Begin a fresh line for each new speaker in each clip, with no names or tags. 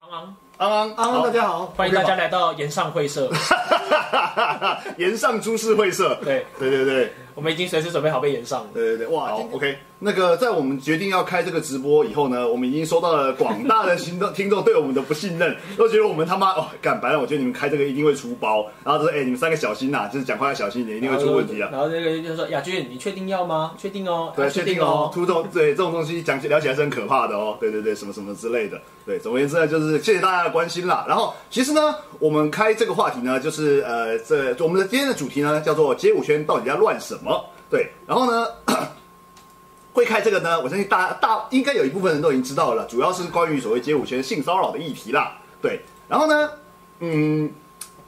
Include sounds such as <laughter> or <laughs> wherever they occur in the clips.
昂
安安，
安安，大家好，
欢迎大家来到岩上会
<laughs>
社。
家。岩上株式会社，
对，
对对对
我们已经随时准备好被岩上了。
对对对，哇
好
今，OK。那个，在我们决定要开这个直播以后呢，我们已经收到了广大的行动听众对我们的不信任，都觉得我们他妈哦，干白了，我觉得你们开这个一定会出包，然后就是哎、你们三个小心呐、就是讲话要小心一点，一定会出问题啊。
然后这个就说雅君，你确定要吗？确定哦，
对，
啊
确定哦，。突动对这种东西讲起聊起来是很可怕的哦，对对对，什么什么之类的，对，总而言之呢，就是谢谢大家的关心啦。然后其实呢，我们开这个话题呢，就是呃，这我们的今天的主题呢叫做街舞圈到底在乱什么？对，然后呢。 <coughs> 会开这个呢，我相信大大应该有一部分人都已经知道了，主要是关于所谓街舞圈性骚扰的议题啦。对，然后呢，嗯，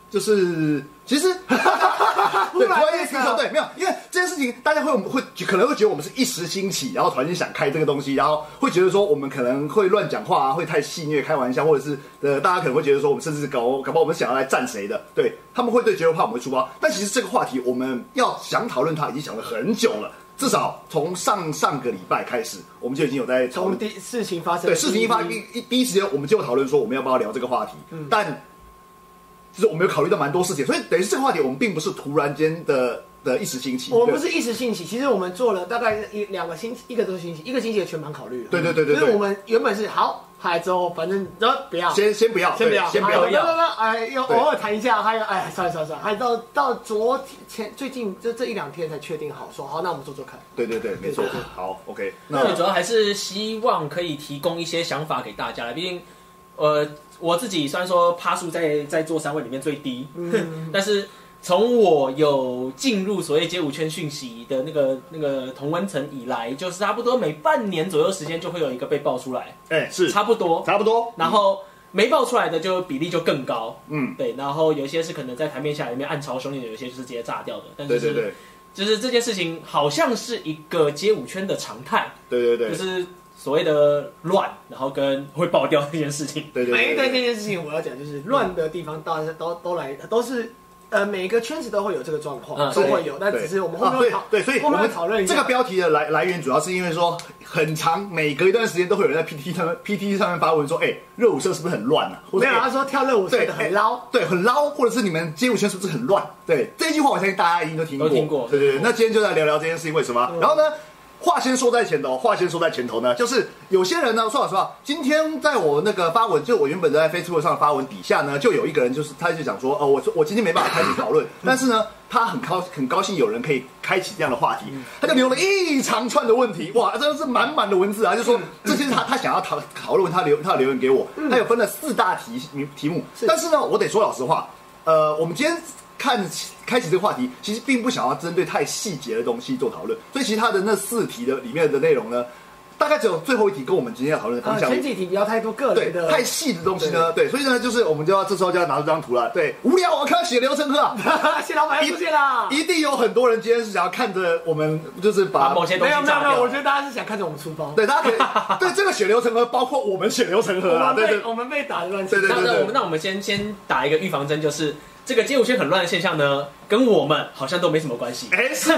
就是其实， <laughs> 对，
然
突然间
那
听
个
说，对，没有，因为这件事情，大家会会可能会觉得我们是一时兴起，然后突然间想开这个东西，然后会觉得说我们可能会乱讲话啊，会太戏谑开玩笑，或者是呃，大家可能会觉得说我们甚至搞搞不好我们想要来站谁的，对他们会对觉得怕我们会出包，但其实这个话题我们要想讨论它已经想了很久了。至少从上上个礼拜开始，我们就已经有在讨
从
论
第事情发生，
对，事情一
嗯
发第一第一时间，我们就有讨论说我们要不要聊这个话题。但就是我们有考虑到蛮多事情，所以等于是这个话题我们并不是突然间的的一时兴起。
我们
对
不是一时兴起，其实我们做了大概一两个星期，一个多星期，一个星期的全盘考虑了。
对对对对对
就是我们原本是好，嗨之后反正然后不要，
先先不要，
先不
对
要，
先不
好
要
的。
不不，哎，有
对
偶尔谈一下，还有哎，算了算了算了，还到到昨天前最近这这一两天才确定好，说好，那我们做做看。
对对对，没错
对对对。
好，OK。
最
那
主要还是希望可以提供一些想法给大家啦毕竟，呃，我自己虽然说趴数在在座三位里面最低，
嗯
<laughs> 但是从我有进入所谓街舞圈讯息的那个那个同温层以来，就是差不多每半年左右时间就会有一个被爆出来，
哎，是
差不多。
差不多。
然后没爆出来的就比例就更高，
嗯，
对，然后有一些是可能在台面下里面暗潮汹涌，有一些就是直接炸掉的，但是、
对
就是、
对对
就是这件事情好像是一个街舞圈的常态，
对对对
就，是所谓的乱，然后跟会爆掉这件事情，
对对
每一
对
个这
对。
件事情，我要讲就是乱的地方，大家都都来都是。呃，每一个圈子都会有这个状况，
嗯
都
对
会有，但只是我们后
啊
面会
对
讨
对，所以
后
我
面会
们
讨论一下
这个标题的来来源，主要是因为说很长，每隔一段时间都会有人在 PT 上面 PT 上面发文说，哎，热舞社是不是很乱啊？或者
没有，他说跳热舞
对
真的很捞，
对，很捞，或者是你们街舞圈是不是很乱？对，这句话我相信大家一定都听过。
都听过
对对对，那今天就来聊聊这件事情为什么。然后呢，话先说在前头，话先说在前头呢，就是有些人呢，说老实话，今天在我那个发文，就我原本在 Facebook 上发文底下呢，就有一个人就是他就讲说，哦，我说我今天没办法开始讨论，但是呢。他很高很高兴有人可以开启这样的话题，他就留了一长串的问题，哇，真的是满满的文字啊！就说这些是他他想要讨讨论，他留他留言给我，他有分了四大题题目，
是
但是呢，我得说老实话，呃，我们今天看开启这个话题，其实并不想要针对太细节的东西做讨论，所以其他的那四题的里面的内容呢，大概只有最后一题哎跟我们今天要讨论的
呃
方向。
前几题不要太多个
对
人，的，
太细的东西呢，对，所以呢，就是我们就要这时候就要拿出张图了。对，无聊我看写流程课
<laughs>
啊，
谢老板又出现啦。
一定有很多人今天是想要看着我们，就是把
把某些东
没
西
有没有
炸
啊没有，
掉
我觉。得大家是想看着我们出包，
对大家可以对这个血流成河，包括我们血流成河
我
啊，
们
对对
被我们被打的乱七
对
八
对
那
糟
对
那我们那我们先先打一个预防针，就是这个街舞圈很乱的现象呢，跟我们好像都没什么关系。
哎是，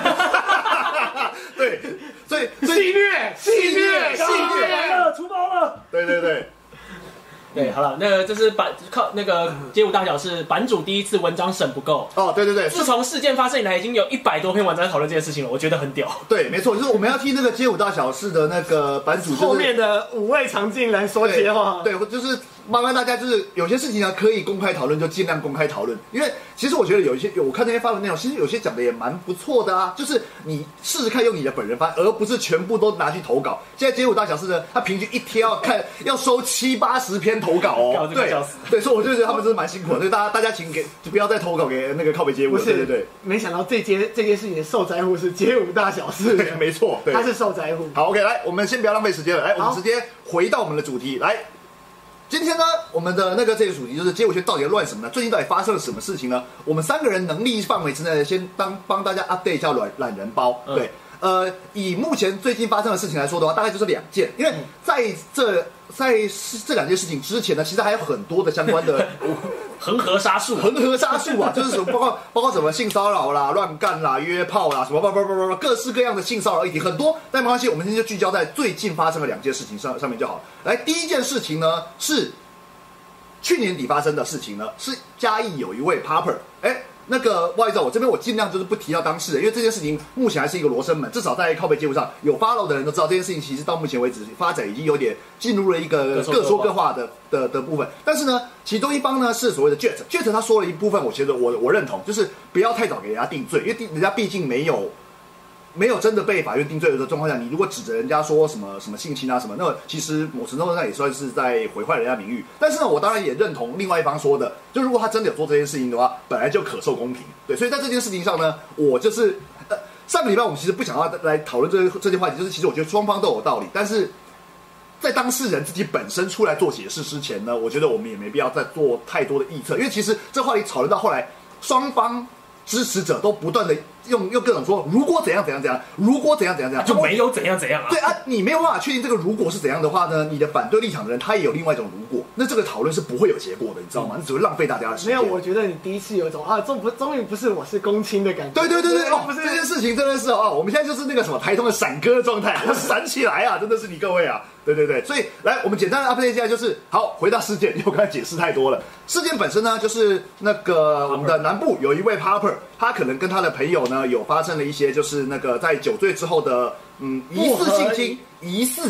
<laughs> 对，所以所以
戏虐戏虐
戏虐
虐，
出包哎了。
对对对。
对，好了，那个这是版靠那个街舞大小是版主第一次文章审不够。
哦，对对对，
自从事件发生以来，已经有一百多篇文章在讨论这件事情了，我觉得很屌。
对，没错，就是我们要替那个街舞大小事的那个版主，就是
后面的五位常进人说
对
接话，
对，就是麻烦大家，就是有些事情呢可以公开讨论，就尽量公开讨论。因为其实我觉得有一些，有我看那些发文内容，其实有些讲的也蛮不错的啊。就是你试试看用你的本人发，而不是全部都拿去投稿。现在街舞大小事呢，他平均一天要看要收七八十篇投稿
搞
哦
这。个
对
笑死，
对，所以我就觉得他们真的蛮辛苦的。所以大家大家请给就不要再投稿给那个靠北街舞
不
了。
是
对对对，
没想到这件这件事情的受灾户是街舞大小事，
对， <laughs> 没错，对。
他是受灾户，
好，OK，来，我们先不要浪费时间了，来，我们
好
直接回到我们的主题，来。今天呢，我们的那个这个主题就是街舞圈到底在乱什么呢？最近到底发生了什么事情呢？我们三个人能力范围之内，先帮帮大家 update 一下懒懒人包。
嗯
对，呃，以目前最近发生的事情来说的话，大概就是两件，因为在这在这两件事情之前呢，其实还有很多的相关的
恒河沙数，
恒河沙数啊， <laughs> 就是什么包括包括什么性骚扰啦、乱干啦、约炮啦，什么叭叭叭叭叭，各式各样的性骚扰议题很多。但没关系，我们今天就聚焦在最近发生的两件事情上上面就好了。来，第一件事情呢是去年底发生的事情呢，是嘉义有一位 Popper，哎。那个外照，我这边我尽量就是不提到当事人，因为这件事情目前还是一个罗生门，至少在靠背街舞上有 follow 的人都知道，这件事情其实到目前为止发展已经有点进入了一个
各说各话
各说各话的的的部分。但是呢，其中一方呢是所谓的 Jet，Jet 他说了一部分，我觉得我我认同，就是不要太早给人家定罪，因为定人家毕竟没有没有真的被法院定罪的状况下，你如果指着人家说什么什么性侵啊什么，那其实某程度上也算是在毁坏人家名誉。但是呢，我当然也认同另外一方说的，就如果他真的有做这件事情的话，本来就可受公平。对，所以在这件事情上呢，我就是呃，上个礼拜我们其实不想要来讨论这这件话题，就是其实我觉得双方都有道理，但是在当事人自己本身出来做解释之前呢，我觉得我们也没必要再做太多的臆测，因为其实这话题讨论到后来，双方支持者都不断的用用各种说，如果怎样怎样怎样，如果怎样怎样怎样，
就没有怎样怎样啊
对。啊，你没有办法确定这个如果是怎样的话呢，你的反对立场的人他也有另外一种如果，那这个讨论是不会有结果的，你知道吗？那只会浪费大家的时
嗯没
间。
有，我觉得你第一次有一种啊，终不终于不是我是公亲的感觉。
对对对对，哦
不，是
这件事情真的是哦，我们现在就是那个什么台通的闪哥状态，我闪起来啊，真的是你各位啊，对对对，所以来我们简单的 update 一下，就是好回到事件，因为我刚才解释太多了。事件本身呢，就是那个我们的南部有一位 Popper，他可能跟他的朋友呢有发生了一些就是那个在酒醉之后的嗯疑似性侵，疑似。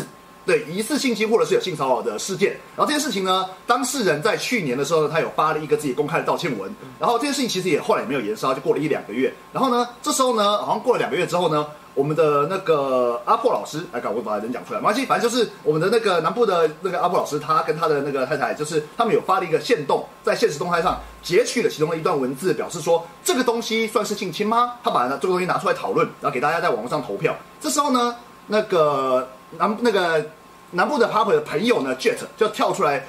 对疑似性侵或者是有性骚扰的事件，然后这件事情呢，当事人在去年的时候呢，他有发了一个自己公开的道歉文，然后这件事情其实也后来也没有延烧，就过了一两个月，然后呢，这时候呢，好像过了两个月之后呢，我们的那个阿破老师，哎，搞我把人讲出来，没关系，反正就是我们的那个南部的那个阿破老师，他跟他的那个太太，就是他们有发了一个线动，在现实动态上截取了其中的一段文字，表示说这个东西算是性侵吗？他把这个东西拿出来讨论，然后给大家在网络上投票。这时候呢， <laughs> 那个南那个南部的 Papa 的朋友呢，Jet 就跳出来。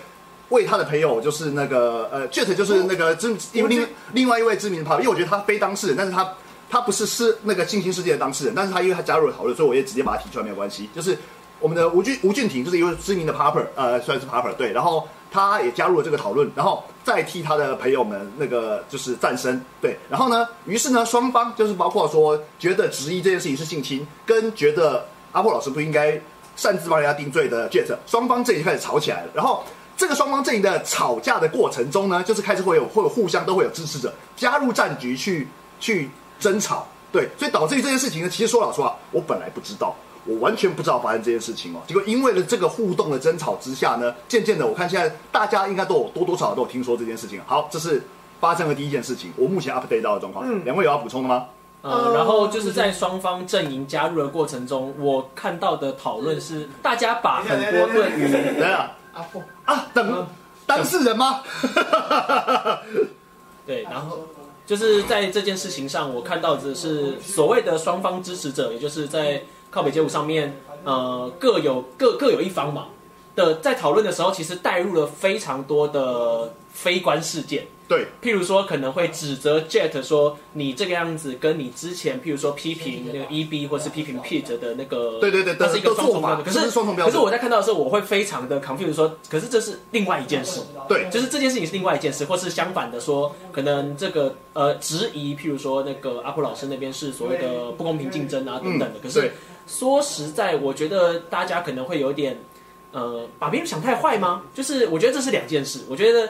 为他的朋友，就是那个呃，Jet 就是那个知
我
另
觉
另外一位知名的 Papa，因为我觉得他非当事人，但是他他不是是那个性侵事件的当事人，但是他因为他加入了讨论，所以我也直接把他提出来，没有关系。就是我们的吴俊吴俊廷，就是一位知名的 Popper，呃，算是 Popper 对，然后他也加入了这个讨论，然后再替他的朋友们那个就是站身，对，然后呢，于是呢，双方就是包括说觉得质疑这件事情是性侵，跟觉得阿破老师不应该擅自帮人家定罪的 Jet，双方阵营开始吵起来了。然后这个双方阵营的吵架的过程中呢，就是开始会有会有互相都会有支持者加入战局去去争吵，对，所以导致于这件事情呢，其实说老实话，我本来不知道。我完全不知道发生这件事情哦，结果因为了这个互动的争吵之下呢，渐渐的，我看现在大家应该都有多多少少都有听说这件事情。好，这是发生了第一件事情，我目前 update 到的状况。两位有要补充的吗？
呃，然后就是在双方阵营加入的过程中，我看到的讨论是，大家把很多对于
等等
阿婆，
啊，等当事人吗？ <laughs>
对，然后就是在这件事情上，我看到的是所谓的双方支持者，也就是在靠北街舞上面，呃，各有各各有一方嘛的，在讨论的时候，其实带入了非常多的非关事件。
对，
譬如说可能会指责 Jet 说你这个样子跟你之前，譬如说批评那个 EB 或是批评 Pete 的那个，
对对对
它是一个
都
双重
做
标
法
准。可
这
是
是双重标准
可是我在看到的时候，我会非常的 confused 说，可是这是另外一件事，
对
就是这件事情是另外一件事，或是相反的说，可能这个呃质疑，譬如说那个阿普老师那边是所谓的不公平竞争啊等等的。可是
嗯对
说实在，我觉得大家可能会有点呃把别人想太坏吗？就是我觉得这是两件事，我觉得。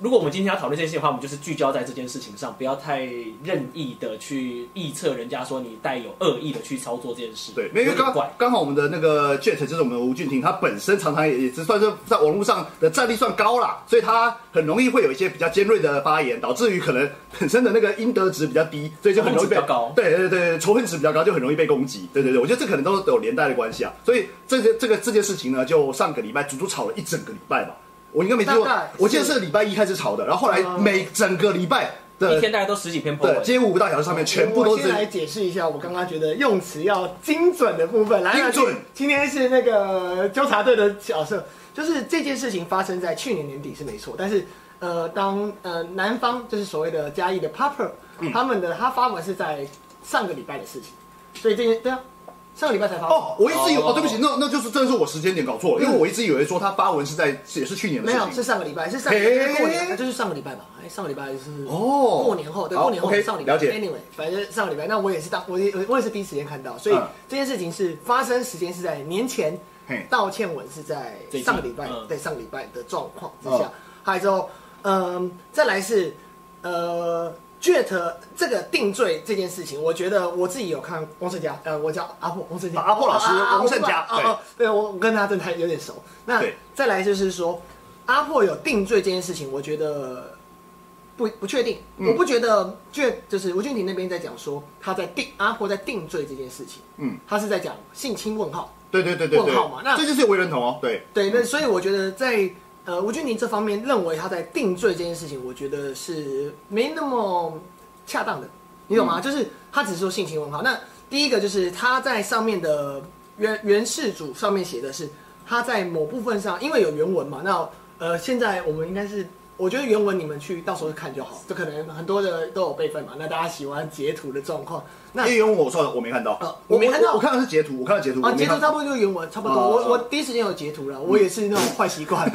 如果我们今天要讨论这件事情的话，我们就是聚焦在这件事情上，不要太任意的去臆测人家说你带有恶意的去操作这件事。
对，因
有
为
点
刚
怪。
刚好我们的那个 Jet 就是我们的吴俊廷，他本身常常也也是算是在网络上的战力算高啦，所以他很容易会有一些比较尖锐的发言，导致于可能本身的那个应得值比较低，所以就很容易被
仇恨值比较高
对对对对，仇恨值比较高，就很容易被攻击。对对对，我觉得这可能都有连带的关系啊。所以这件这个这件事情呢，就上个礼拜足足吵了一整个礼拜吧，我应该没记错
大概，
我记得是礼拜一开始吵的，然后后来
嗯
每整个礼拜
一
的
天大概都十几篇 po
的
文，
街舞大小事上面全部都
我
是
先来解释一下，我刚刚觉得用词要精准的部分。来，
精准
来今天是那个纠察队的角色，就是这件事情发生在去年年底是没错，但是呃，当呃南方就是所谓的嘉义的 Popper，、他
嗯
们的他发文是在上个礼拜的事情，所以这件对啊，上个礼拜才发文。
哦，我一直以为
哦
哦，对不起，那那就是真的是我时间点搞错了，因为我一直以为说他发文是在也是去年的
嗯没有，
事情。
是上个礼拜，是上个礼拜
嘿
过年，就是上个礼拜吧？哎，上个礼拜是
哦
过年后，对，
好
过年后
OK，
上个礼拜。
了解
Anyway，反正上个礼拜，那我也是当我也我也是第一时间看到，所以
嗯
这件事情是发生时间是在年前
嘿，
道歉文是在
最近
上个礼拜
嗯，
对，上个礼拜的状况之下
嗯。
还有之后，嗯，再来是呃 jet 这个定罪这件事情，我觉得我自己有看翁胜佳，呃，我叫阿破翁胜佳，
啊阿破老师
啊啊啊
翁胜佳
翁啊啊对我我跟他真的还有点熟。那
对
再来就是说，阿破有定罪这件事情，我觉得不不确定，
嗯
我不觉得确就是吴俊廷那边在讲说他在定阿破在定罪这件事情，
嗯，
他是在讲性侵问号，
对对对对对
问号嘛那，
这就是为人同哦，对
对，那所以我觉得在呃吴君宁这方面认为他在定罪这件事情，我觉得是没那么恰当的，你懂吗？就是他只是说性情文化。那第一个就是他在上面的原原事主上面写的是他在某部分上，因为有原文嘛，那呃现在我们应该是。我觉得原文你们去到时候看就好，这可能很多的都有备份嘛。那大家喜欢截图的状况，那
因为我说我没看到
呃，
我
我没看到
我看到是截图，我看到截图，
啊，
我没
截图
看
差不多就是原文，差不多。
哦
我我第一时间有截图了，我也是那种坏
<laughs>
习惯，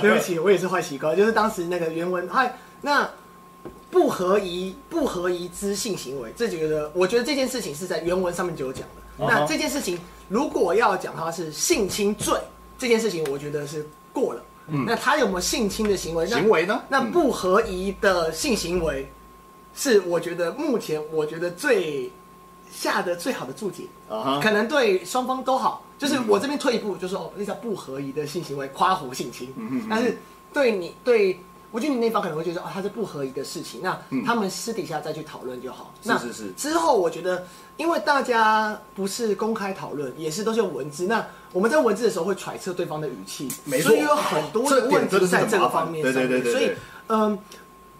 对不起，我也是坏习惯，就是当时那个原文，嗨，那不合宜不合宜之性行为，这几个我觉得这件事情是在原文上面就有讲的。
嗯哼
那这件事情如果要讲它是性侵罪这件事情，我觉得是过了。那他有没有性侵的行为？那
嗯行为呢？
那
嗯
不合宜的性行为，是我觉得目前我觉得最下的最好的注解。
啊哈，
可能对双方都好。就是
嗯
我这边退一步，就说哦，那叫不合宜的性行为，夸胡性侵。
嗯
但是对你对，我觉得你那方可能会觉得啊，它是不合宜的事情，那他们私底下再去讨论就好。
嗯是
那
是是
之后我觉得，因为大家不是公开讨论，也是都是用文字，那我们在文字的时候会揣测对方的语气，
没错
所以有很多
这
的
点
问
真的
题
是
在
很
这个
麻烦
方面
对
上
对
面。
对对
所以
对
嗯，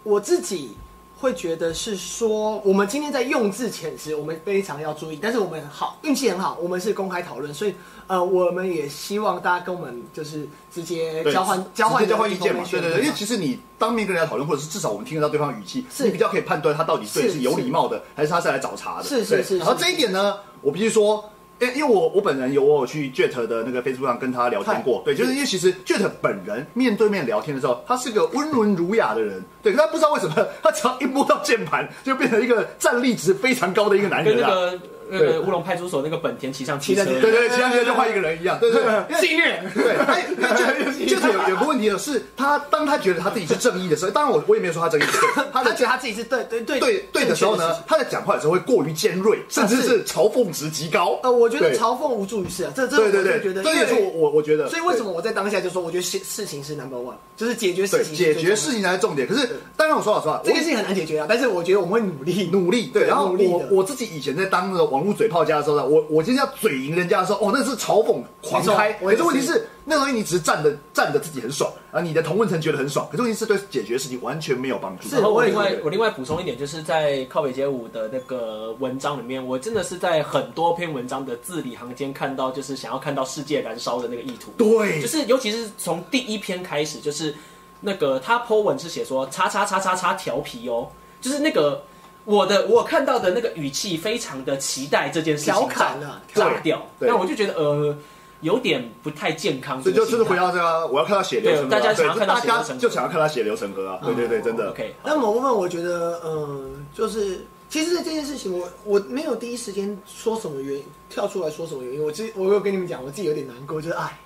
我自己会觉得是说，我们今天在用字遣词，我们非常要注意。但是我们好运气很好，我们是公开讨论，所以呃，我们也希望大家跟我们就是直接
对
交换
直
交换
直接交换意见嘛，
information，
对对对，因为
吧
其实你当面跟人家讨论，或者是至少我们听得到对方的语气，
是
你比较可以判断他到底对
是
是有礼貌的，还是他是来找茬的。
是是
对
是是
然后这一点呢，我必须说。因因为我我本人有我有去 Jet 的那个 Facebook 上跟他聊天过，对，就是因为其实 Jet 本人面对面聊天的时候，他是个温文儒雅的人，对，可他不知道为什么， <laughs> 他只要一摸到键盘，就变成一个战力值非常高的一个男
跟
人
那
啊，
个那个乌龙派出所那个本田骑上汽车，
骑上
对对，其他人就换一个人一样，对对，对因为
信任。
对，他 <laughs> 就就是有有个问题的是，他当他觉得他自己是正义的时候，当然我我也没有说他正义，对他
他
在
觉得他自己是对对对
<laughs> 对对的时候？
正确
呢
事情，
他在讲话的时候会过于尖锐，甚至
啊是
是嘲讽值极高。
呃，我觉得
对
嘲讽无助于事啊，这这
对对
我就
对
觉得，
这
因
也
为
是我我我觉得，
所以为什
对
么我在当下就说，我觉得事事情是 number one，就是解决事
对
情，
解决事情才是重点？可是当然我说老实话，
这
我
件事情很难解决啊，但是我觉得我们会努力
努力，对，
对
然后
努力
我
的
我自己以前在当那个网络嘴炮家的时候呢，我我今天要嘴赢人家的时候，哦，那是嘲讽狂开。
没错我
可是问
也是
题是，那东西你只是站的站的自己很爽，啊，你的同温层觉得很爽，可是问题是对解决事情完全没有帮助。
是
然后我
我也
另外
觉得
我另外补充一点，就是在靠北街舞的那个文章里面，我真的是在很多篇文章的字里行间看到，就是想要看到世界燃烧的那个意图。
对
就，是尤其是从第一篇开始，就是那个他 po 文是写说“叉叉叉叉叉调皮哦”，就是那个我的我看到的那个语气非常的期待这件事情
调侃啊
调
炸
侃
掉，
对
那我就觉得呃有点不太健康这
所以
个
就
心态，
就是回到这个啊，我要看他血流成河啊，
对大家
对
想要看
就
到
大
血流
家
成河哦
就想要看他血流成河啊，对对对，真的。
OK
那某部分我觉得，嗯，就是其实这件事情我，我没有第一时间说什么原因，跳出来说什么原因。我其实我有跟你们讲，我自己有点难过，就是哎，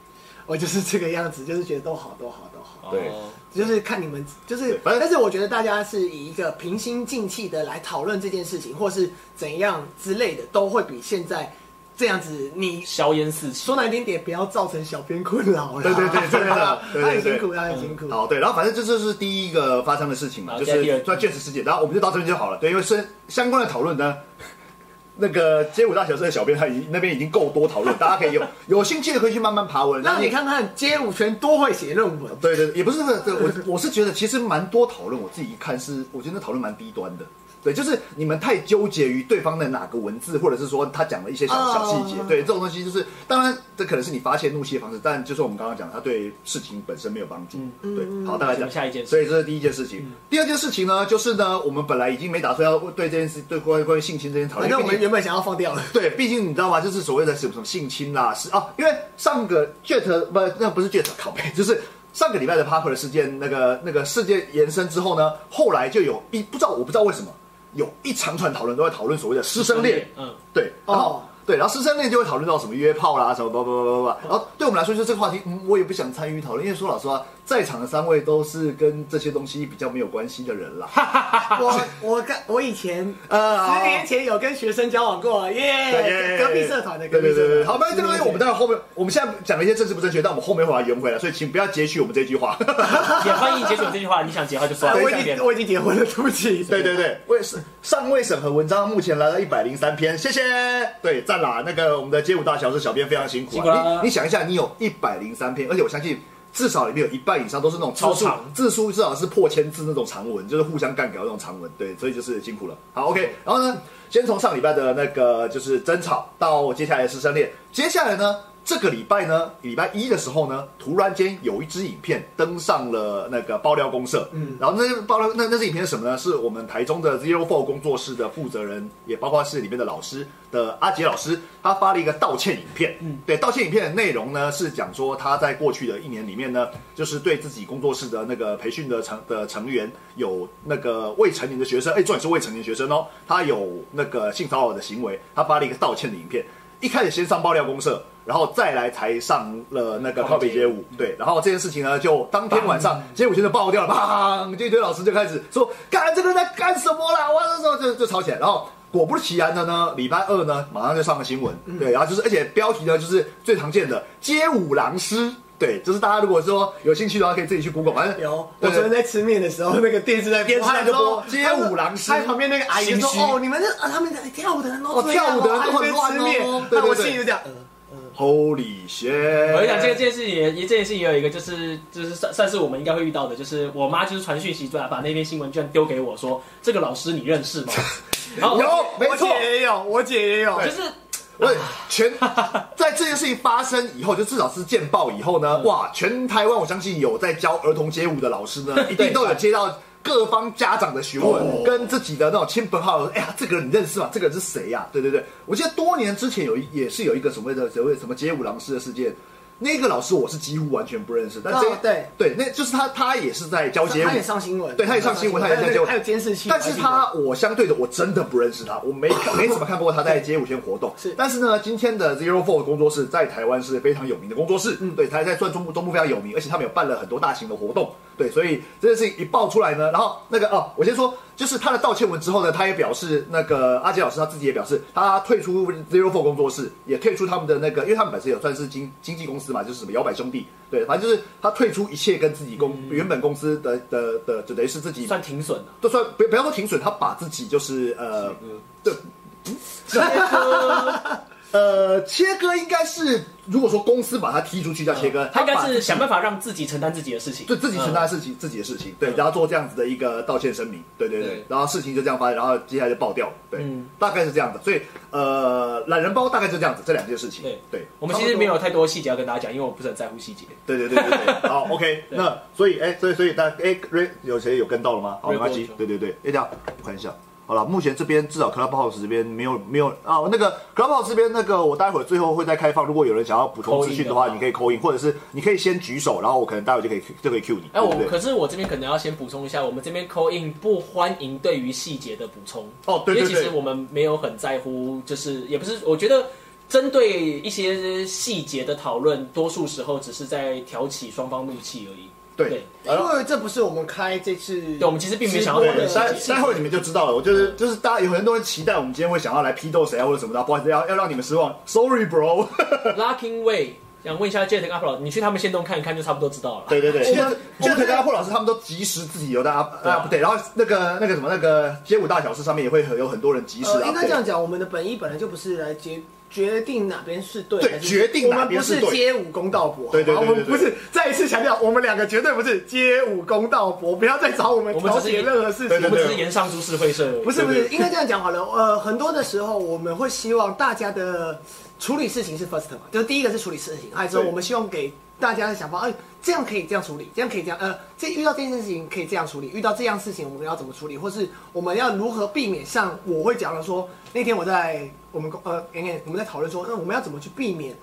我就是这个样子，就是觉得都好，都好，都好，
对
哦
就是看你们，就是
对反正
但是我觉得大家是以一个平心静气的来讨论这件事情，或是怎样之类的，都会比现在这样子你。
硝烟四起。
说难听点，不要造成小编困扰了。
对对对真的
<laughs>
对对对嗯
他很辛苦，他很辛苦。
好，对，然后反正这就是第一个发生的事情嘛，
好
就
现在第二
是算确实事件，然后我们就到这边就好了。对，因为是相关的讨论呢，那个街舞大小生的小编他已经那边已经够多讨论，大家可以有有兴趣的可以去慢慢爬
<laughs>
文。
让你，看看街舞圈多会写论文。
对对，对也不是那个，对我我是觉得其实蛮多讨论，我自己一看是，我觉得那讨论蛮低端的。对，就是你们太纠结于对方的哪个文字，或者是说他讲的一些小小细节
哦，
对这种东西，就是当然这可能是你发泄怒气的方式，但就是我们刚刚讲，他对事情本身没有帮助。
嗯
对，好，大概
我
讲
们下一件事
所以这是第一件事情。第二件事情呢，就是呢，我们本来已经没打算要对这件事，对关于关于性侵这件讨
反
哎
论，毕
正我
竟
们原本想要放掉
<laughs>
了。
对，毕竟你知道吗？就是所谓的什么什么性侵啦，是啊，因为上个 Jet 不，那不是 Jet 拷贝，就是上个礼拜的 Popper 事件，那个那个事件延伸之后呢，后来就有一不知道我不知道为什么有一长串讨论都在讨论所谓的师生恋，
嗯，
对，然后、
哦
对，然后师生恋就会讨论到什么约炮啦，什么叭叭叭叭叭，然后对我们来说，就这个话题，嗯，我也不想参与讨论，因为说老实话，在场的三位都是跟这些东西比较没有关系的人啦。
我我跟我以前
<laughs> 呃，好
十年前有跟学生交往过，耶，
对
隔壁社团的，
对
隔
对对
壁社
对，
团。
好，那这个东西我们待会后面，我们现在讲了一些政治不正确，但我们后面会把它圆回来，所以请不要截取我们这句话。 <laughs>
也欢迎解锁这句话，你想截的话就算
哎
了，
我
随
已
便
经我已经结婚了，对不起。
对对对，为是尚未审核文章，目前来到一百零三篇，谢谢。对，赞啦！那个我们的街舞大小是小编非常辛苦
辛苦
啊。
啦
你你想一下，你有一百零三篇，而且我相信至少里面有一半以上都是那种超
超
数
长
字数，至少是破千字那种长文，就是互相干掉那种长文。对，所以就是辛苦了。好，OK，然后呢，先从上礼拜的那个就是争吵到接下来的师生恋，接下来呢。这个礼拜呢，礼拜一的时候呢，突然间有一支影片登上了那个爆料公社，嗯，然后那个爆料那那支影片是什么呢？是我们台中的 Zero Four 工作室的负责人，也包括是里面的老师的阿杰老师，他发了一个道歉影片，嗯，对，道歉影片的内容呢是讲说他在过去的一年里面呢，就是对自己工作室的那个培训的成的成员有那个未成年的学生，哎，重点是未成年学生哦，他有那个性骚扰的行为，他发了一个道歉的影片，一开始先上爆料公社，然后再来才上了那个靠北街舞，对，然后这件事情呢，就当天晚上街舞圈就爆掉了，砰！就一堆老师就开始说，干这个人在干什么啦？哇，这时候就就吵起来，然后。果不其然的呢，礼拜二呢，马上就上了新闻，
嗯
对，然后就是，而且标题呢就是最常见的“街舞狼师”，对，就是大家如果说有兴趣的话，可以自己去 Google，反正
有，我
对
昨天在吃面的时候，那个电视在
电视在
的时
播
候，
街舞狼师
还有旁边那个阿姨就
心虚
说：“哦，你们这啊，他们在跳舞的人都
哦
这样
跳舞的人都很
还在那边吃
乱哦
面
对对
那我
对
心里就这样，呃
Holy shit！
我跟你讲，这个这件事情也也这件事情也有一个，就是就是算算是我们应该会遇到的，就是我妈就是传讯息，把把那篇新闻居然丢给我说，这个老师你认
<laughs>
识吗？然后
有，没
呃我
错，
姐也有，我姐也有。
就是
对，全在这件事情发生以后，就至少是见报以后
嗯
呢，哇，全台湾我相信有在教儿童街舞的老师呢，一定都有接到各方家长的询
哦
问，跟自己的那种亲朋好友，哎呀，这个人你认识吗？这个人是谁呀、对对对，我记得多年之前有一也是有一个所谓的所谓什么街舞狼师的事件。那个老师我是几乎完全不认识，但这、
哦对
对，那就是他，他也是在教街舞，
他也上新闻，
对他也上新闻，他也在街舞，
还有监视器，
但是他我相对的我真的不认识他，我没看没怎么看过他在街舞圈活动。
是
但是呢，今天的 Zero Four 工作室在台湾是非常有名的工作室，对，他在算中部中部非常有名，而且他们有办了很多大型的活动，对，所以这件事情一爆出来呢，然后那个哦，我先说，就是他的道歉文之后呢，他也表示，那个阿杰老师他自己也表示，他退出 Zero Four 工作室，也退出他们的那个，因为他们本身有算是经经纪公司嘛，就是什么摇摆兄弟，对，反正就是他退出一切跟自己公、原本公司的的的，就等于是自己
算停损了。
就算不不要说停损，他把自己就是呃，对，呃，切割应该是如果说公司把他踢出去叫切割，
嗯他应该
把
是想办法让自己承担自己的事情，嗯
对自己承担自己、自己的事情，对，然后做这样子的一个道歉声明，对对对，
对
然后事情就这样发生，然后接下来就爆掉了，对，
嗯
大概是这样的，所以呃，懒人包大概就这样子，这两件事情，
对
对，
我们其
差
实
不多
没有太多细节要跟大家讲，因为我不是很在乎细节。
对对对对
<laughs>
对，好，OK，那所以哎，所以所以大家哎，Ray 有谁有跟到了吗？好，
Ray
没关系
过，了
对对对，哎，这样我看一下，好了，目前这边至少 Clubhouse 这边没有没有啊，那个 Clubhouse 这边那个我待会儿最后会再开放，如果有人想要补充资讯的
Call 啊
话，
in 的话
你可以扣音，或者是你可以先举手，然后我可能待会儿就可以就可以 Q 你，
哎，
对
我
不对？
可是我这边可能要先补充一下，我们这边 call in 不欢迎对于细节的补充
哦对对
因为其实
对
我们没有很在乎，就是也不是，我觉得针对一些细节的讨论，多数时候只是在挑起双方怒气而已。
对哎
对，
然
因
后。
为这不是我们开这次，
对我们其实并没想要
对
讨论细
待
节
待会儿你们就知道了。我就是就是大家有很多人期待我们今天会想要来批斗谁啊或者什么的，不好意思，要要让你们失望，sorry bro。
Locking Way，想问一下 Jet 跟 Up 老师，你去他们线动看一看，就差不多知道了。
对对对，
我
现在
们
现在跟阿破老师他们都及时自己有在 up
对啊
update，然后那个那个什么那个街舞大小事上面也会很有很多人及时
呃，
update。
应该这样讲，我们的本意本来就不是来决决定哪边是对，
对
还是
决定哪边是对
我们不是街舞公道博，
对对对
好吗我
对
们
对
不
对
是。再一次强调，我们两个绝对不是街舞公道博，不要再找我们
我们
调
只是
解任何事
对
我
对
情
们。
对
只是延上株式会社而已。
不是不
对
是，应该这样讲好了。呃，很多的时候我们会希望大家的处理事情是 first 嘛，就是第一个是处理事情，还有之后
对
我们希望给大家的想法，哎，这样可以这样处理，这样可以这样，呃，这遇到这件事情可以这样处理，遇到这样事情我们要怎么处理，或是我们要如何避免？像我会讲的说，那天我在我们公呃，妍妍我们在讨论说，那我们要怎么去避免？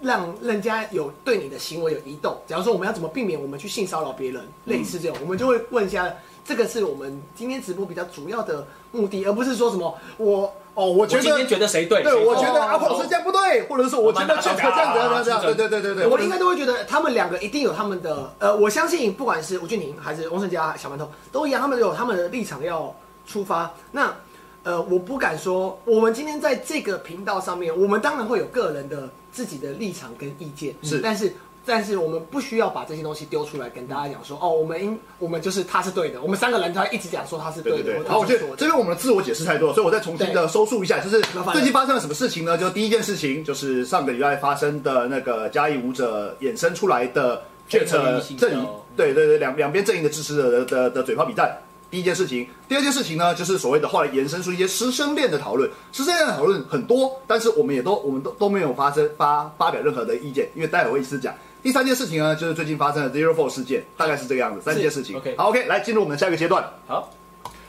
让人家有对你的行为有移动。假如说我们要怎么避免我们去性骚扰别人，类似这种，我们就会问一下，这个是我们今天直播比较主要的目的，而不是说什么我。
哦，我觉
我今
得
天觉得谁对？
对，
谁
我觉得
哦
阿普老师这样不对，或者是说我觉得这样这样这样这样，对对对对对，
我应该都会觉得他们两个一定有他们的，呃，我相信不管是吴俊廷还是翁胜佳、小馒头都一样，他们有他们的立场要出发。那呃，我不敢说，我们今天在这个频道上面，我们当然会有个人的自己的立场跟意见，
嗯是
但是。但是我们不需要把这些东西丢出来跟大家讲说，哦，我们应我们就是他是对的，我们三个人他一直讲说他是
对
对
对
的，
对，
我
然后我
就
觉
是
得
错
这
的
边我们的自我解释太多了，所以我再重新的收束一下，就是
麻烦
最近发生了什么事情呢？就第一件事情就是上个礼拜发生的那个嘉义舞者衍生出来的
非
这
常有
呃
影
阵
响
营
哦，
对对对，两两边阵营的支持者的的的嘴炮比战。第一件事情，第二件事情呢，就是所谓的后来延伸出一些师生恋的讨论，师生恋的讨论很多，但是我们也都我们都都没有发生发发表任何的意见，因为待会会一次讲。第三件事情呢，就是最近发生的 Zero Four 事件，大概是这个样子，三件事情。
OK
好，OK，来进入我们的下一个阶段。
好，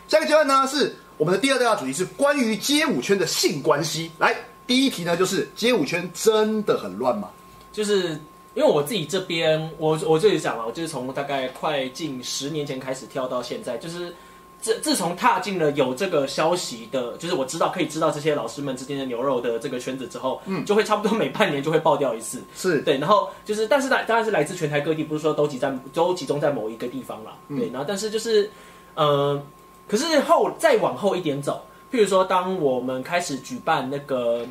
下一个阶段呢是我们的第二大主题是关于街舞圈的性关系。来，第一题呢就是街舞圈真的很乱吗？
就是因为我自己这边，我我自己讲嘛，我就是从大概快近十年前开始跳到现在，就是自自从踏进了有这个消息的，就是我知道可以知道这些老师们之间的牛肉的这个圈子之后，嗯，就会差不多每半年就会爆掉一次。
是
对，然后就是，但是来当然是来自全台各地，不是说都集在都集中在某一个地方啦。对，然后但是就是，呃，可是后再往后一点走，譬如说，当我们开始举办那个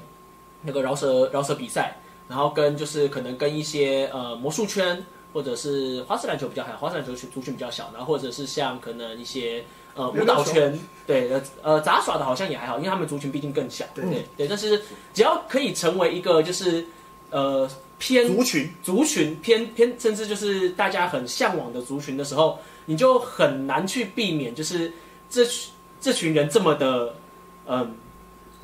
那个饶舌饶舌比赛，然后跟就是可能跟一些呃魔术圈或者是花式篮球比较还好，花式篮球群族群比较小，然后或者是像可能一些呃舞蹈圈，对呃呃杂耍的好像也还好，因为他们族群毕竟更小，对对对，但是只要可以成为一个就是呃偏
族群
族群偏偏，甚至就是大家很向往的族群的时候，你就很难去避免，就是这群这群人这么的，嗯，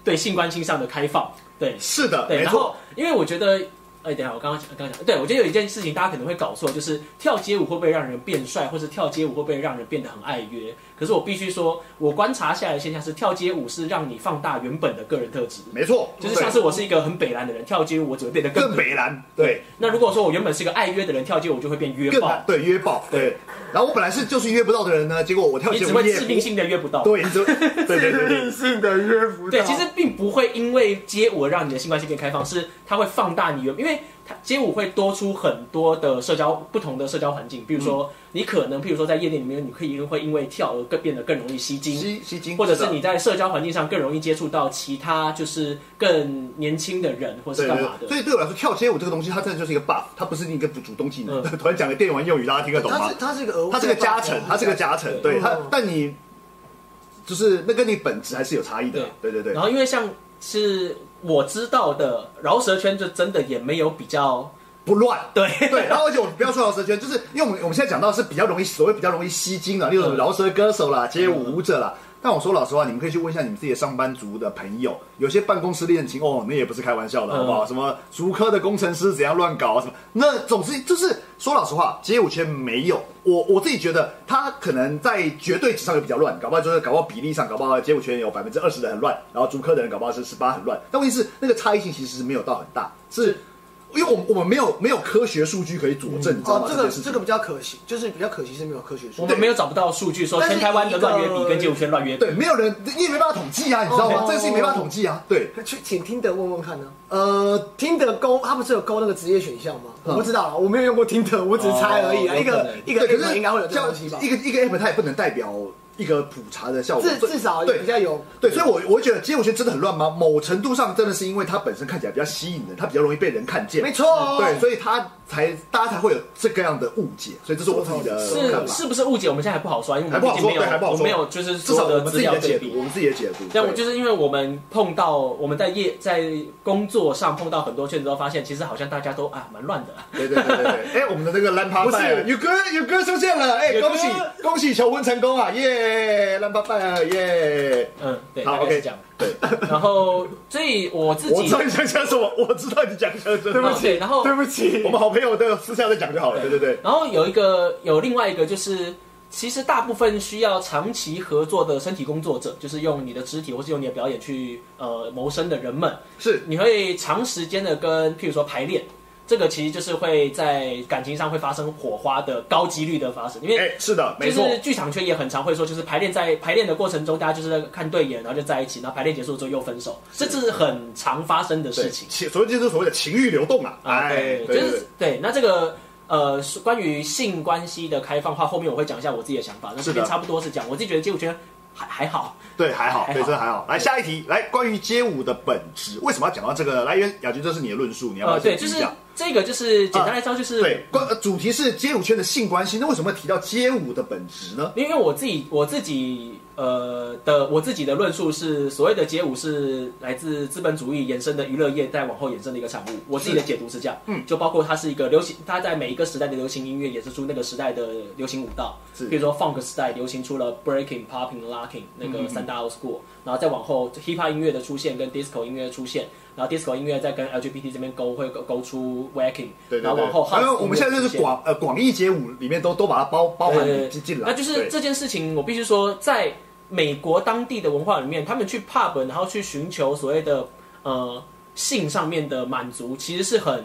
对性关系上的开放，对
是的，
对。
没
然
错，
后，因为我觉得，哎、等一下，我刚刚讲，刚刚讲，对我觉得有一件事情大家可能会搞错，就是跳街舞会不会让人变帅，或是跳街舞会不会让人变得很爱约？可是我必须说，我观察下来的现象是，跳街舞是让你放大原本的个人特质。
没错，
就是像是我是一个很北蓝的人，跳街舞我只会变得
对
更
更
北
北蓝，对，
那如果说我原本是一个爱约的人，跳街舞就会变约
更
爆
蓝，对约爆，对。然后我本来是就是约不到的人呢，结果我跳
你
街
只
舞
会
也
致命性的约不到。
对，你
<laughs>
只对对对对，
性的约不
对，其实并不会因为街舞而让你的性关系变开放，是它会放大你原，因为它街舞会多出很多的社交不同的社交环境，比如
嗯
说、你可能，譬如说在夜店里面，你可以会因为跳而更变得更容易吸睛，
吸吸睛，
或者是你在社交环境上更容易接触到其他就是更年轻的人，或
对
是
对
干嘛
对，
的。
所以对我来说，跳街舞这个东西，它真的就是一个 buff，它不是一个主动技能。
嗯
<laughs> 突然讲个电玩用语，大家听得懂吗
它是？它是一个额外
它是个加成，它是个加成，对
嗯
它，
哦
但你就是那跟你本质还是有差异的，对对对
然，后因为像是我知道的饶舌圈，就真的也没有比较
不乱。
对。
对，然后而且我们不要说饶舌圈，就是因为我们我们现在讲到是比较容易所谓比较容易吸睛的，例如什么
嗯
饶舌歌手啦、街舞舞者啦。但我说老实话，你们可以去问一下你们自己的上班族的朋友，有些办公室恋情哦，那也不是开玩笑的，
嗯
好不好？什么竹科的工程师怎样乱搞啊，什么那总之就是说老实话，街舞圈没有我我自己觉得，他可能在绝对值上也比较乱，搞不好就是搞不好比例上，搞不好街舞圈有百分之二十的很乱，然后竹科的人搞不好是十八很乱，但问题是那个差异性其实是没有到很大，是。因为我们我们没有没有科学数据可以佐证，你知道
哦
吗？，
这
件
个
事情
这个比较可惜，就是比较可惜是没有科学
我
说。
们没有找不到数据说
但是
全台湾的乱约
一
比
个
跟街舞圈乱约比
对，没有人你也没办法统计啊，你知道吗
哦？
这个事情没办法统计啊。对，
去请听德问问看呢、呃，听德勾，他不是有勾那个职业选项吗？我不知道啦，啊我没有用过听德，我只是猜而已啊。
哦
一个一
对，嗯
个
可
app
是
应该会有这个东西吧
叫一？个一个 app 它也不能代表一个普查的效果，
至
所以
至少
对
比较有
对，所以我我会觉得街舞圈真的很乱吗？某程度上真的是因为它本身看起来比较吸引人，它比较容易被人看见。嗯
没错哦
对，所以它才大家才会有这个样的误解，所以这是我自己的看
是
法，
是不是误解？我们现在还不好说，因为我
还
们
不
毕竟没
好说，
有，
对，还不好
我
说，
们没有就是
至
所有
少我们
的
自
资
己
料
的
对
解读，我
比。
们自己的解读。
但我
对
就是因为我们碰到我们在业在工作上碰到很多圈子，都发现其实好像大家都啊蛮乱的。
对对对对
<laughs>
对，哎，我们的那个蓝趴
不是
拜宇哥，宇哥出现了，哎，
宇哥
恭喜恭喜求婚成功啊，耶，蓝趴拜尔耶。
嗯，对，
好
大概是
，OK，
这样。
对，
然后，所以我自
我
己
知道你想讲什么，我知道你讲什么，嗯对
不起然后
对不
<laughs>
起
我，们好朋友都有私下再讲就好了，对对对。
然后有一个有另外一个就是，其实大部分需要长期合作的身体工作者，就是用你的肢体或是用你的表演去呃谋生的人们，
是
你会长时间的跟譬如说排练，这个其实就是会在感情上会发生火花的高几率的发生，因为
哎，是的，没
就
错，
是剧场圈也很常会说，就是排练在排练的过程中，大家就是看对眼，然后就在一起，然后排练结束之后又分手，这是很常发生的事
对
情。
情所以这就是所谓的情欲流动啊，
啊，
哎，
对，
对
就
对
是对。那这个呃，是关于性关系的开放化，后面我会讲一下我自己的想法。那
是
这
的
边差不多是讲，我自己觉得街舞圈还还好。
对，还好，
还
对，
好
真的还好。来下一题，来关于街舞的本质，为什么要讲到这个？来，因为雅君，这是你的论述，你要不
呃，
要
对，
先
就
提一
是
下？
这个，就是简单来说，就是、
对，关呃主题是街舞圈的性关系，那为什么会提到街舞的本质呢？
因为我自己我自己呃的我自己的论述是，所谓的街舞是来自资本主义衍生的娱乐业，再往后衍生的一个产物。我自己的解读是这样，嗯，就包括它是一个流行，它在每一个时代的流行音乐衍生出那个时代的流行舞蹈，
是
比如说 funk 时代流行出了 breaking、popping、locking 那
嗯
个三大 old school，、然后再往后 hip hop 音乐的出现跟 disco 音乐的出现，然后 disco 音乐再跟 LGBT 这边勾会勾勾出 wacking，
对对
然后往
对，
后 house
因为我们现在就
音乐出
是
现
广呃广义街舞里面都都把它包包含
对
进进来，
那就是
对
这件事情，我必须说，在美国当地的文化里面，他们去 pub，然后去寻求所谓的呃性上面的满足，其实是很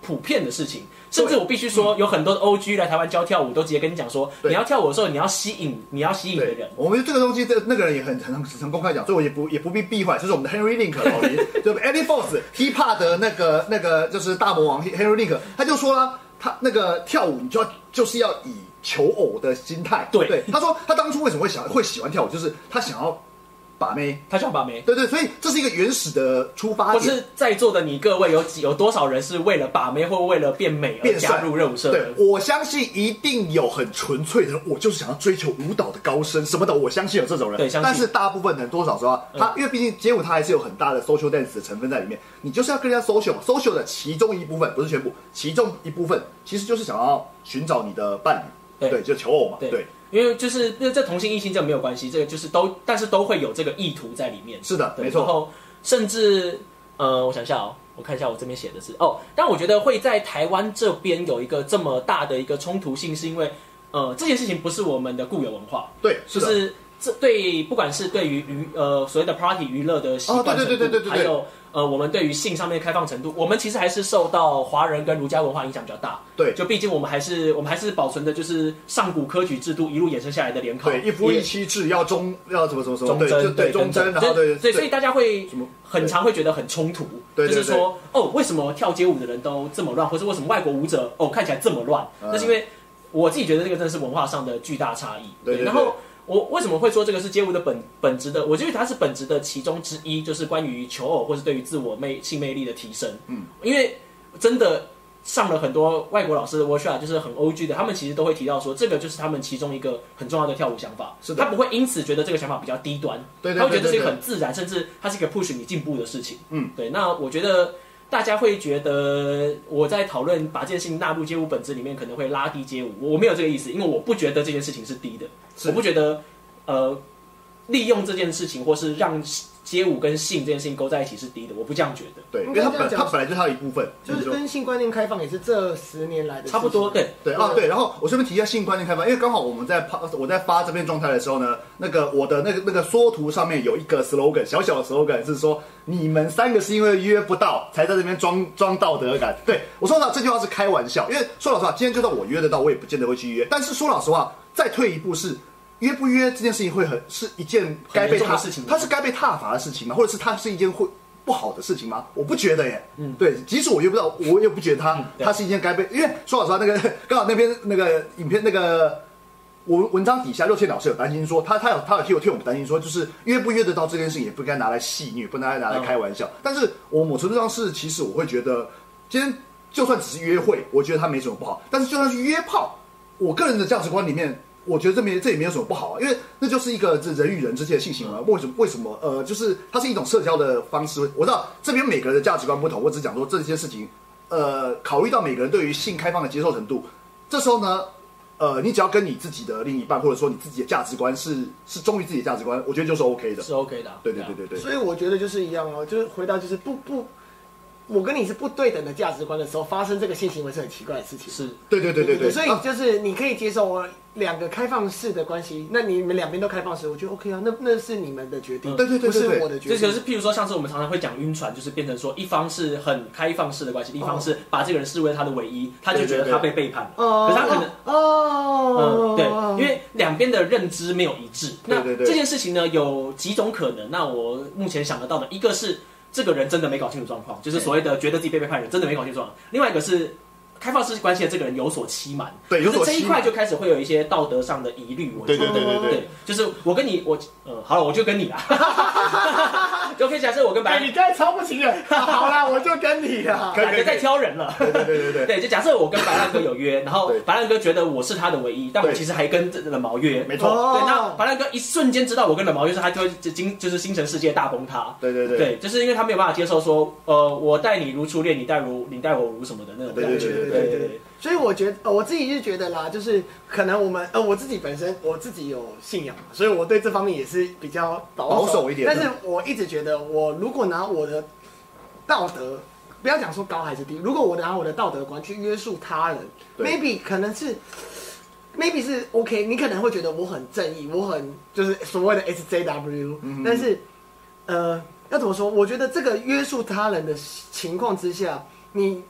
普遍的事情。甚至我必须说，有很多的 OG 来台湾教跳舞，都直接跟你讲说，
对
你要跳舞的时候，你要吸引，你要吸引的人。
我们这个东西，这那个人也很很很公开讲，所以我也不也不必避讳，就是我们的 Henry Link 老林，对不 e d d i e Force hip hop 的那个那个就是大魔王 Henry Link，他就说了，他那个跳舞你就要就是要以求偶的心态，
对
他说他当初为什么会想会喜欢跳舞，就是他想要把妹，
他想把妹，
对对，所以这是一个原始的出发
或
点。
是在座的你各位有几有多少人是为了把妹或为了变美而
变帅
加入热舞社
对
的，？
我相信一定有很纯粹的人，我就是想要追求舞蹈的高深什么的，我相信有这种人。
对相信嗯
但是大部分人多少说啊，他因为毕竟街舞它还是有很大的 social dance 的成分在里面，你就是要跟人家 social 嘛，social 的其中一部分不是全部，其中一部分其实就是想要寻找你的伴侣，
对
对，就求偶嘛，对
对。，因为就是那这同性异性这没有关系，这个就是都，但是都会有这个意图在里面。
是的
对
没错
然后甚至呃，我想一下哦，我看一下我这边写的是哦，但我觉得会在台湾这边有一个这么大的一个冲突性，是因为呃这件事情不是我们的固有文化，
对，
就是
的，
是这对不管是对于娱呃所谓的 party 娱乐的习
哦
惯
对
程
对
度，
对对对对对
还有呃我们对于性上面的开放程度，我们其实还是受到华人跟儒家文化影响比较大。
对
就毕竟我们还是我们还是保存着就是上古科举制度一路衍生下来的联考，
对，一夫一
也
妻制要忠要什么什么什么，
忠
对，就
贞，
对忠贞，然后对
对，所以大家会
什么
很常会觉得很冲突，
对对
就是说哦，为什么跳街舞的人都这么乱，或是为什么外国舞者哦看起来这么乱？
嗯
那是因为我自己觉得这个真的是文化上的巨大差异。
对对对
然后我为什么会说这个是街舞的本本质的？我觉得它是本质的其中之一，就是关于求偶或是对于自我魅性魅力的提升。嗯，因为真的。上了很多外国老师的 workshop，就是很 O G 的，他们其实都会提到说，这个就是他们其中一个很重要的跳舞想法。
是的
他不会因此觉得这个想法比较低端，
对对对
他会觉得这是一个
对对
很自然，甚至它是一个 push 你进步的事情。
嗯，
对。那我觉得大家会觉得我在讨论把这件事情纳入街舞本质里面，可能会拉低街舞。我我没有这个意思，因为我不觉得这件事情是低的，
是
我不觉得呃利用这件事情或是让街舞跟性这件事情勾在一起是低的，我不这样觉得。
对，因为它本它本来就是它的一部分，
就是
说
跟性观念开放也是这十年来的事情
差不多，对。
对啊，对，然后我顺便提一下性观念开放，因为刚好我们在发我在发这篇状态的时候呢，那个我的那个那个缩图上面有一个 slogan，小小的 slogan 是说你们三个是因为约不到才在这边装装道德感。对我说老实话，这句话是开玩笑，因为说老实话，今天就算我约得到，我也不见得会去约。但是说老实话，再退一步是。约不约这件事情会很是一件该被
很严重的
踏
事情
它是该被踏伐的事情吗？或者是它是一件会不好的事情吗？我不觉得耶。嗯，对，即使我约不到，我也不觉得它、
嗯对
它是一件该被，因为说老实话，那个 <laughs> 刚好那边那个影片那个文文章底下，六千老师有担心说，他他有他有替我替我们担心说，就是约不约得到这件事情也不该拿来戏谑，不该拿来开玩笑。但是我某程度上是，其实我会觉得，今天就算只是约会，我觉得他没什么不好。但是就算是约炮，我个人的价值观里面，我觉得这没这也没有什么不好啊，因为那就是一个这人与人之间的性行为。为什么为什么呃，就是它是一种社交的方式。我知道这边每个人的价值观不同，我只讲说这些事情，呃，考虑到每个人对于性开放的接受程度，这时候呢，呃，你只要跟你自己的另一半，或者说你自己的价值观是是忠于自己的价值观，我觉得就是 OK 的。
是 OK 的啊、
对对
啊
对对对，
啊所以我觉得就是一样哦，就是回到就是不不，我跟你是不对等的价值观的时候，发生这个性行为是很奇怪的事情。
是
对对对对啊对，
所以就是你可以接受两个开放式的关系，那你们两边都开放式，我觉得 OK 啊，那那是你们的决定，
嗯
对对对对对
不是我的决
这
定
就。是譬如说，上次我们常常会讲晕船，就是变成说一方是很开放式的关系，一
哦
方是把这个人视为他的唯一，他就觉得他被背叛了。
哦
可是他可能，
哦
嗯，，对，因为两边的认知没有一致。
对
那
哦对对
这件事情呢，有几种可能。那我目前想得到的，一个是这个人真的没搞清楚状况，就是所谓的觉得自己被背叛的人真的没搞清楚状况；另外一个是。开放式关系的这个人有所欺瞒，
对有所
可是这
欺
一
瞒
块就开始会有一些道德上的疑虑。我觉
对
得
对对对对嗯
对，就是我跟你，我呃，好了，我就跟你啦。 <laughs> 就可以假设我跟白
哎，你刚才超不情人， <laughs> 好啦，我就跟你啊啦。
可以
感
可
觉
以可
在
以，
挑人了。
对对对对对，
对，就假设我跟白烂哥有约，然后
对
白烂哥觉得我是他的唯一，但我
对
其实还跟这冷毛约。
没错，
对，那
哦，
白烂哥一瞬间知道我跟冷毛约是他就会精就是精神世界大崩塌。
对对对
对，就是因为他没有办法接受说，呃，我待你如初恋，你待如你待我如什么的那种
<laughs> 对
感
对
觉。
对
对
对
对
对
所以我觉得，呃我自己是觉得啦，就是可能我们，呃，我自己本身我自己有信仰嘛，所以我对这方面也是比较保
保
守
守一点
但是我一直觉得，我如果拿我的道德，不要讲说高还是低，如果我拿我的道德观去约束他人
对
，maybe 可能是。maybe 是 OK，你可能会觉得我很正义，我很就是所谓的 SJW，、但是呃，要怎么说？我觉得这个约束他人的情况之下，你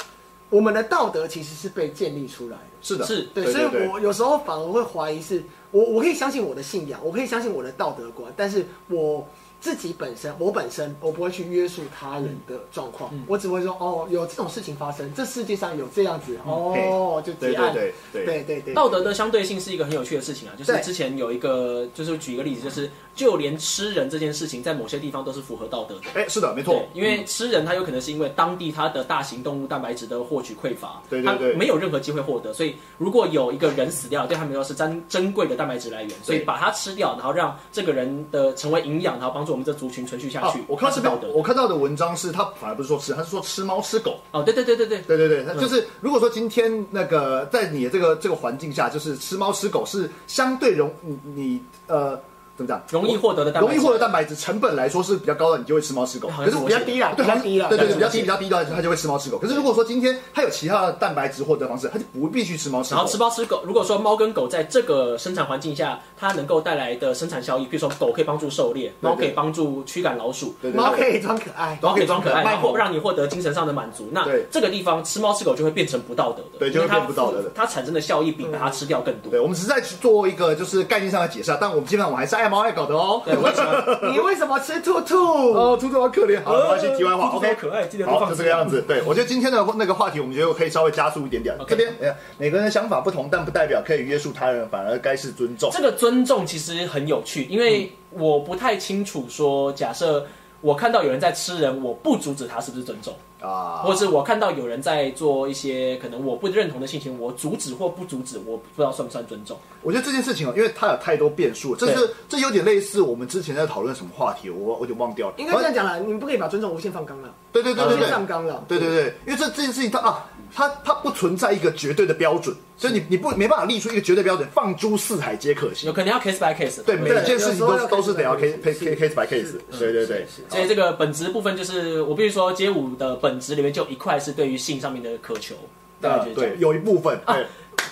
我们的道德其实是被建立出来的。
是的，
是
对，
对对
所以我有时候反而会怀疑是，我我可以相信我的信仰，我可以相信我的道德观，但是我自己本身，我本身我不会去约束他人的状况，
嗯
我只会说哦，有这种事情发生，这世界上有这样子，哦，就
对
结
嗯对
案，
对对对
对对对，
道德的相对性是一个很有趣的事情啊，就是
对
之前有一个，就是举一个例子，就是就连吃人这件事情，在某些地方都是符合道德的。
哎，是的，没
对
错，，
因为吃人它有可能是因为当地它的大型动物蛋白质的获取匮乏，
对对对
它没有任何机会获得，所以如果有一个人死掉，对他们来说是珍珍贵的蛋白质来源，所以把它吃掉，然后让这个人的成为营养，然后帮助我们这族群存续下
啊
去，，
我看
它
到
是
这
道德
边，我看到的文章是他反而不是说吃，他是说吃猫吃狗。
哦，对对对对对，
对对对，那就是如果说今天那个在你的这个这个环境下，就是吃猫吃狗是相对容你你呃怎么讲，
容易获得的蛋白
容
质，
易获得蛋白质成本来说是比较高的，你就会吃猫吃狗。
好
可
像是
是比
我
较
写的。
低
低啦，比较低啦，
对对
对
对，比较低比较低的，它就会吃猫吃狗。可是如果说今天它有其他的蛋白质获得方式，它就不必须吃猫吃
然
狗
后。吃猫吃狗，如果说猫跟狗在这个生产环境下，它能够带来的生产效益，比如说狗可以帮助狩猎，猫可以帮助驱赶老鼠，
对对对
猫可以装可
<laughs>
爱，
猫
猫
可
可
以
以装
装可
可
爱
爱，
卖
然后
萌
让你获得精神上的满足。那
对
这个地方吃猫吃狗就会变成不道德的，
对就会
因为它
变不道德的
它产生的效益比把它吃掉更多
对，。我们只是在去做一个就是概念上的解释啊，但我们基本上我们还是爱猫爱狗的哦。
对，我喜欢。
你为什么吃兔兔？
哦，兔兔好可怜，好，没关系，题
<laughs>
外话
兔兔
，OK，
好可爱记得多
好，
放
就
置
这个样子。对，我觉得今天的那个话题，我们觉得可以稍微加速一点点。
OK
这边，呃每个人的想法不同，但不代表可以约束他人，反而该是尊重。
这个尊重其实很有趣，因为我不太清楚说，假设我看到有人在吃人，我不阻止他是不是尊重，
啊，
或是我看到有人在做一些可能我不认同的性行为，我阻止或不阻止，我不知道算不算尊重。
我觉得这件事情哦，因为它有太多变数，这是这有点类似我们之前在讨论什么话题，我我就忘掉了。
应该这样讲啦，你们不可以把尊重无限放刚了，
对对对对
无
对
限，上纲了。
对对对，因为这这件事情它啊，它它不存在一个绝对的标准，所以你你不没办法立出一个绝对标准，放诸四海皆可行
有。可能要 case by case。
对，每
对
一件事情
有
都
时候要
都是
case by
得要 case
case
case case by case
是。
对对对
是是，
所以这个本质部分就是，我必须说，街舞的本质里面就有一块是对于性上面的渴求。大概
啊
就是这样
对，有一部分对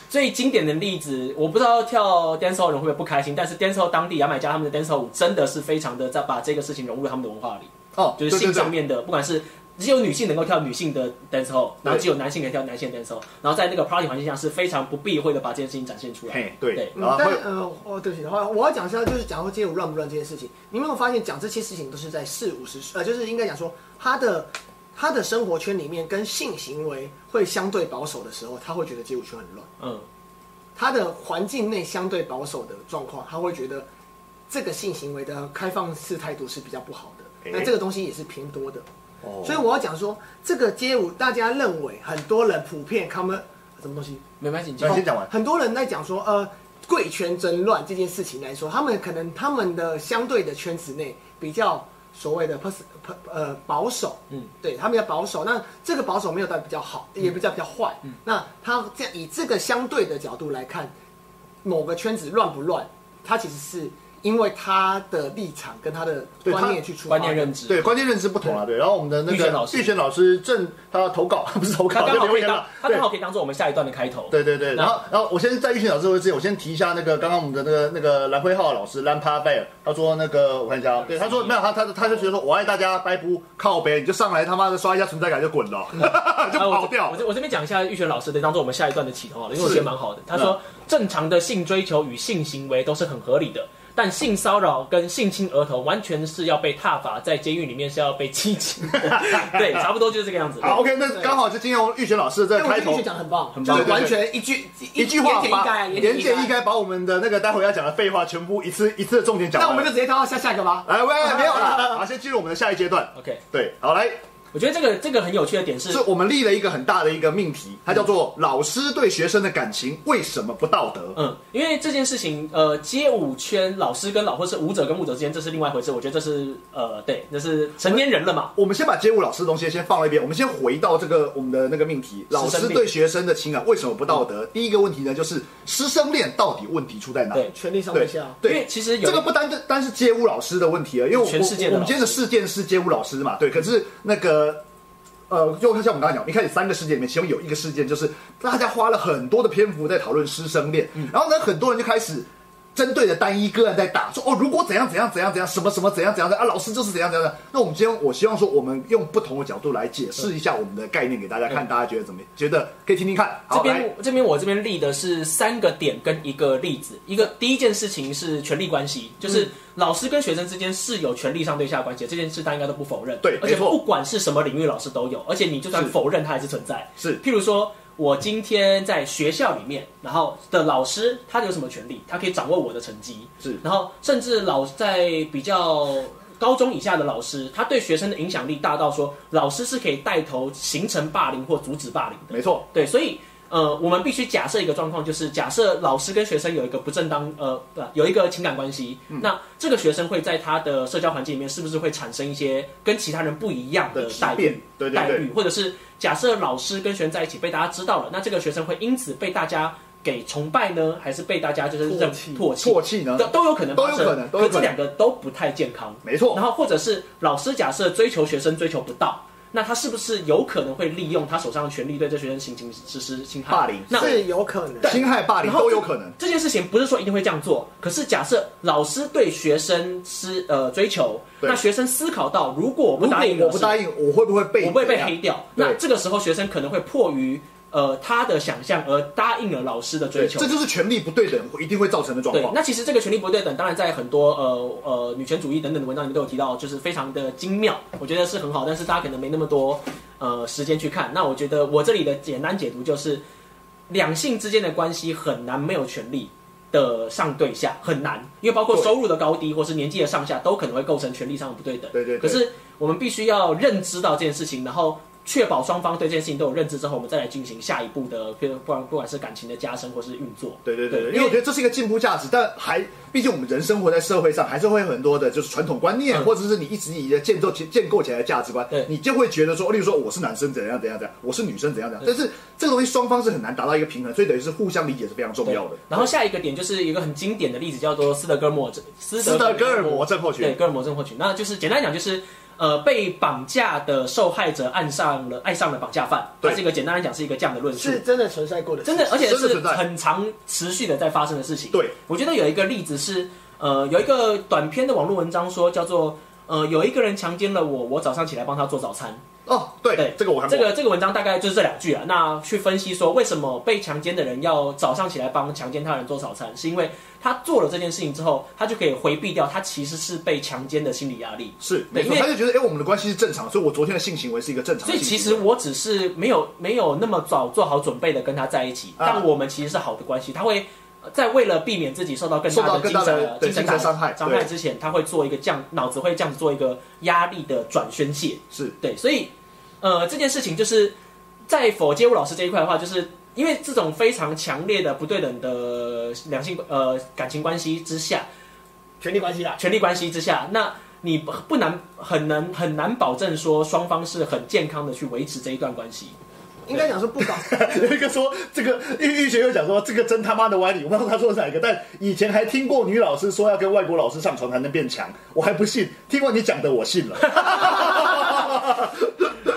最经典的例子，我不知道跳 dancehall 的人会不会不开心，但是 dancehall 当地牙买加他们的 dancehall 舞真的是非常的在把这个事情融入他们的文化里，
哦，
就
对
是
对
性上
对，
面的，不管是只有女性能够跳女性的 dancehall，然后只有男性可以跳男性的 dancehall，然后在那个 party 环境下是非常不避讳的把这件事情展现出来
嘿。对
对，
然后
嗯但
啊会
呃，哦，对不起，话我要讲一下，就是讲到街舞乱不乱这件事情，你有没有发现讲这些事情都是在四五十，呃，就是应该讲说他的他的生活圈里面跟性行为会相对保守的时候，他会觉得街舞圈很乱，
嗯，
他的环境内相对保守的状况，他会觉得这个性行为的开放式态度是比较不好
诶
的，那这个东西也是偏多的。
哦
所以我要讲说，这个街舞大家认为很多人普遍他们什么东西？
没关系，你
那先讲完
很多人在讲说，呃，贵圈争乱这件事情来说，他们可能他们的相对的圈子内比较所谓的 pers 呃保守，
嗯，
对他们要保守。那这个保守没有到比较好，也不叫比较坏。
嗯
那他这样以这个相对的角度来看，某个圈子乱不乱，它其实是因为他的立场跟他的
对他
观念去出发
观念认知，
对，关键认知不同啊，对。然后我们的那
玉璇老
个
师
玉璇老师正他投稿，不是投
他
稿，
刚
就
好
留
可以
言
当
了，，
他
对
刚。好可以当做我们下一段的开头。
对对对，然后然后我先在玉璇老师这之前，我先提一下那个刚刚我们的那个那个蓝辉浩老师兰帕贝尔，他说那个我看一下啊，对，他说没有他他他就觉得说我爱大家，拜不靠呗，你就上来他妈的刷一下存在感就滚
<laughs>
了，就
啊我
跑
这
掉
我。这我这边讲一下玉泉老师的，当做我们下一段的起头好了，因为我
是嗯
觉得蛮好的。他说，正常的性追求与性行为都是很合理的，但性骚扰跟性侵儿童完全是要被踏伐，在监狱里面是要被激情。
<laughs>
对，差不多就是这个样子。
好，OK，那刚好就今天我们玉璇老师这
哎
个
我
开
觉得
头
玉雪，讲得很棒，
很
就
棒
是完全一句
一句话
言简意
把
赅，啊
言简意
赅。
赅，把我们的那个待会要讲的废话全部一次一次的重点讲
那
完。
我们就直接跳到下下一个吧。
来
<laughs>
喂，没有啦，好，先进入我们的下一阶段。
OK，
对，好来，
我觉得这个这个很有趣的点是
是，我们立了一个很大的一个命题，它叫做老师对学生的感情为什么不道德？
嗯，因为这件事情，呃，街舞圈老师跟老或是舞者跟舞者之间，这是另外一回事。我觉得这是呃，对，那是成年人了嘛。
我们先把街舞老师的东西先放了一边，我们先回到这个我们的那个命题，老师对学生的情感为什么不道德？第一个问题呢，就是师生恋到底问题出在哪？
对
权力上
对
对下，
因为
对，
其实有
这个不单单单是街舞老师的问题了，因为我
全世界的
我我们
老师
今天的事件是街舞老师嘛，对，可是那个。呃，就像我们刚才讲，一开始三个事件里面，其中有一个事件就是大家花了很多的篇幅在讨论师生恋，
嗯
然后呢，很多人就开始针对着单一个案在打，说哦，如果怎样怎样怎样怎样，什么什么怎样怎样的啊，老师就是怎样怎样的。那我们今天我希望说，我们用不同的角度来解释一下我们的概念给大家看，大家觉得怎么？觉得可以听听看。
这
好，来
边这边我这边立的是三个点跟一个例子，一个第一件事情是权力关系，就是
嗯
老师跟学生之间是有权力上对下的关系的，这件事大家应该都不否认。
对
而且
没错
不管是什么领域，老师都有，而且你就算
是
否认，它还是存在。
是
譬如说我今天在学校里面，然后的老师他有什么权利？他可以掌握我的成绩，
是
然后甚至老在比较高中以下的老师，他对学生的影响力大到说，老师是可以带头形成霸凌或阻止霸凌的。
没错，
对，所以呃，我们必须假设一个状况，就是假设老师跟学生有一个不正当呃，不有一个情感关系，
嗯
那这个学生会在他的社交环境里面，是不是会产生一些跟其他人不一样
的
的
质
待遇
变？，对对
待
对，
遇，或者是假设老师跟学生在一起被大家知道了，那这个学生会因此被大家给崇拜呢，还是被大家就是认
唾弃
唾弃？
唾弃呢
都？都有可能发生，
都有可能都有
可这
可能
两个都不太健康。
没错，
然后或者是老师假设追求学生追求不到，那他是不是有可能会利用他手上的权力对这学生行行实施侵害
霸凌
那
是有可能。
侵害霸凌
然后
都
这
有可能。
这件事情不是说一定会这样做，可是假设老师对学生是呃追求，
对
那学生思考到如果我不
如
答应
果
老
我
师，
不答应，我会不会被
我会
怎
被
样
黑掉。
对
那这个时候学生可能会迫于呃他的想象而答应了老师的追
对，
求
这。就是权力不对等一定会造成的状
对，
况。
那其实这个权力不对等，当然在很多呃呃女权主义等等的文章里面都有提到，就是非常的精妙，我觉得是很好，但是大家可能没那么多呃时间去看。那我觉得我这里的简单解读就是，两性之间的关系很难没有权利的上对下，很难，因为包括
对
收入的高低或是年纪的上下，都可能会构成权利上的不对等。
对对对
可是我们必须要认知到这件事情，然后确保双方对这件事情都有认知之后，我们再来进行下一步的，譬如不管不管是感情的加深或是运作。
对对对对，
对
因为我觉得这是一个进步价值，但还毕竟我们人生活在社会上，还是会有很多的就是传统观念，
嗯
或者是你一直以来建构起建构起来的价值观
对，
你就会觉得说，例如说我是男生怎样怎样怎样，我是女生怎样怎样，但是这个东西双方是很难达到一个平衡，所以等于是互相理解是非常重
对
要的。
然后下一个点就是一个很经典的例子，叫做斯德哥尔摩症。斯
斯德哥尔摩症候
对
群，
哥尔摩症候群，那就是简单讲就是。呃，被绑架的受害者爱上了爱上了绑架犯，
对
它是一个简单来讲是一个这样的论述，
是真的存在过的事
真
情，
的，而且
真
是
的存在
很常持续的在发生的事情。
对，
我觉得有一个例子是，呃，有一个短篇的网络文章说叫做，呃，有一个人强奸了我，我早上起来帮他做早餐。
哦，对
对，
这个我看
这
过，
个这个文章大概就是这两句啊。那去分析说，为什么被强奸的人要早上起来帮强奸他人做早餐，是因为他做了这件事情之后，他就可以回避掉他其实是被强奸的心理压力。
是没
因
错，
为
他就觉得哎，我们的关系是正常，所以我昨天的性行为啊是一个正常的
所以
性
其
行为。
实我只是没有没有那么早做好准备的跟他在一起，
啊
但我们其实是好的关系。他会呃在为了避免自己受到更
受
大
到
的
更
精
大的
神呃
对
精神
精神伤害
伤
对
害之前，他会做一个这样脑子会这样子做一个压力的转宣泄。
是
对，所以呃，这件事情就是在否街舞老师这一块的话，就是因为这种非常强烈的不对等的两性呃感情关系之下，
权力关系啦。
权力关系之下，那你不不难很难很难保证说双方是很健康的去维持这一段关系。
应该讲说不搞，
<laughs> 有一个说这个玉玉学又讲说这个真他妈的歪理，我不知道他说的是哪一个，但以前还听过女老师说要跟外国老师上床才能变强，我还不信，听过你讲的我信了。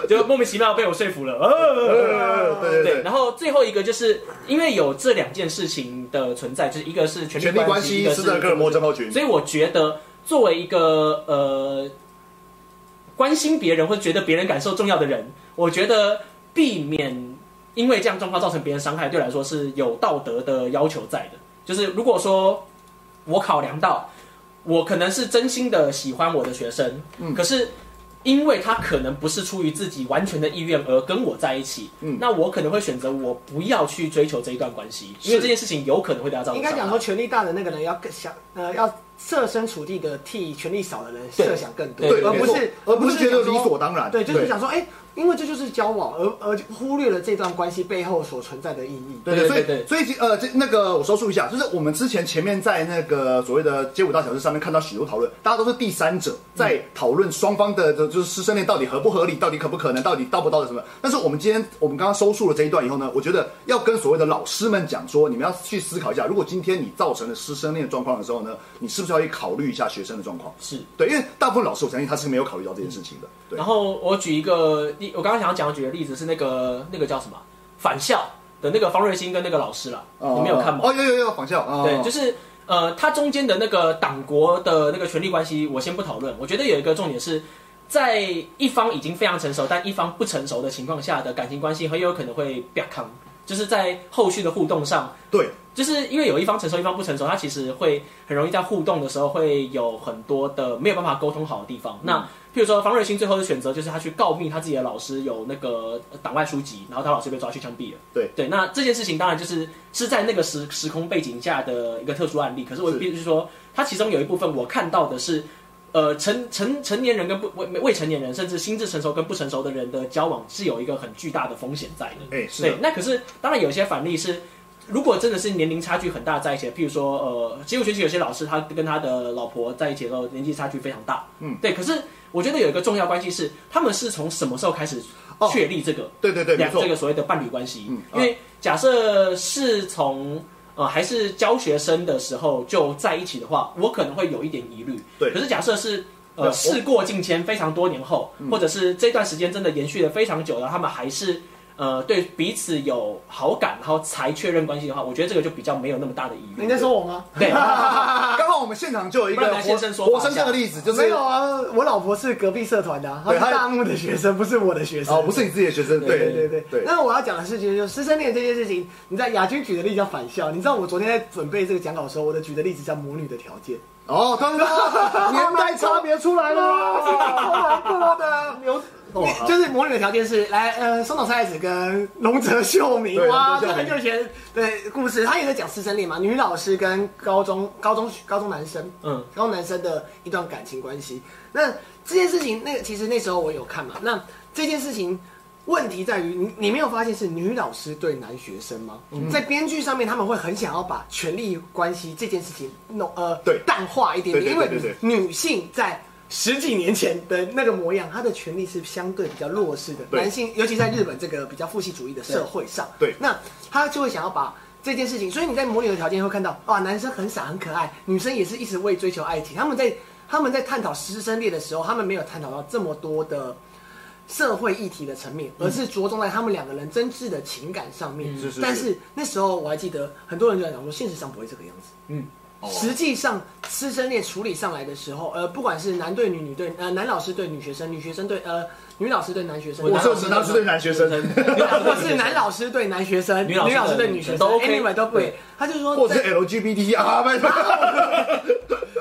就莫名其妙被我说服了。呃
呃对
对，，然后最后一个就是因为有这两件事情的存在，就是一个是权
权
力
力关
系，
系
一个
斯德哥尔摩症候群，
所以我觉得，作为一个呃关心别人或觉得别人感受重要的人，我觉得避免因为这样状况造成别人伤害，对我来说是有道德的要求在的。就是如果说我考量到我可能是真心的喜欢我的学生，
嗯
可是。因为他可能不是出于自己完全的意愿而跟我在一起，
嗯
那我可能会选择我不要去追求这一段关系，因为
是
这件事情有可能会对他造
应
成伤害。
该讲说权力大的那个人要更想，呃，要设身处地的替权力少的人
对
设想更多，
对，
而
没
不
错
是
而不是觉得
想
理
说
所当然，
对，就是想说，哎、因为这就是交往，而而忽略了这段关系背后所存在的意义。
对对，所
对对
以所以呃，这那个我收束一下，就是我们之前前面在那个所谓的街舞大小事上面看到许多讨论，大家都是第三
嗯
者在讨论双方的的就是师生恋到底合不合理，到底可不可能，到底道不道德什么。但是我们今天我们刚刚收束了这一段以后呢，我觉得要跟所谓的老师们讲说，你们要去思考一下，如果今天你造成了师生恋的状况的时候呢，你是不是要去考虑一下学生的状况？
是
对，因为大部分老师我相信他是没有考虑到这件事情的。对
然，后我举一个例，我刚刚想要讲的举的例子是那个那个叫什么返校的那个方瑞欣跟那个老师啦，你们有看吗？
哦，有有有，仿效啊，
对，就是是呃，他中间的那个党国的那个权力关系，我先不讨论。我觉得有一个重点是在一方已经非常成熟，但一方不成熟的情况下的感情关系，很有可能会变康，就是在后续的互动上
对，
就是因为有一方成熟，一方不成熟，他其实会很容易在互动的时候会有很多的没有办法沟通好的地方。
嗯
那譬如说方瑞欣最后的选择就是他去告密他自己的老师有那个呃党外书籍，然后他老师被抓去枪毙了。
对
对，那这件事情当然就是是在那个时时空背景下的一个特殊案例。可是我
是
必须说，它其中有一部分我看到的是。呃，成成成年人跟不未未成年人，甚至心智成熟跟不成熟的人的交往是有一个很巨大的风险在的。
哎是
对
的，，
那可是当然有些反例是，如果真的是年龄差距很大在一起，譬如说呃，街舞学习有些老师他跟他的老婆在一起的时候年纪差距非常大，
嗯，
对。可是我觉得有一个重要关系是，他们是从什么时候开始
哦
确立这个、
对对对，没
两
错
这。个所谓的伴侣关系？
嗯
因为假设是从呃还是教学生的时候就在一起的话，我可能会有一点疑虑。
对
可是假设是。
对
呃，
我嗯
事过境迁，非常多年后，或者是这段时间真的延续了非常久，然后他们还是呃对彼此有好感，然后才确认关系的话，我觉得这个就比较没有那么大的疑
你
虑。
在说我吗？
<laughs>
对，
刚好我们现场就有一
不然
个
来
活
先生说
活
法一
生
下
生的例子，就是
没有啊，我老婆是隔壁社团的啊、
对
她
她
是大木的学生，不是我的学生。
哦，不是你自己的学生，
对
对
对对对
对，
那我要讲的事情就是师生恋这件事情，你在亚军举的例子叫返校，你知道我昨天在准备这个讲稿的时候，我的举的例子叫魔女的条件，
哦，刚刚 <laughs> 年代差别出来了，
超难过的，牛。
哦好
就是啊魔女的条件是来，呃，松岛菜子跟龙泽秀明
对，
哇，
龙泽
这
秀明
很久以前的故事，他也在讲师生恋嘛，女老师跟高中高中高中男生，
嗯，
然后男生的一段感情关系。那这件事情，那个其实那时候我有看嘛。那这件事情问题在于，你你没有发现是女老师对男学生吗？
嗯
在编剧上面，他们会很想要把权力关系这件事情弄呃
对
淡化一点点，
对
因
对
为
对对
女性在。十几年前的那个模样，她的权力是相对比较弱势的，
对
男性，尤其在日本这个比较父系主义的社会上，
对
那他就会想要把这件事情，所以你在模拟的条件会看到，啊，男生很傻很可爱，女生也是一直为追求爱情。他们在他们在探讨师生恋的时候，他们没有探讨到这么多的社会议题的层面，而是着重在他们两个人真挚的情感上面。
嗯是是是
但是那时候我还记得，很多人就在讲说，现实上不会这个样子。实际上，师生恋处理上来的时候，呃，不管是男对女、女对呃男老师对女学生、女学生对呃女老师对男学
<laughs>
生，
我
男老
是
师
男是对男学生，
<laughs> 或是男老师对男学生，
女
女
老师
老师对女学生
都 OK
anyway 都不
对
会。他就
<laughs>
说
或者
在，
是 LGBT 啊，拜托，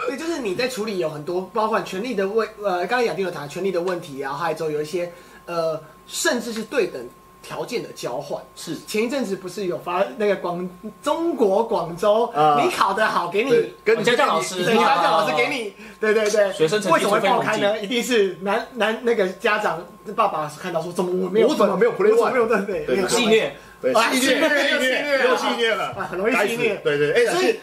对，就是你在处理有很多，包括权力的问，呃，刚才雅丁有谈权力的问题啊，还有之后有一些呃，甚至是对等条件的交换。
是
前一阵子不是有发那个广中国广州，
啊
你考得好给
对
你
跟
我家教老师，
对，家教老师给你，对对对，
哦学生成绩
为什么会爆开呢？一定是男男那个家长爸爸看到说，怎么我没有
我怎么没有 play
我怎么
one？
没有对对
对
没有
戏虐，
对，
啊
戏
戏
虐，
虐
戏虐，又戏虐
啊
了，
很容易
该
戏
死
虐
对对，哎，
所以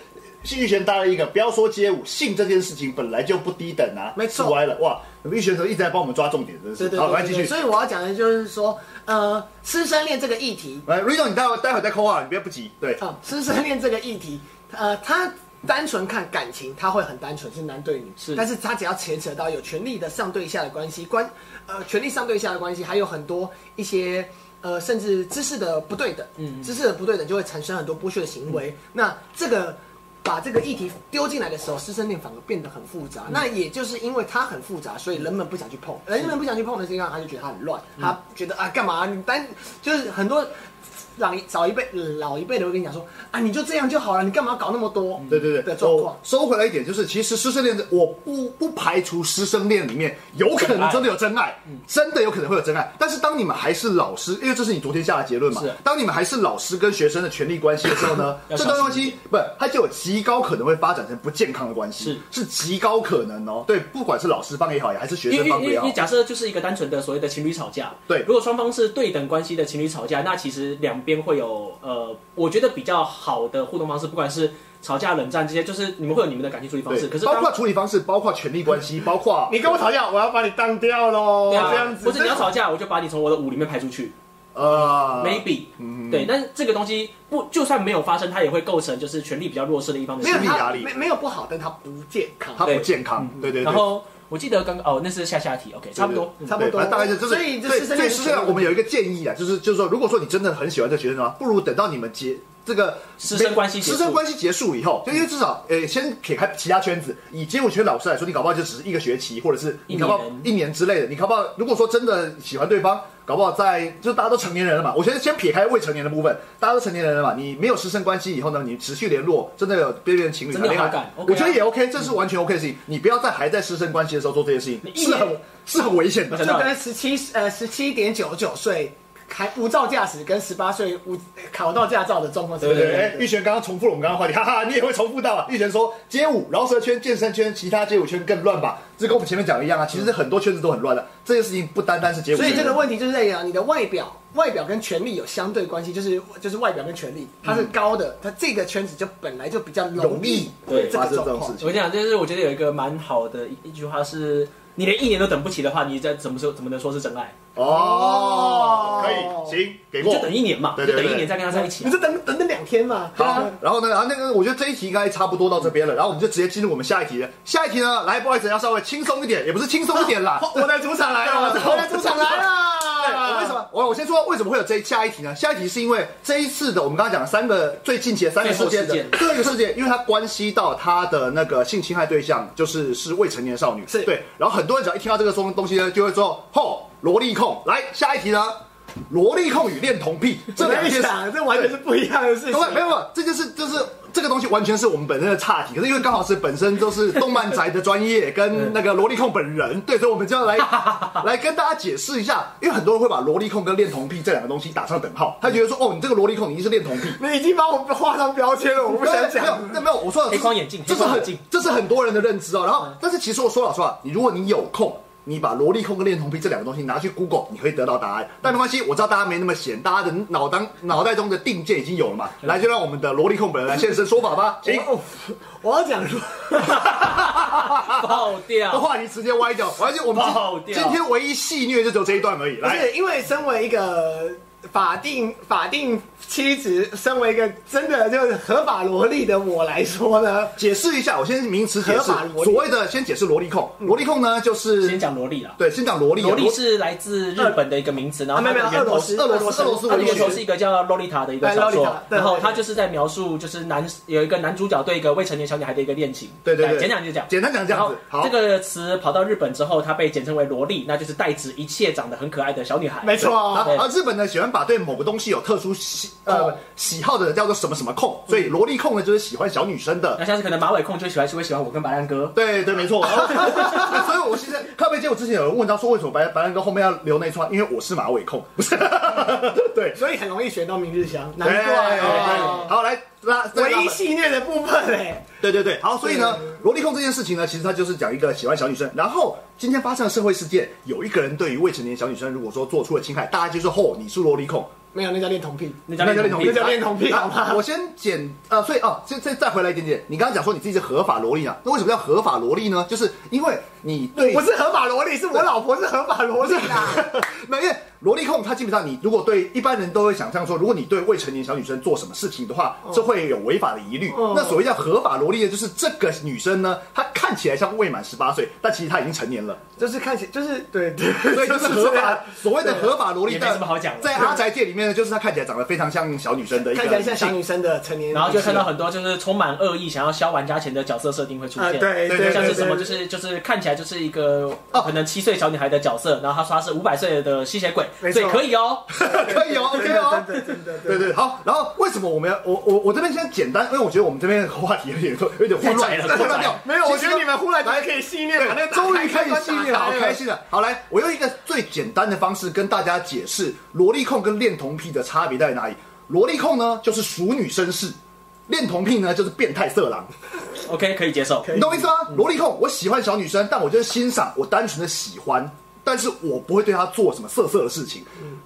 玉泉搭了一个，不要说街舞，性这件事情本来就不低等啊，
没错
出歪了哇！玉泉怎么一直在帮我们抓重点，真
对
是。
对
好，来
对
继
对
续
对，。所以我要讲的就是说，呃，师生恋这个议题，
来 r i d o 你待会待会再扣啊，你别不急。对，
啊，师生恋这个议题，呃，他单纯看感情，他会很单纯，是男对女。
是
但是他只要牵扯到有权力的上对下的关系，关呃权力上对下的关系，还有很多一些呃甚至知识的不对等，嗯，知识的不对等就会产生很多剥削的行为。那这个。把这个议题丢进来的时候，师生恋反而变得很复杂。那也就是因为它很复杂，所以人们不想去碰。人们不想去碰的情况，他就觉得它很乱，他觉得啊干嘛？你单就是很多老一早一辈老一辈的会跟你讲说啊，你就这样就好了，你干嘛搞那么多？
嗯对对对哦
的状况
我。收回来一点，就是其实师生恋的，我不不排除师生恋里面有可能真的有真爱，
嗯
真的有可能会有真爱。但是当你们还是老师，因为这是你昨天下的结论嘛
是，
当你们还是老师跟学生的权利关系的时候呢，
要
这
小心
段关系不，它就有极高可能会发展成不健康的关系，是极高可能哦。对，不管是老师方也好，还是学
因为
生
因为
方
因为
也
因为
好，
假设就是一个单纯的所谓的情侣吵架，
对
如果双方是对等关系的情侣吵架，那其实两边会有呃，我觉得比较好的互动方式，不管是吵架、冷战这些，就是你们会有你们的感情处理方式。
对，
可是
包
当嗯
括处理方式，包括权利关系，包括
你跟我吵架，我要把你当掉喽，
对啊
这样子。
不是你要吵架，我就把你从我的舞里面排出去
呃
，maybe，对，但是这个东西不就算没有发生，它也会构成就是权力比较弱势的一方的
没
心
有
理
心理
它
压力
没没有不好，但它不健康。
它不
对嗯
健康，对对对。
然后我记得刚刚哦，那是下下题，OK，差不多。嗯
对
差不多
对反正大概是就是。
所以这
对
师
对
生恋
师生恋，我们有一个建议啊，就是就是说，如果说你真的很喜欢这个学生的话，不如等到你们结这个
师生关系结束
师生关系结束以后，就因为至少呃，先撇开其他圈子，以街舞圈老师来说，你搞不好就只是一个学期，或者是你
一
搞
年
不好一年之类的，你搞不好如果说真的喜欢对方。搞不好在就大家都成年人了嘛，我觉得先撇开未成年的部分，大家都成年人了嘛，你没有师生关系以后呢，你持续联络，真的有边缘情侣谈
真的
恋
有好
爱
感，
我
OK 啊
觉得也 OK，这是完全 OK 的事情，你不要在还在师生关系的时候做这些事情，
一
是
年
很是很危险的
我。想
就跟十七呃十七点九九岁开无照驾驶跟十八岁无呃考到驾照的状况是不
对
一样
对
的
对，哎，玉璇刚刚重复了我们刚刚的话题， <laughs> 哈哈，你也会重复到啊。玉璇说，街舞、饶舌圈、健身圈、其他街舞圈更乱吧？这跟我们前面讲的一样啊，其实很多圈子都很乱的。这件事情不单单是街舞圈
所
子，
以这个问题就是在啊讲你的外表，外表跟权力有相对关系，就是就是外表跟权力，它是高的，它这个圈子就本来就比较容
嗯容易
易
对
这
发
个
生这
状
种
况
事。情
我。跟你讲，就是我觉得有一个蛮好的一一句话是，你连一年都等不起的话，你在怎么说怎么能说是真爱？
哦，
哦
可以，行，给
你
过
就。等一年嘛，
对
就
对对
等一年再跟他在一起
你
啊。
就等等等两天嘛，对
好
啊，，
然后呢，然后那个，我觉得这一题应该差不多到这边了，然后我们就直接进入我们下一题了。下一题呢，来，不好意思，要稍微轻松一点，也不是轻松一点啦，
我的主场
<laughs>
来了，
对
我的主场啊来
对，
了。
我为什？么？我我先说为什么会有这一下一题呢？下一题是因为这一次的我们刚刚讲的三个最近期的三个事件的
最后事件
最后一个事件，因为它关系到他的那个性侵害对象就是是未成年少女，
是
对。然后很多人只要一听到这个东东西呢，就会说吼萝莉控。来，下一题呢？萝莉控与恋童癖这
这
两
两
件事，
场这完全是不一样的事
各位，没
情。
有没有，这就是就是这个东西完全是我们本身的岔题，可是因为刚好是本身都是动漫宅的专业跟那个萝莉控本人，对，所以我们就要
<laughs>
来来跟大家解释一下，因为很多人会把萝莉控跟恋童癖这两个东西打上等号，他觉得说哦，你这个萝莉控你一定是恋童癖。
你已经帮我画上标签了，我
没
不
有
想
没有
讲。
那没有，我说的
黑框眼镜
这是
黑框
很
眼镜嗯
这是很多人的认知哦。然后，但是其实我说老实话，你如果你有空，你把萝莉控跟恋童癖这两个东西拿去 Google，你会得到答案。但没关系，我知道大家没那么闲，大家的脑当脑袋中的定见已经有了
嗯
嘛。来，就让我们的萝莉控本人来现身说
<laughs>
法吧。行，
我哎哦我要讲说，
哎
哎
爆
这
掉！
话题直接歪掉，而且我们
爆
今
掉
今天唯一戏虐就只有这一段而已。
不
来，
是因为身为一个法定法定妻子，身为一个真的就是合法萝莉的我来说呢，
解释一下，我先名词解释
合法萝，莉
所谓的先解释萝莉控，萝莉控呢就是
嗯先讲萝莉啦，
对，先讲萝莉啊，
萝莉是来自日本的一个名词，然后
啊没有没有
它的源头
俄罗斯
俄罗斯俄罗斯
它的
文
源头
学
是一个叫《洛丽塔》的一个小
对洛丽
说
塔，对
然后
对
它就是在描述就是男有一个男主角对一个未成年小女孩的一个恋情，
对对对
简单讲就讲。
简单讲这
然
样
后
子。好，
这个词跑到日本之后，它被简称为萝莉，那就是代指一切长得很可爱的小女孩。
没错，
啊
对
啊！日本呢喜欢把对某个东西有特殊喜呃
哦
喜好的人叫做什么什么控，所以萝莉控呢就是喜欢小女生的。
那像是可能马尾控就喜欢是会喜欢我跟白兰哥，
对对，没错。然后 <laughs> 所以我现在咖啡界，我之前有人问到说为什么白白兰哥后面要留那串，因为我是马尾控， <laughs> 不是？对，
所以很容易选到明日香，难
对
怪
对
哦。
好，来拉再拉
唯
回
一戏虐的部分哎嘞，
对对对，好，所以呢，萝莉控这件事情呢，其实它就是讲一个喜欢小女生，然后今天发生的社会事件，有一个人对于未成年小女生，如果说做出了侵害，大家就是吼、你是萝莉控，
没有那叫恋童癖，
那
那
叫
叫
恋童
恋童
癖
癖，
那叫恋童癖好吗
啊我先简呃，所以哦，这这再回来一点点。你刚刚讲说你自己是合法萝莉啊，那为什么叫合法萝莉呢？就是因为你对 <laughs>
不是合法萝莉，是我老婆是合法萝莉啦。
那因为萝莉控，它基本上你如果对一般人都会想象说，如果你对未成年小女生做什么事情的话，
哦
这会有违法的疑虑。
嗯
那所谓叫合法萝莉呢，就是这个女生呢，她看起来像未满十八岁，但其实她已经成年了，
就是看起 <laughs> 就是啊对对，
所以就是合
这样
法所谓的合法萝莉。
也没
但
什么好讲的
在阿宅界里面呢，就是她看起来长得非常像小女生的一个
看起来像小
女性
女生的成年，
然后就看到很多就是充满恶意想要削玩家钱的角色设定会出
啊，
现，
对对，
像是
对
什么
对
就是就是看起来就是一个
哦
可能七岁小女孩的角色，然后她说她是五百岁的吸血鬼，
没
所
错
以可以哦，
<laughs> 可以哦，OK 哦。
真的真的真
对
的，
对，好。然后为什么我们要我我我这边先简单，因为我觉得我们这边的话题有点有点混乱
太窄了
混乱掉。
<laughs> 没有，我
其
觉
实
得你们忽然间可以系列把那个
终于开始系列了，好开
心。
心了。好，来，我用一个最简单的方式跟大家解释萝莉控跟恋童癖的差别在哪里。萝莉控呢，就是熟女绅士；恋童癖呢，就是变态色狼。
，OK 可以接受
可，以
你懂我意思吗？萝莉控，我喜欢小女生，但我就是欣赏，我单纯的喜欢，但是我不会对她做什么色色的事情。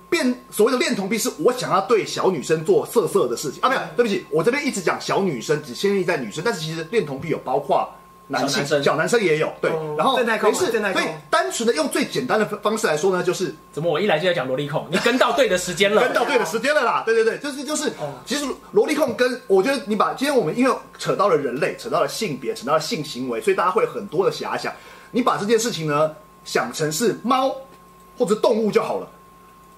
变所谓的恋童癖，是我想要对小女生做色色的事情啊！
嗯
没有，对不起，我这边一直讲小女生，只限定在女生，但是其实恋童癖有包括男
小
性
男、生
小男生也有对
哦。
然后
正太控
没
嘛
事，所
正太控啊
以单纯的用最简单的方式来说呢，就是
怎么我一来就在讲萝莉控，你跟到对的时间了，
<laughs> 跟到对的时间了啦，对对对，就是就是，其实萝莉控跟我觉得你把今天我们因为扯到了人类，扯到了性别，扯到了性行为，所以大家会有很多的遐想。你把这件事情呢想成是猫或者动物就好了。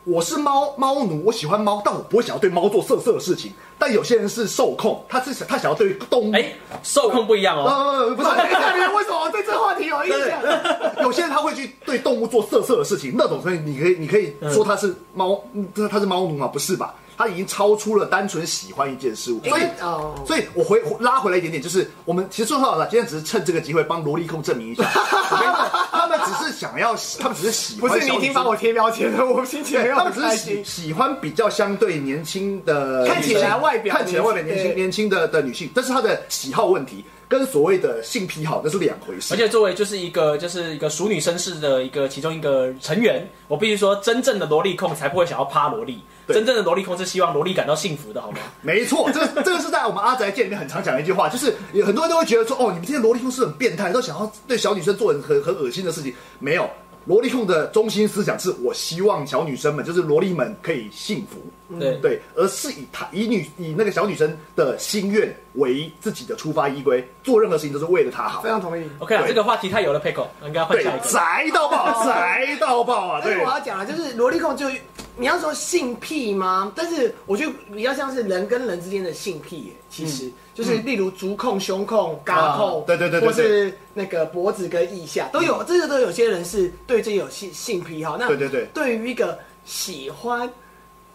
我是猫猫奴，我喜欢猫，但我不会想要对猫做色色的事情。但有些人是受控，他是想他想要对动物，
哎，受控不一样哦，
呃，不是，
等一下你们为什么哎对这话题有印象？
<laughs> 有些人他会去对动物做色色的事情，那种所以你可以你可以说他是猫，他他是猫奴吗？不是吧？他已经超出了单纯喜欢一件事物，所以
哦
所以我回拉回来一点点，就是我们其实说好了，今天只是趁这个机会帮萝莉控证明一下，我跟你讲他们只是想要，他们只是喜
不
欢小
是
女
你
生，
已经把我贴标签了，我心情没有
他
很
们只
<laughs> 开
是
心
喜。喜欢比较相对年轻的，
看起来外表
看起来外表年轻
对
年轻的的女性，但是她的喜好问题跟所谓的性癖好那是两回
而
事。
且作为就是一个就是一个熟女绅士的一个其中一个成员，我必须说，真正的萝莉控才不会想要趴萝莉，
对
真正的萝莉控是希望萝莉感到幸福的，好吗？
没错，这个这个是在我们阿宅界里面很常讲的一句话，就是有很多人都会觉得说，哦，你们这些萝莉控是很变态，都想要对小女生做很很很恶心的事情。没有，萝莉控的中心思想是我希望小女生们，就是萝莉们可以幸福。
对
对，而是以她以女以那个小女生的心愿为自己的出发依归，做任何事情都是为了她好
非。常同意。
OK 啊，
对
这个话题太有了，Pickle，应该换
对
下一，个。
宅到
<laughs>
爆，宅到爆啊！
但
对
是我，要讲啊，就是萝莉控就，你要说性癖吗？但是我觉得比较像是人跟人之间的性癖耶，其实、就是例如足控、胸控、嘎控，
嗯啊对对对对
或是那个脖子跟腋下都有，这个都有些人是对这有性性癖好。那
对对对
对于一个喜欢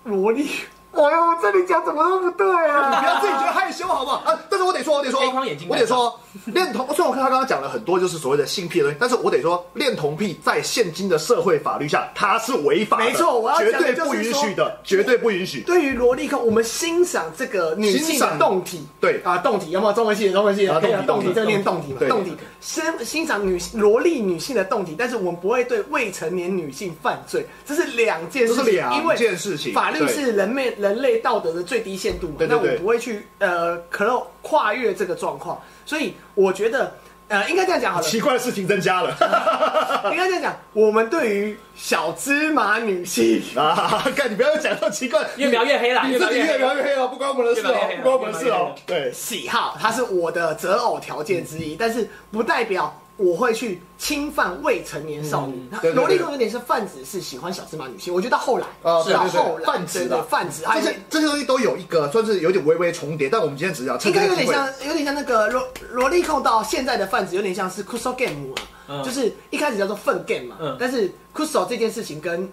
萝莉， <laughs> 哎呦，我这里讲怎么都不对
你
啊！
不要自己觉得害羞好不好？啊，但是我得说，我得说，
黑框眼镜
我得说，恋童。虽然我看他刚刚讲了很多就是所谓的性癖的东西，但是我得说，恋童癖在现今的社会法律下，它是违法的，
没错我要
绝
讲的
对
就是
不允
说
许的，绝对不允许。
对于萝莉控，我们欣赏这个女
欣
性
赏
的动体，
对
啊，动体有没有中文系的中文系
啊
的？可以啊
动
动
体
体，这个念动体嘛
对，
动体。欣欣赏女萝莉女性的动体，但是我们不会对未成年女性犯罪，这是两件事
这是
情，
两
因为
件事情
法律
对
是人类人类道德的最低限度嘛，
对对
那我
对
不会去呃，可能跨越这个状况，所以我觉得呃，应该这
<laughs>
样讲好了，
啊奇怪的事情增加了
应该这样讲，我们对于小芝麻女性。
<laughs> 啊！看你不要讲到奇怪，
越描越黑啦
你
越
自
描
己
越黑
越描越黑了，不关我们的事
越描
哦
越黑，
不关我们的事
越描越
哦
黑。
对，
喜好，它是我的择偶条件之
嗯
一，但是不代表我会去侵犯未成年少女。那
嗯对对对
萝莉控有点是泛指，是喜欢小芝麻女性。我觉得到后来，
哦对
到
对对
啊后来
泛指
对
啦
对泛指，
这些这些东西都有一个算是有点微微重叠，但我们今天只是要趁
应
这
该
个
有
机
点
会。
像，有点像那个萝萝莉控到现在的泛指，有点像是 kuso game 啊，
嗯
就是一开始叫做粪 game 嘛，
嗯
但是 kuso 这件事情跟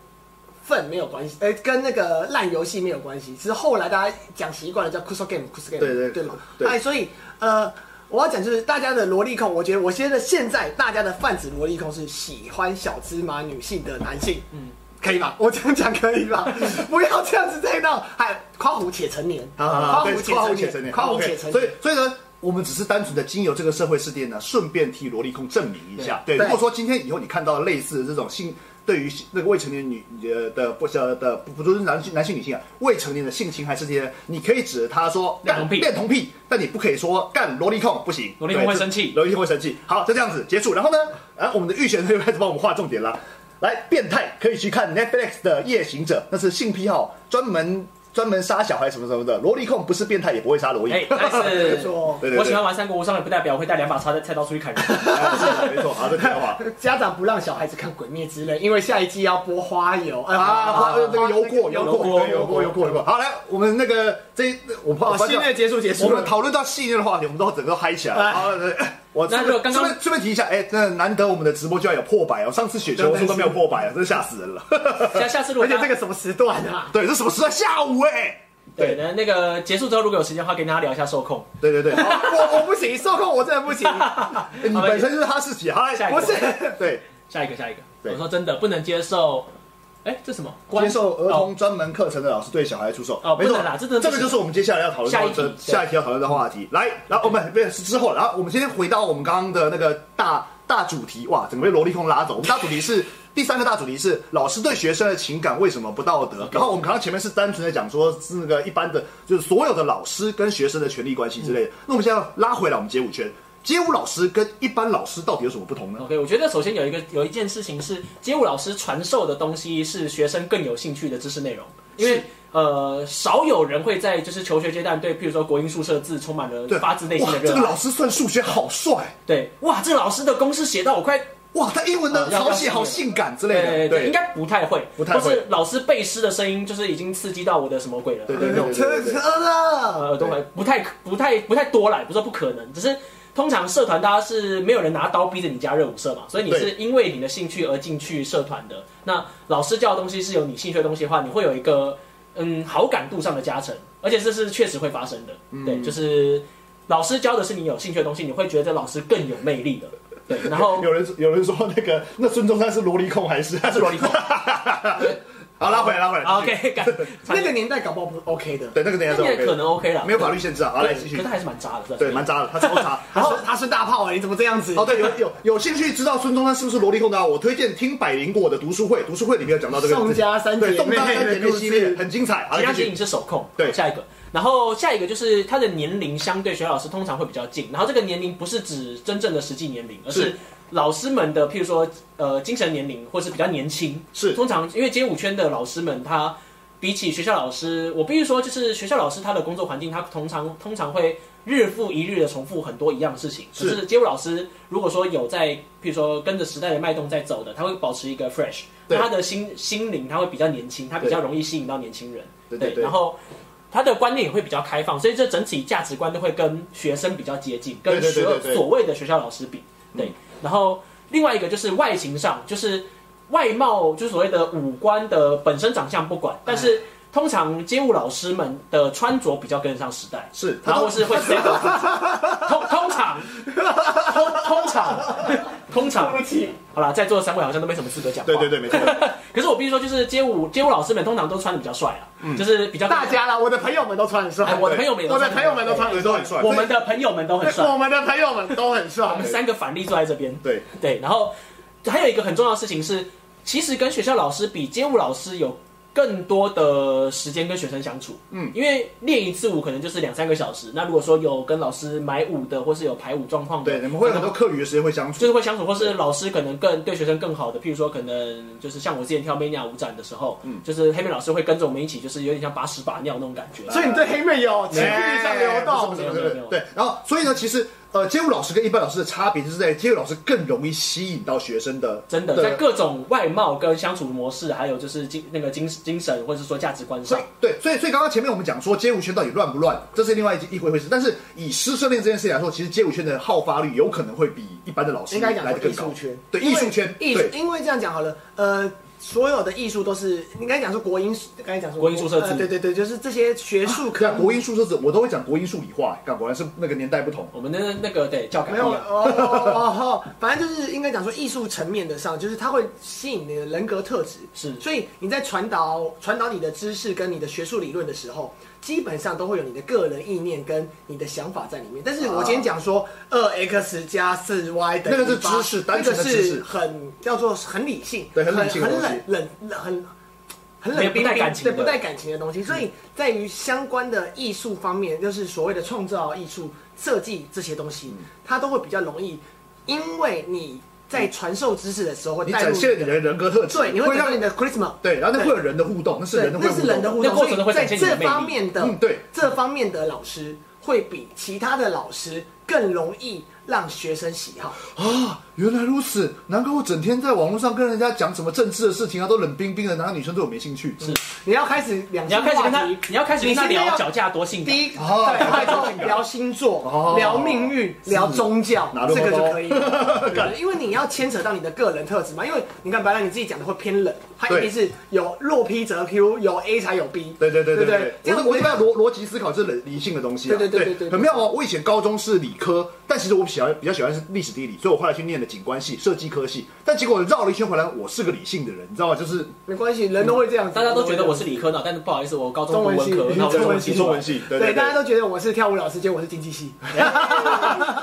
粪没有关系，呃，跟那个烂游戏没有关系，只是后来大家讲习惯了叫 kuso game，kuso game，
对对
对嘛，
对
哎，所以呃。我要讲就是大家的萝莉控，我觉得我觉得现在大家的泛指萝莉控是喜欢小芝麻女性的男性，嗯，可以吧？我这样讲可
<laughs>
以吧？不要这样子再闹，还夸虎且成年，
啊，对，
夸
夸
虎
虎
且
且
成
成
年，
年，
夸虎
OK，
且成年。
所以，所以呢，我们只是单纯的经由这个社会事件呢，顺便替萝莉控证明一下。对，
对
如果说今天以后你看到类似的这种性对于那个未成年女呃的不是的不不是男性男性女性啊，未成年的性侵害事件，你可以指着他说
恋童癖
干恋童癖，但你不可以说干萝莉控，不行，
萝莉控
对
会
这
生气
萝莉控会生气。好，就这样子结束。然后呢，啊，我们的预选又开始帮我们划重点了。来，变态可以去看 Netflix 的《夜行者》，那是性癖好，专门专门杀小孩什么什么的。萝莉控不是变态，也不会杀萝莉。 <laughs>
哎，但
没
是
错，
对对对
我喜欢玩三国无双，也不代表我会带两把叉在菜刀出去砍人。
啊是没错，好，这题的话。
家长不让小孩子看《鬼灭之刃》，因为下一季要播花游
啊，花这个油过油过
过
对油过油过油过。好，来，我们那个这一我怕
哦，系
哎
列结束结束
我
了
们讨论到系列的话题，我们都整个嗨起来了。
哎
好，对我
那如果刚刚
顺便顺便提一下，哎，真的难得我们的直播居然有破百哦！上次雪球说都没有破百啊，真是吓死人了。
下下次如果
而且
大
这
家
个什么时段啊？
对，这什么时代？下午哎。
对那那个结束之后，如果有时间的话，跟大家聊一下受控。
对对对，好，
哦我我不行，受控我真的不行，
哎 <laughs> 你本身就是哈士奇，好，来
下一
不
个
是
对，
下一个，下一个。
对
我说真的不能接受，哎，这什么？
接受儿
哦
童专门课程的老师对小孩出售，
哦
没错
不能啦这真的不
这
行
个就是我们接下来要讨论
下
到
一题
的
对
下一题要讨论的话题。来，然后我们不是之后，然后我们今天回到我们刚刚的那个大大主题，哇，整个被萝莉控拉走。我们大主题是第三个大主题是老师对学生的情感为什么不道德？然后我们刚刚前面是单纯的讲说是那个一般的，就是所有的老师跟学生的权利关系之类的。那我们现在要拉回来我们街舞圈，街舞老师跟一般老师到底有什么不同呢？
OK，我觉得首先有一个有一件事情是，街舞老师传授的东西是学生更有兴趣的知识内容，因为呃，少有人会在就是求学阶段对，譬如说国英数社字充满了
对，
发自内心
哇
的热
这
爱。
个老师算数学好帅。
对，哇，这个老师的公式写到我快
哇，他英文的
啊要
描写好性感之
对
类的，
应该不太会，
不太会
或是老师背诗的声音，就是已经刺激到我的什么鬼了？
对对对
车车了，
呃，都还不太不太不太多啦，也不是说不可能，只是通常社团大家是没有人拿刀逼着你加热舞社嘛，所以你
对
是因为你的兴趣而进去社团的。那老师教的东西是有你兴趣的东西的话，你会有一个嗯好感度上的加成，而且这是确实会发生的。
嗯
对，就是老师教的是你有兴趣的东西，你会觉得老师更有魅力的。对，然后
<laughs> 有人有人说那个那孙中山是萝莉控还是他是
萝莉控？
好，拉回来拉回来。继续
啊 OK，感
<laughs>
那个年代搞不好不 OK 的，
对那个等一下
那
再
个
OK
可能 OK 了，
没有法律限制啊。好，来
对，
继
可
续
是。还是蛮渣的，
对，蛮渣的，他超渣。
然后他是大炮哎，你怎么这样子？
哦，对，有有有兴趣知道孙中山是不是萝莉控的啊？我推荐听百灵果的读书会，读书会里面有讲到这个
宋家三姐
对宋
妹
家三姐
的
妹
故
系列
事，
很精彩。好，
其
来
他
继
电影
续。
是手控，
对
下一个，然后下一个就是他的年龄相对学校老师通常会比较近，然后这个年龄不是指真正的实际年龄，而
是
是老师们的，譬如说呃精神年龄或是比较年轻，
是
通常因为街舞圈的老师们他。比起学校老师，我必须说，就是学校老师他的工作环境，他通常通常会日复一日的重复很多一样的事情。
是
可是街舞老师如果说有在，譬如说跟着时代的脉动在走的，他会保持一个 fresh，
对
那他的心心灵他会比较年轻，他比较容易吸引到年轻人。
对对对
然后他的观念也会比较开放，所以这整体价值观都会跟学生比较接近，跟
对对
学
对对嗯对
所谓的学校老师比。对，然后另外一个就是外形上，就是外貌，就是所谓的五官的本身长相不管，但
哎
是通常街舞老师们的穿着比较跟得上时代，
是他
然
都
后或是会 step up 自 <laughs> 己通通常通通常通常
对不起，
好啦，在座的三位好像都没什么资格讲话。
对对对，没错。
可是我必须说，就是街舞街舞老师们通常都穿的比较帅啊，就是比较
嗯大。家啦，我的朋友们都穿很帅
哎，，我的朋友们也
我
都
的
穿
朋友们都穿
对
很
都
帅
很，帅。
我们的朋友们都很帅，
我们的朋友们都很
我
帅
<laughs> 们，三个反例坐在这边。
对
对，然后还有一个很重要的事情是，其实跟学校老师比，街舞老师有更多的时间跟学生相处。嗯，因为练一次舞可能就是两三个小时，那如果说有跟老师买舞的，或是有排舞状况的，
对，你们会有很多课余的时间会相处
就。是会相处，或是老师可能更对学生更好的，譬如说可能就是像我之前跳 Mania 舞展的时候，嗯，就是黑妹老师会跟着我们一起，就是有点像把屎把尿那种感觉。啊
所以你对黑妹有情
哎
欲上流
不是。
动
不哎是不是不是对，然后所以呢，其实呃，街舞老师跟一般老师的差别就是在街舞老师更容易吸引到学生的，
真的，在各种外貌跟相处模式，还有就是精那个精精神，或者是说价值观
所
上
以，对，所以所以刚刚前面我们讲说街舞圈到底乱不乱，这是另外一一回回事。但是以师生恋这件事情来说，其实街舞圈的好发率有可能会比一般的老师
应该讲
来的
说
更
艺
高
术。圈，
对
因为
艺术圈
艺术
对，
因为这样讲好了，呃，所有的艺术都是应该讲说国音，刚才讲说
国音宿舍制
呃对对对，就是这些学术
对
科
啊，
目
国音数设置我都会讲国音数理化，干果然是那个年代不同。
我们的那个对教改
没有
不一
哦
样
哦，哦反正就是应该讲说艺术层面的上，就是它会吸引你的人格特质。
是
所以你在传导传导你的知识跟你的学术理论的时候，基本上都会有你的个人意念跟你的想法在里面。但是我今天讲说二 x 加四 y 等于
那个是
8
知识单
那个
纯的知识
是很叫做很理性，
对很
很
理性的
很
东西
冷冷冷很。很
没有不
冷冰
带
冰
感情
对
的
不带感情的东
嗯
西，所以在于相关的艺术方面，就是所谓的创造艺术、设计这些东
嗯
西，它都会比较容易，因为你在传授知识的时候会
你
带入
展现你
的
的人格特质，
对，你会
会
展
让
现你的 charisma，
对，然后那
对
会有人的互动，那是
对
人的，会
那
互
是人的
动。
互
那
动，
过
所
程中会
以在
展现你的
这
魅力
方面的
嗯对
这方面的老师会比其他的老师更容易让学生喜好。
啊，原来如此，难怪我整天在网络上跟人家讲什么政治的事情啊，都冷冰冰的，然后女生对我没兴趣。是
你要开始两
你要
性
开始
话
跟他
题，，
你要开始跟他
你现在
聊
要
脚架多性感，
第一，
哦
对，快
这
就
个
聊星
哦
座、聊命运、聊宗教
哪，都
这
包
个就可以了。对因为你要牵扯到你的个人特质嘛，因为你看白兰你自己讲的会偏冷，它
对
一定是有弱 P 则 Q，有 A 才有 B。
对对对
对
对
这样
我我一
没办
般
法
逻逻辑思考是理理性的东西、啊，
对对对对对对
很妙哦。我以前高中是理科，但其实我喜欢比较喜欢是历史地理，所以我后来去念了景观系、设计科系，但结果绕了一圈回来，我是个理性的人，你知道吗？就是
没关系，人都会这样子。
大家都觉得我
人
是理科脑，但是不好意思，我高中
中
读
文
文
系
科，那我
中
中
文
文
系
系
中
中
文
文
系，
都会这样，
对
对，大家都觉得我是跳舞老师，结果我是经济系。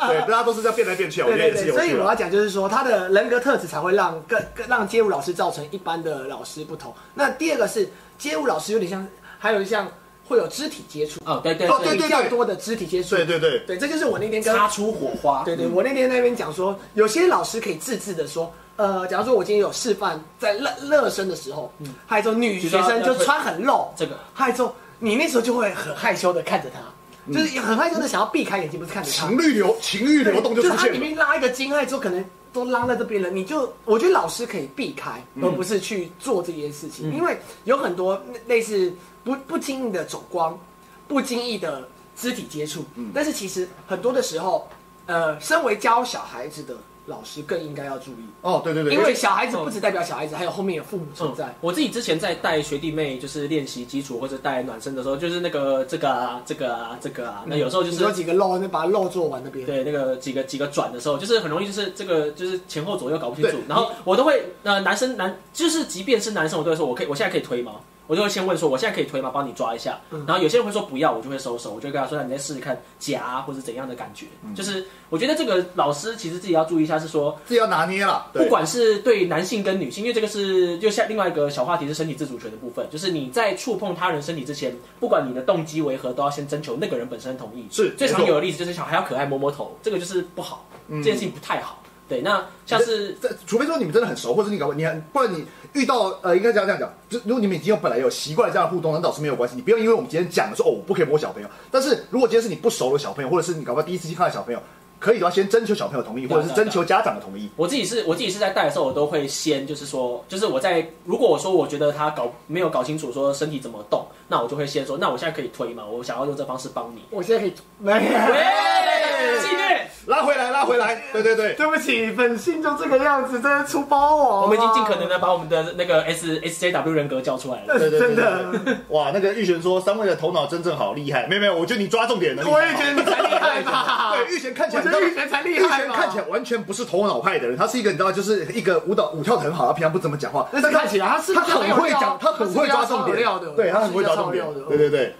对，大家都是在变来变去啊，我
对
觉得
对
也是
对，
有
所
趣
以
的
我要。讲就是说，他的人格特质才会让更更让街舞老师造成一般的老师不同。那第二个是街舞老师有点像，还有像会有肢体接触，
哦，对对
哦
对，
对
比较多的肢体接触。
对对对，
对，这就是我那天跟
擦出火花，嗯
对对，我那天在那边讲说，有些老师可以自制的说，呃，假如说我今天有示范在热热身的时候，
嗯
还有一种女学生就穿很露，
这个
还有一种你那时候就会很害羞的看着她，
嗯
就是很害羞的想要避开眼睛，不是看着她
情。欲流情欲流动就
对
出
是它里
现了。
面拉一个金爱之后，可能都拉在这边了，你就我觉得老师可以避开，
嗯
而不是去做这件事情，因为有很多类似不不经意的走光，不经意的肢体接触，
嗯
但是其实很多的时候，呃，身为教小孩子的老师更应该要注意，
哦，对对对，
因为小孩子不只代表小孩子，还有后面有父母存在
嗯。。我自己之前在带学弟妹，就是练习基础或者带暖身的时候，就是那个这个啊，这个啊，这个
嗯
啊，那有时候就
你
是
有。几个漏，那把它漏做完那边。
对，那个几个几个转的时候，就是很容易，就是这个就是前后左右搞不清楚
对。
然后我都会，呃，男生男就是即便是男生，我都会说，我可以，我现在可以推吗？我就会先问说，我现在可以推吗？帮你抓一下。然后有些人会说不要，我就会收手，我就会跟他说，那你再试试看夹啊或者怎样的感觉。就是我觉得这个老师其实自己要注意一下，是说
自己要拿捏了，对
不管是对男性跟女性，因为这个是就像另外一个小话题是身体自主权的部分，就是你在触碰他人身体之前，不管你的动机为何，都要先征求那个人本身的同意。
是
最常
没
有
错
的例子就是小孩要可爱摸摸头，这个就是不好，
嗯
这件事情不太好。对，那像是
这除非说你们真的很熟，或者你搞不，你还不然你遇到呃，应该这样这样讲，就如果你们已经有本来有习惯这样的互动，那倒是没有关系。你不要因为我们今天讲的说哦，我不可以摸小朋友，但是如果今天是你不熟的小朋友，或者是你搞不好第一次去看到小朋友，可以的话先征求小朋友同意，
对啊
或者是征求家长的同意。
我自己是我自己是在带的时候，我都会先就是说，就是我在如果我说我觉得他搞没有搞清楚说身体怎么动，那我就会先说，那我现在可以推吗？我想要用这方式帮你。
我现在可以没有。
喂，系列，
拉回来，拉回来，对对对，
对不起，本性就这个样子，真的出包哦。
我们已经尽可能的把我们的那个 S S J W 人格叫出来了。
对对对
真的
对对哇，那个玉璇说三位的头脑真正好厉害，没有没有，我觉得你抓重点了。。
我也觉得你才厉害吧
对，玉璇看起来，
我觉得玉璇才厉害吧
玉璇看起来完全不是头脑派的人，他是一个你知道，就是一个舞蹈舞跳得很好，他平常不怎么讲话，
但是看起来他是
他很会讲，他很会抓重
他是比较超有
点
料的，
对他很会抓重点
他是比较超有料，
对
的
对对。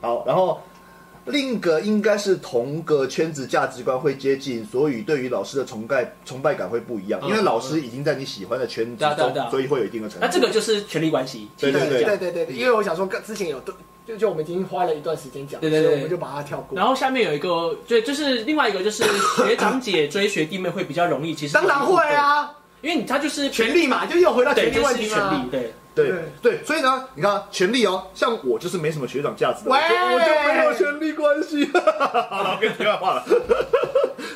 好，然后另一个应该是同个圈子价值观会接近，所以对于老师的崇拜崇拜感会不一样，
嗯
因为老师已经在你喜欢的圈子
对啊对啊对
中，
啊
所以会有一定的成
那
就。
这个就是权力关系，
对
其实是这
对
样。
对对对，因为我想说，之前有对，就就我们已经花了一段时间讲，
对对对
所以我们就把它跳过。
然后下面有一个，对，就是另外一个，就是
<coughs>
学长姐追学弟妹会比较容易，其实
当然会，啊，
因为你他就是
权力嘛，就又回到
对，
权力
这
问
是
题
权力
嘛。，
对，
对
对
对，所以呢，你看啊权力哦，像我就是没什么学长价值的，我
喂
就我就没有权力关系。 <laughs> 好了，我跟你题外话了。 <laughs>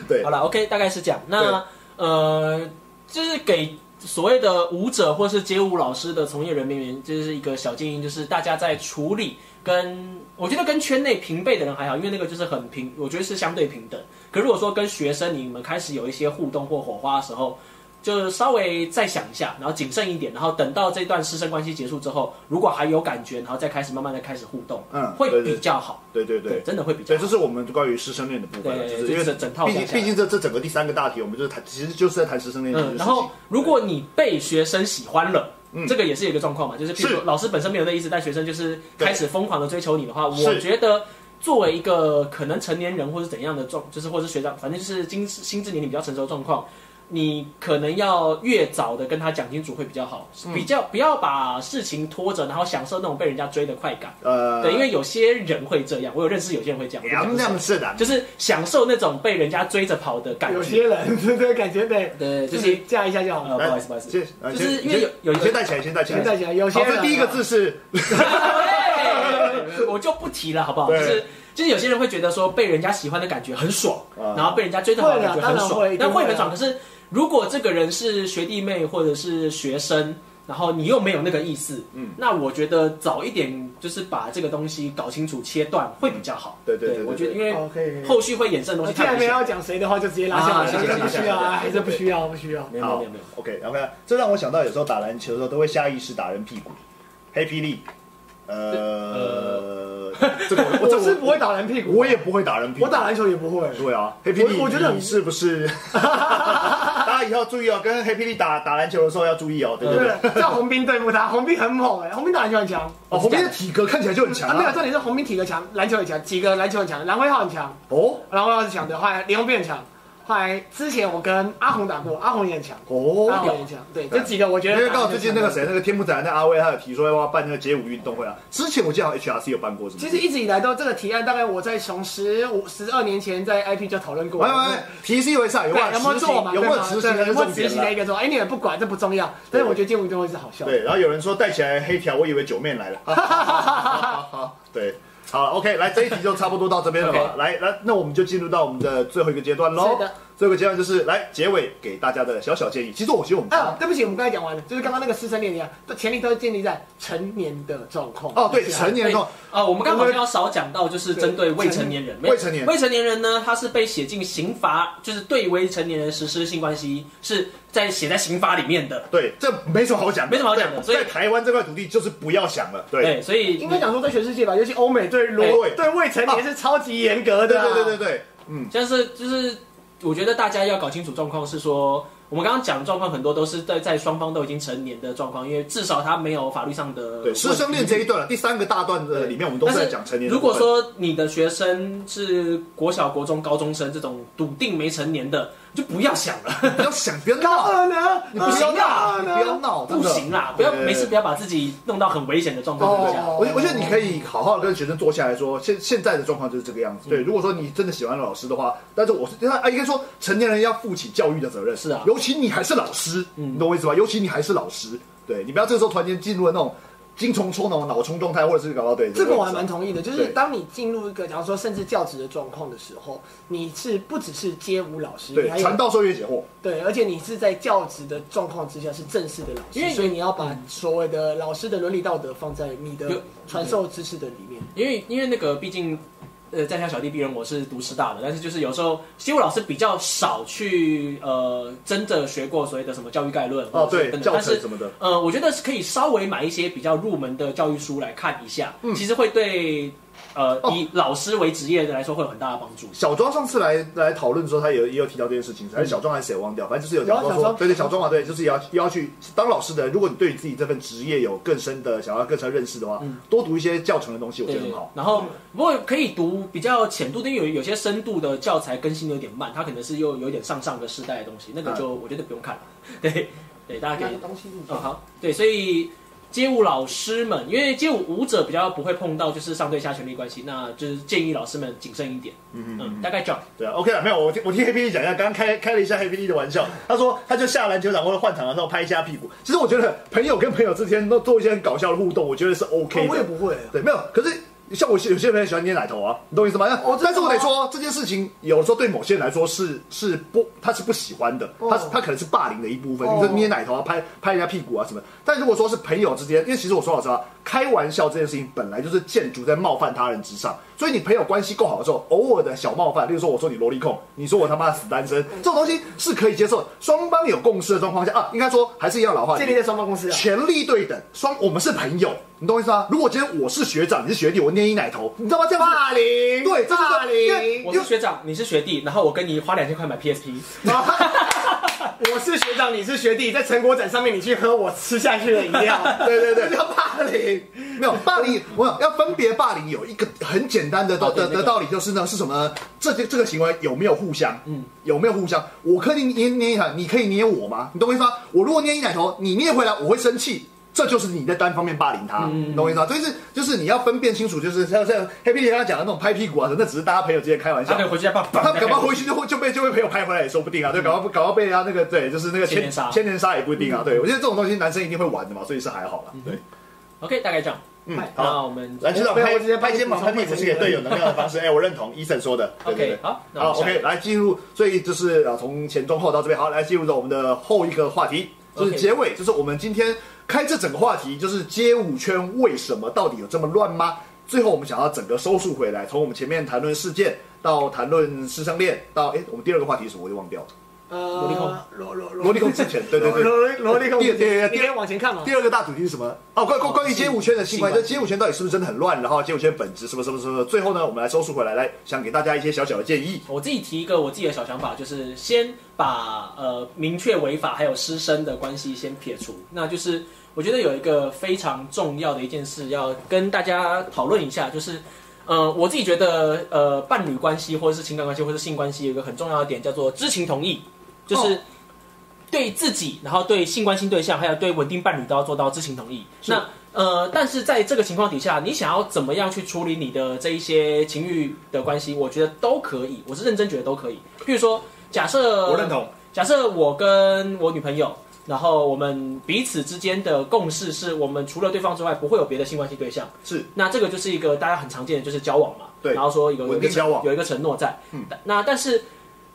对
好，了，OK，大概是这样。那呃，就是给所谓的舞者或是街舞老师的从业人员，就是一个小建议，就是大家在处理跟我觉得跟圈内平辈的人还好，因为那个就是很平，我觉得是相对平等。可如果说跟学生你们开始有一些互动或火花的时候，就稍微再想一下，然后谨慎一点，然后等到这段师生关系结束之后，如果还有感觉，然后再开始慢慢的开始互动，
嗯
会
对对
比较好，
对对对，
真的会比较
对，
好
这。是我们关于师生恋的部分了，
对
就是
这
因为
整整套
毕
讲
竟
下来
毕竟这这整个第三个大题，我们就是谈，其实就是在谈师生恋这件
嗯，
事情。
然后如果你被学生喜欢了，这个也是一个状况嘛，就是譬如说
嗯是
老师本身没有那意思，但学生就是开始疯狂的追求你的话，
是
我觉得作为一个可能成年人或是怎样的状，就是或是学长，反正就是心心智年龄比较成熟的状况，你可能要越早的跟他讲清楚会比较好，
嗯
比较不要把事情拖着，然后享受那种被人家追的快感。
呃，
对，因为有些人会这样，我有认识有些人会这样，我就
娘
不
娘
是
是的，
就是享受那种被人家追着跑的感
有
觉。
些人对对感觉对，
对，就
自
是
己架一下就好
呃，
了。
不好意思，不好意思，
先呃
就是
先
因为有有
你先带起来，先带起来
先。带起来，有些
好，
人
这第一个字是
对 <laughs> 我就不提了，好不好？就
对
是就是有些人会觉得说被人家喜欢的感觉很爽，
啊
然后被人家追着跑的感觉
会啦当
很
然
爽
会，
那
一定会
会
啊
很爽。可是如果这个人是学弟妹或者是学生，然后你又没有那个意思，
嗯
嗯，那我觉得早一点就是把这个东西搞清楚切断会比较好。
对对对对
我觉得因为
哦可以可以呃
后续会衍生的东西
既
太
然
危
没有
险。
要讲谁的话，就直接拉下
啊
来，
谢谢
这个不
谢谢
需要啊，
谢谢
这不需要，不需要。
没有没有
好
没有没有，
，OK，然后看，这让我想到有时候打篮球的时候都会下意识打人屁股，黑霹雳，呃， <laughs>
<laughs>
这个我
我
这
总是
是
不会打人屁股，
我也不会打人屁股，
我打篮球也不会。
对啊，黑霹雳，
我我觉得很
你是
<laughs>
不是？大家以后注意哦，跟黑霹雳打打篮球的时候要注意哦，对不对？
对，叫洪斌对付他，洪斌很猛哎，洪斌打篮球很强。
哦，红边的体格看起来就很强
啊，没有，
啊。
重点是洪斌体格强，篮球也强，几个篮球很强，蓝辉浩很强，
哦
蓝辉浩是强的，后来林鸿斌很强，后来之前我跟阿红打过，阿红也很强，阿
哦，
红也很强，对，这几个啊我觉
因
得
为
打
刚
得
好
很强。
最近那个谁，那个天幕展那阿威，他有提说要办那个街舞运动会啊。之前我记得好像 HRC 有办过，是不
其
是？
实一直以来都这个提案，大概我在从十五、十二年前在 IP 就讨论过
喂
了。
喂，喂提是一回事啊，有没
对，有没有
有执
做
行？
嘛？
有没
对
有
吗
执行
对啊
才
有
是
没有
重
执
点
行的一
啦。
个说，哎，你们不管，这不重要。但是我觉得街舞运动会是好笑的。
对，然后有人说带起来黑条，我以为九面来了。哈哈哈哈哈
<laughs>
哈对，好了，OK，来这一题就差不多到这边了吧
OK？
来来，那我们就进入到我们的最后一个阶段喽
是的。
最后一个阶段就是来结尾给大家的小小建议。其实我觉得我们
啊，对不起，我们刚才讲完了，就是刚刚那个师生恋一样，这前提都是建立在成年的状况。
哦，对，成年后
啊、我们刚刚好像要少讲到，就是针对未成年人。
未成年
未成年人呢，他是被写进刑法，就是对未成年人实施性关系是在写在刑法里面的。
对，这没什么好讲的，
没什么好讲的
对
所以
在台湾这块土地就是不要想了，对。
对，所以
应该讲说在全世界吧，尤其欧美对
哎
裸对未成年是超级严格
对
的啊。
对对对对，
像是就是，我觉得大家要搞清楚状况是说，我们刚刚讲的状况很多都是在在双方都已经成年的状况，因为至少他没有法律上的
对师生恋这一段了，第三个大段的里面我们都是在讲成年人的
如
部
果
分。
说你的学生是国小、国中、高中生这种笃定没成年的，你就不要想了，
不要想，不要
高
闹，
二呢？
你不行
高
啊，
二
你
呢
不要闹，真
不
的
行啦，不要
对
没事不要把自己弄到很危险的状
对
况
对
之
对
下。
哦
我觉我觉得你可以好好的跟学生坐下来说，现现在的状况就是这个样
嗯
子。对，如果说你真的喜欢老师的话，但是我是他啊，应该说成年人要负起教育的责任。
是啊
尤其你还是老师，
嗯
你懂我意思吧？尤其你还是老师，对你不要这时候突然间进入了那种精虫冲脑、脑冲动态，或者是搞到对
这个我还蛮
同。
同意的，就
对
是当你进入一个，假如说甚至教职的状况的时候，你是不只是街舞老师，你
对
还，有
传道授业解惑，
对，而且你是在教职的状况之下是正式的老
因为
师，所以你要把所谓的老师的伦理道德放在你
有
的传授知识的里面。
因为因为那个毕竟，呃，在下小弟鄙人我是读师大的，但是就是有时候西武老师比较少去呃真的学过所谓的什么教育概论
哦
或者是
对
等等
教程
但是
什么的
呃，我觉得是可以稍微买一些比较入门的教育书来看一下，
嗯
其实会对呃、
哦
以老师为职业的来说会有很大的帮助。
小庄上次来来讨论的时候，他也也有提到这件事
嗯
情，还是小庄还是谁忘掉，反正就是有讲到
有啊
说，
小庄
对对，小庄嘛，对，就是也要也要去当老师的人，如果你对你自己这份职业有更深的想要更深认识的话，
嗯
多读一些教程的东西，我觉
对
得很好。
然后不过可以读比较浅度的，因为有有些深度的教材更新有点慢，它可能是又有点上上个世代的东西，那个
嗯
就我觉得不用看了。 <laughs> 对对，大家可以
东西
嗯，好，对，所以街舞老师们，因为街舞舞者比较不会碰到就是上对下权力关系，那就是建议老师们谨慎一点。嗯嗯，大概这样。
对啊，OK 了，没有，我听我听黑霹雳讲一下，刚刚开开了一下黑霹雳的玩笑，他说他就下篮球场或者换场的时候拍一下屁股，其实我觉得朋友跟朋友之间都做一些很搞笑的互动，我觉得是 OK 的。
哦我也不会。
对，没有。可是像我有些人喜欢捏奶头啊，你懂我意思吗？
哦真的吗
但是我得说，这件事情有时候对某些人来说是是不，他是不喜欢的，
哦
他是他可能是霸凌的一部分。
哦
你说捏奶头啊，拍拍人家屁股啊什么。但如果说是朋友之间，因为其实我说老实话，开玩笑这件事情本来就是建筑在冒犯他人之上，所以你朋友关系够好的时候，偶尔的小冒犯，例如说我说你萝莉控，你说我他妈死单身，这种东西是可以接受的。双方有共识的状况下啊，应该说还是一样老话，
建立在双方公司啊。
权力对等，双我们是朋友，你懂我意思吗？如果今天我是学长，你是学弟，我捏你奶头，你知道吗？这样子
霸凌，
对这是
霸
因为
凌。
我是学长，你是学弟，然后我跟你花两千块买 PSP，
我是是学长，你是学弟，在成果展上面你去喝我吃下去的饮料，
<laughs> 对对对
<laughs> 这，叫霸凌。
没有霸凌，我要分别霸凌有一个很简单的道
哦对
的
那
的
个
道理就是呢，是什么呢？这些这个行为有没有互相？嗯，有没有互相？我可以捏捏一下，你可以捏我吗？你懂我意思吗？我如果捏你奶头，你捏回来，我会生气。这就是你在单方面霸凌他，你懂我意思吗？所以是就是你要分辨清楚，就是像像黑皮姐刚刚讲的那种拍屁股啊，那只是大家朋友之间开玩
他
笑
可以。回去再把
他搞不好回去就会就被就被朋友拍回来也说不定啊，对，搞不好搞不好被人家那个对，就是那个
嗯千年杀嗯
千年杀也不一定啊，对我觉得这种东西男生一定会玩的嘛，所以是还好啦，对，
OK，大概这样。
嗯
嗨，
好
那。我们
来，学长
没有
拍
我直接
拍
拍
肩膀、
补
拍
充
屁股是给队友能量的方式。哎，我认同医生说的。对对
OK，
对。
好，那
好
我们下一
，OK，
个
来进入，所以就是啊，从前中后到这边，好，来进入到我们的后一个话题，就是
OK
结尾，就是我们今天开这整个话题，就是街舞圈为什么到底有这么乱吗？最后我们想要整个收束回来，从我们前面谈论事件，到谈论师生恋，到哎，我们第二个话题是什么我就忘掉了，
呃
莉控，
萝萝
萝莉控之前，对对对，
萝莉萝莉控，
第
你
二第二
可以往前看嘛。
第二个大主题是什么？哦，关关关于街舞圈的新闻，
新
这
闻
街舞圈到底是不是真的很乱？然后街舞圈本质什么什么什么？最后呢，我们来收束回来，来想给大家一些小小的建议。
我自己提一个我自己的小想法，就是先把呃明确违法还有师生的关系先撇除，那就是我觉得有一个非常重要的一件事要跟大家讨论一下，就是呃我自己觉得呃伴侣关系或者是情感关系或者是性关系有一个很重要的点叫做知情同意，
哦
就是对自己，然后对性关系对象还有对稳定伴侣都要做到知情同意。
是
那呃，但是在这个情况底下，你想要怎么样去处理你的这一些情欲的关系，我觉得都可以，我是认真觉得都可以。譬如说，假设
我认同，
假设我跟我女朋友，然后我们彼此之间的共识是我们除了对方之外不会有别的性关系对象。
是，
那这个就是一个大家很常见的，就是交往嘛。
对
然后说有
稳
一
定
个
交往
有一个承诺在。嗯。那但是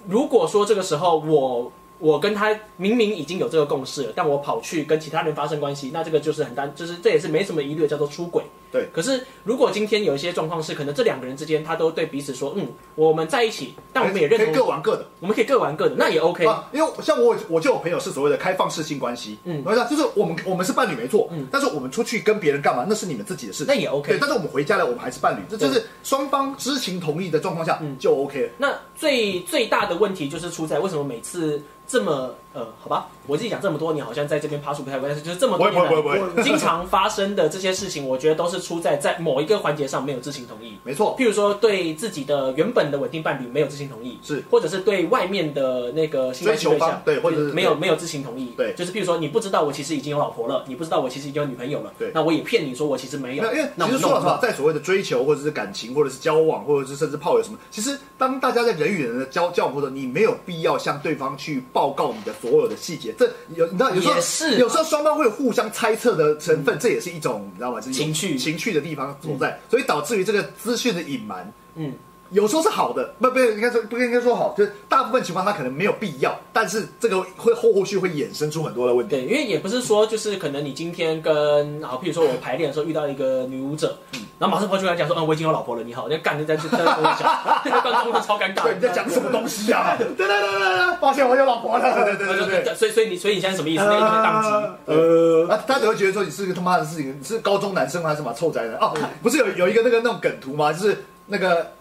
如果说这个时候我我跟他明明已经有这个共识了，但我跑去跟其他人发生关系，那这个就是很单，就是这也是没什么疑虑的，叫做出轨。
对。
可是如果今天有一些状况是，可能这两个人之间他都对彼此说，嗯，我们在一起，但我们也认
可以各
同，
玩各的。
我们可以各玩各的，那也 OK。
啊，因为像我，我就有朋友是所谓的开放式性关系，嗯，然后就是我们我们是伴侣没错，嗯，但是我们出去跟别人干嘛，那是你们自己的事情，
那也 OK
对，但是我们回家了，我们还是伴侣，这
对嗯
就是双方知情同意的状况下就 OK 了。
那最最大的问题就是出在为什么每次这么呃，好吧，我自己讲这么多年，好像在这边趴树不太乖，但是就是这么多年来，
不会不会
不会
经常发生的这些事情，我觉得都是出在在某一个环节上没有知情同意。
没错，
譬如说，对自己的原本的稳定伴侣没有知情同意，
是
或者是对外面的那个性关系
追
对
求方
象，
对或者是
没有没有知情同意，
对
就是譬如说，你不知道我其实已经有老婆了，你不知道我其实已经有女朋友了，
对
那我也骗你说我其实没有
没有，因为，
那
其
我们
实说老
弄
实
不
话，
好？
在所谓的追求，或者是感情，或者是交往，或者是甚至炮友什么，其实当大家在人与人的交交往过程中，你没有必要向对方去报告你的所有的细节。这有你知道，有时候
也是嗯
有时候双方会有互相猜测的成分，这也是一种你知道吗？就是有
情趣
情趣的地方所在，所以导致于这个资讯的隐瞒。
嗯，
有时候是好的，不不应该说不应该说好，就是大部分情况它可能没有必要，但是这个会后后续会衍生出很多的问题。
对，因为也不是说就是可能你今天跟好，譬如说我排练的时候遇到一个女舞者，然后马上跑去跟她讲说，嗯，我已经有老婆了，你好，那干就在这在这跟我讲， <laughs> 那观众会超尴尬。
对，你在讲什么东西啊？对对对对对，
抱歉，我有老婆了。
对对对对对。
所以所以你所以你现在什么意思？那一定会宕机。
呃，
啊，他只会觉得说你是个他妈的事情，你是高中男生吗？还是什么臭宅男？哦，不是有有一个那个那种梗图吗？就是那个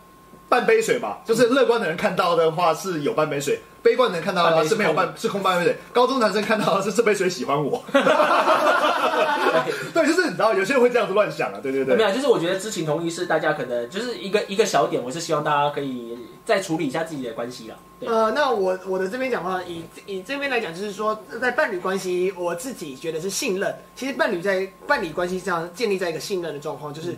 半杯水嘛，就是乐观的人看到的话是有半杯水，悲观的人看到的话是没有半是空半杯水，高中男生看到的是这杯水喜欢我。对，就是你知道有些人会这样子乱想啊，对对
没
对。
有，就是我觉得知情同意是大家可能就是一个一个小点，我是希望大家可以再处理一下自己的关系啦。对，
呃，那我我的这边讲的话，以以这边来讲，就是说，在伴侣关系，我自己觉得是信任。其实伴侣在伴侣关系上建立在一个信任的状况，就是，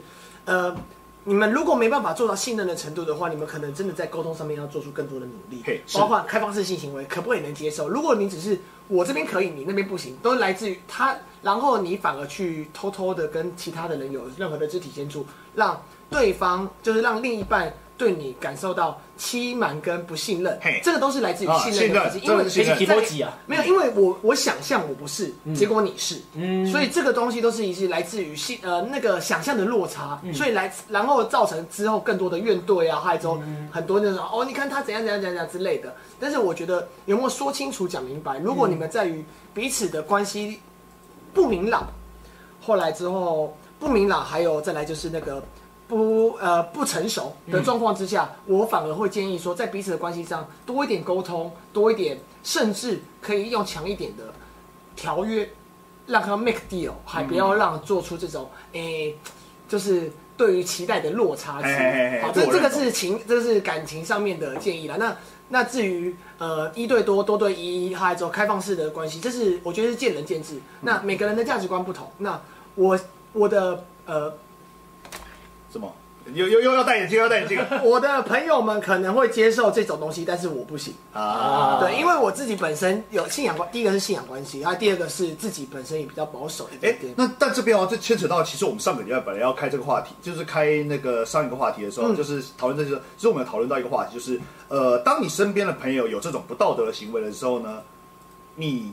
嗯
呃，你们如果没办法做到信任的程度的话，你们可能真的在沟通上面要做出更多的努力
嘿，是
包括开放式性行为，可不可以能接受？如果你只是我这边可以，你那边不行，都来自于他，然后你反而去偷偷的跟其他的人有任何的肢体接触，让对方就是让另一半。对你感受到欺瞒跟不信任
嘿，
这个都是来自于
啊
信任
信任
的东西，
这个
因
是
为
信任
在
提波吉啊
没有，因为我我想象我不是，
嗯
结果你是，
嗯
所以这个东西都是一些来自于信呃那个想象的落差，所以来然后造成之后更多的怨怼啊，还有之后很多那种哦，你看他怎样怎样怎样怎样之类的。但是我觉得有没有说清楚讲明白？如果你们在于彼此的关系不明朗，后来之后不明朗，还有再来就是那个不呃不成熟的状况之下，我反而会建议说，在彼此的关系上多一点沟通，多一点，甚至可以用强一点的条约，让他 make deal，还不要让做出这种诶、就是对于期待的落差值。
哎哎哎哎
好，
这
这
我
这个
认同
是情，这是感情上面的建议啦。那那至于呃一对多、多对一，还有这种开放式的关系，这是我觉得是见仁见智。那每个人的价值观不同，那我我的呃
什么？又又又要戴眼镜，又要戴眼镜啊
我的朋友们可能会接受这种东西，但是我不行。
啊！
对，因为我自己本身有信仰关，第一个是信仰关系，然后第二个是自己本身也比较保守一
哎
点点。，
那但这边哦，这牵扯到其实我们上个礼拜本来要开这个话题，就是开那个上一个话题的时候，就是讨论这就是，其实我们有讨论到一个话题，就是呃，当你身边的朋友有这种不道德的行为的时候呢，你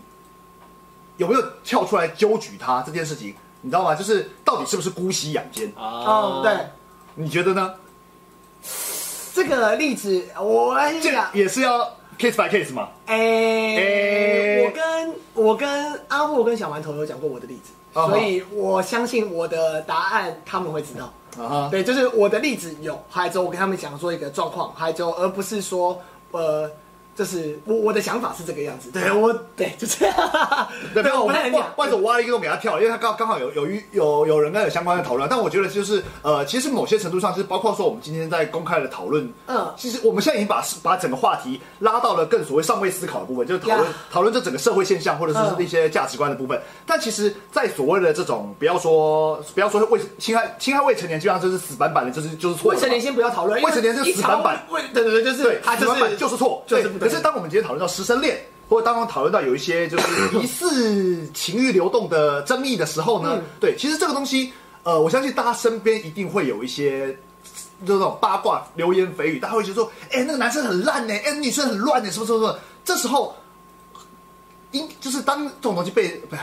有没有跳出来纠举他这件事情？你知道吗？就是到底是不是姑息养奸？
啊
哦，，对，
你觉得呢？
这个例子我来
这
讲，
也是要 case by case 嘛？
哎，
哎
我跟我跟阿霍跟小馒头有讲过我的例子，
哦
所以我相信我的答案他们会知道。
啊
哦
哈，
对，就是我的例子有，还有之后我跟他们讲说一个状况，还有之后而不是说呃，就是我我的想法是这个样子，对我对就这样，
对，
对，
我
我不
们
太能
外
讲。
外头挖了一个洞给他跳，因为他刚刚好有有一有有人跟他有相关的讨论，但我觉得就是呃，其实某些程度上，就是包括说我们今天在公开的讨论，
嗯
其实我们现在已经把把整个话题拉到了更所谓上位思考的部分，就是讨论
呀
讨论这整个社会现象或者是
嗯
一些价值观的部分。但其实，在所谓的这种不要说不要说未侵害侵害未成年，基本上就是死板板的，就是就是错的
未
嘛。
成年先不要讨论，因为
未成年是
一
死板板
查未对对对，就是
对，
他
死
就
板板
是
就是错，
就是
对
不
可
对
是当我们今天讨论到师生恋，或者当我们讨论到有一些就是 <coughs> 疑似情欲流动的争议的时候呢，
嗯
对，其实这个东西，呃，我相信大家身边一定会有一些。就那种八卦、流言蜚语，大家会觉得说：“哎、那个男生很烂呢、哎、女生很乱呢、什么什么什么。”这时候，应就是当这种东西被，不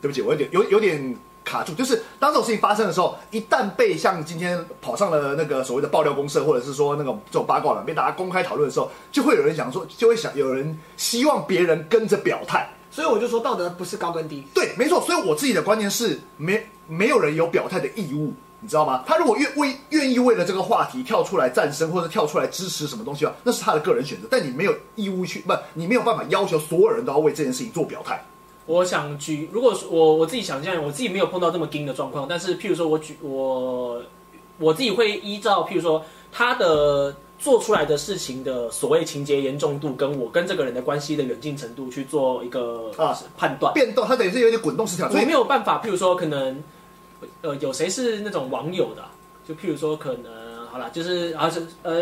对不起，我有点有有点卡住，就是当这种事情发生的时候，一旦被像今天跑上了那个所谓的爆料公社，或者是说那种这种八卦版被大家公开讨论的时候，就会有人想说，就会想有人希望别人跟着表态。
所以我就说道德不是高跟低，
对，没错。所以我自己的观念是，没没有人有表态的义务，你知道吗？他如果愿为愿意为了这个话题跳出来战争，或者跳出来支持什么东西啊，那是他的个人选择。但你没有义务去，不，你没有办法要求所有人都要为这件事情做表态。
我想举，如果是我我自己想象，我自己没有碰到这么硬的状况，但是譬如说我举我我自己会依照譬如说他的做出来的事情的所谓情节严重度，跟我跟这个人的关系的远近程度去做一个
啊
判断。
变动，它等于是有点滚动式调整。
我
所以
没有办法，譬如说可能呃有谁是那种网友的啊、就譬如说可能好啦，就是啊是呃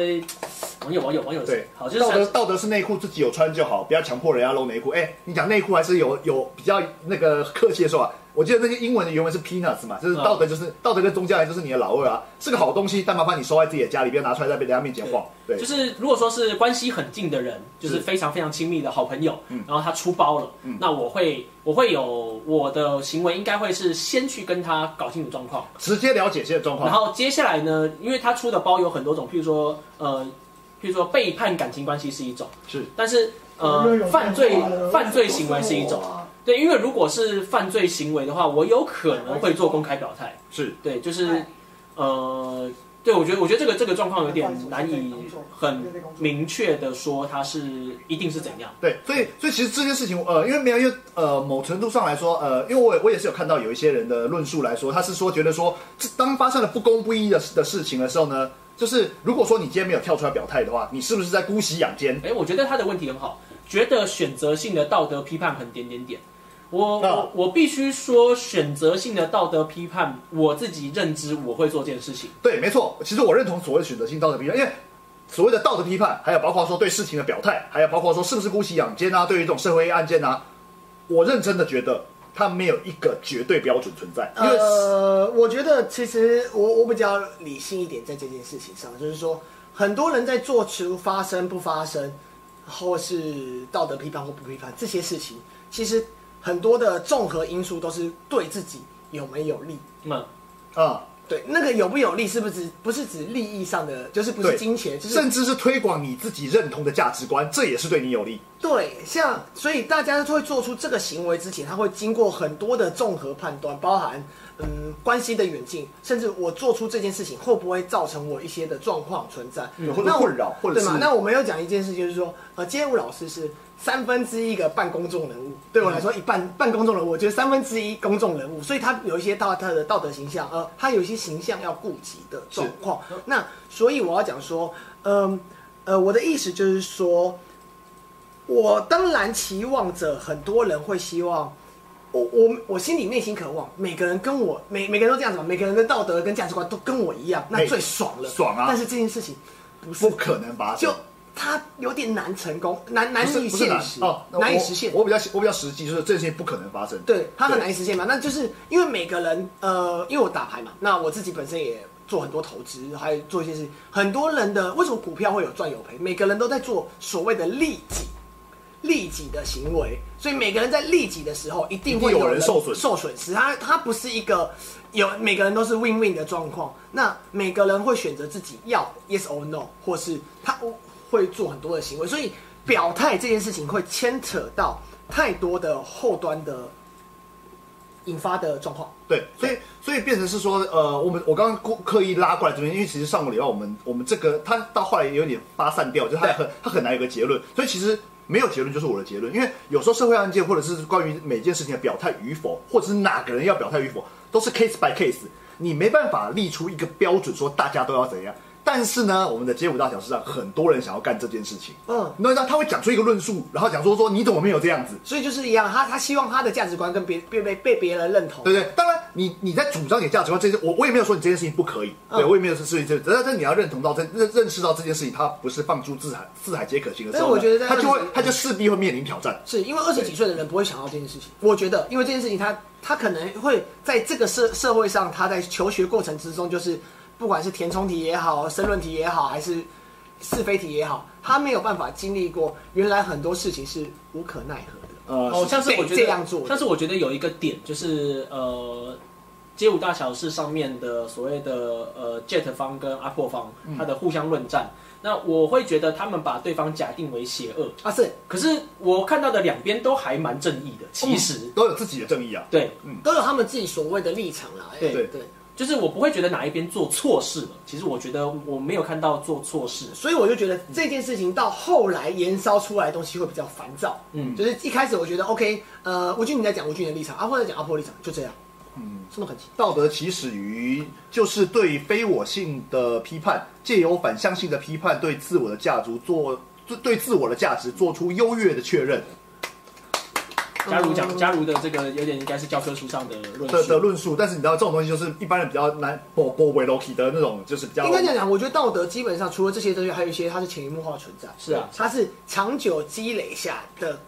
网友网友网友
对，
好就是
道德道德是内裤自己有穿就好，不要强迫人家露内裤。哎、你讲内裤还是有有比较那个客气的说法。我记得那些英文的原文是 peanuts 嘛，就是
嗯
道德就是、道德跟宗教就是你的老二啊，是个好东西，但麻烦你收在自己的家里，不要拿出来在别人家面前晃。对，
就是如果说是关系很近的人，就是
是嗯
非常非常亲密的好朋友，然后他出包了，那我会我会有我的行为应该会是先去跟他搞清楚状况，
直接了解现在状
然
况。
后接下来呢，因为他出的包有很多种，譬如说呃，譬如说背叛感情关系是一种，
是，
但是呃犯罪 <laughs> 犯罪行为是一
哦
种，啊对，因为如果是犯罪行为的话，我有可能会做公开表态，
是
对，就是呃，对我觉得，我觉得这个这个状况有点难以很明确的说它是一定是怎样。
对，所以所以其实这件事情，呃，因为没有，因为呃，某程度上来说，呃，因为我也我也是有看到有一些人的论述来说，他是说觉得说，这当发生了不公不义的的事情的时候呢，就是如果说你今天没有跳出来表态的话，你是不是在姑息养奸？
哎，我觉得他的问题很好，觉得选择性的道德批判很点点点。我
啊
我我必须说，选择性的道德批判，我自己认知我会做这件事情。
对，没错，其实我认同所谓的选择性道德批判，因为。所谓的道德批判，还有包括说对事情的表态，还有包括说是不是姑息养奸啊，对于这种社会案件啊，我认真的觉得它没有一个绝对标准存在，因为、
呃，我觉得其实我我比较理性一点，在这件事情上，就是说，很多人在做出发生不发生，或是道德批判或不批判这些事情，其实很多的综合因素都是对自己有没有利。
那么
啊、
对，那个有不有利是不是指不是指利益上的，就是不
对
是金钱，就是
甚至是推广你自己认同的价值观，这也是对你有利。
对，像所以大家会做出这个行为之前，他会经过很多的综合判断，包含嗯关系的远近，甚至我做出这件事情会不会造成我一些的状况存在，
对或者
嗯那我
困扰或者
对嘛
是？
那我们要讲一件事，就是说呃，街舞老师是三分之一个半公众人物，对
嗯
我来说一半半公众人物，我觉得三分之一公众人物，所以他有一些道他的道德形象，呃，他有一些形象要顾及的状况。那所以我要讲说，嗯呃我的意思就是说。我当然期望着很多人会希望，我我我心里内心渴望，每个人跟我每每个人都这样子嘛，每个人的道德跟价值观都跟我一样，那
哎
最爽了，
爽啊
但是这件事情不是
不可能发生
就。它有点难成功，难难
不是
以
不是
现
难
实
哦，那
难以
我
实现。
我比较我比较实际，就是这些不可能发生。
对，它很
对
难以实现嘛。那就是因为每个人，呃，因为我打牌嘛，那我自己本身也做很多投资，还有做一些事情。很多人的为什么股票会有赚有赔？每个人都在做所谓的利己。利己的行为，所以每个人在利己的时候，一定会
一定有人受损
受损失。他他不是一个有每个人都是 win win 的状况，那每个人会选择自己要 yes or no，或是他会做很多的行为，所以表态这件事情会牵扯到太多的后端的引发的状况。
对，所以所以变成是说，呃，我们我刚刚故刻意拉过来这边，因为其实上个礼拜我们我们这个它到后来有点发散掉，就是它
对
很它很难有个结论，所以其实。没有结论就是我的结论，因为有时候社会案件或者是关于每件事情的表态与否，或者是哪个人要表态与否，都是 case by case，你没办法立出一个标准说大家都要怎样。但是呢，我们的街舞大小事上，很多人想要干这件事情，
嗯
那他他会讲出一个论述，然后讲说说你怎么没有这样子，
所以就是一样，他他希望他的价值观跟别被被被别人认同。
对不对？当然，你你在主张你的价值观，这些我我也没有说你这件事情不可以，
嗯
对我也没有说事情这，但但你要认同到这认认识到这件事情，它不是放诸四海四海皆可行的时候呢，
但我觉得在
他就会
二十
他就势必会面临挑战。
是因为二十几岁的人不会想到这件事情。我觉得，因为这件事情他，他可能会在这个社社会上，他在求学过程之中，就是不管是填充题也好，申论题也好，还是是非题也好，他没有办法经历过原来很多事情是无可奈何的。
呃，
哦，像是我觉得
这样做的
像是我觉得有一个点就是呃，街舞大小事上面的所谓的呃 Jet 方跟阿破方，
嗯
他的互相论战，那我会觉得他们把对方假定为邪恶，
啊，是
可是我看到的两边都还蛮正义的，其实、
嗯
都有自己的正义啊。
对，
都有他们自己所谓的立场啦。哎
对
对
对，
就是我不会觉得哪一边做错事了，其实我觉得我没有看到做错事，
所以我就觉得这件事情到后来延烧出来的东西会比较烦躁。嗯，就是一开始我觉得 OK，呃，吴军你在讲吴军的立场，阿波在讲阿波的立场，就这样。嗯，这么很奇
道德起始于就是对非我性的批判，借由反向性的批判对自我的价值做对对自我的价值做出优越的确认
假如
嗯
讲假如的这个有点应该是教科书上的论
的的
述，
论述。但是你知道这种东西就是一般人比较难 b o b o l o k 的那种，就是比较
应该讲讲，我觉得道德基本上除了这些东西，还有一些它是潜移默化的存在。
是啊
它是长久积累下的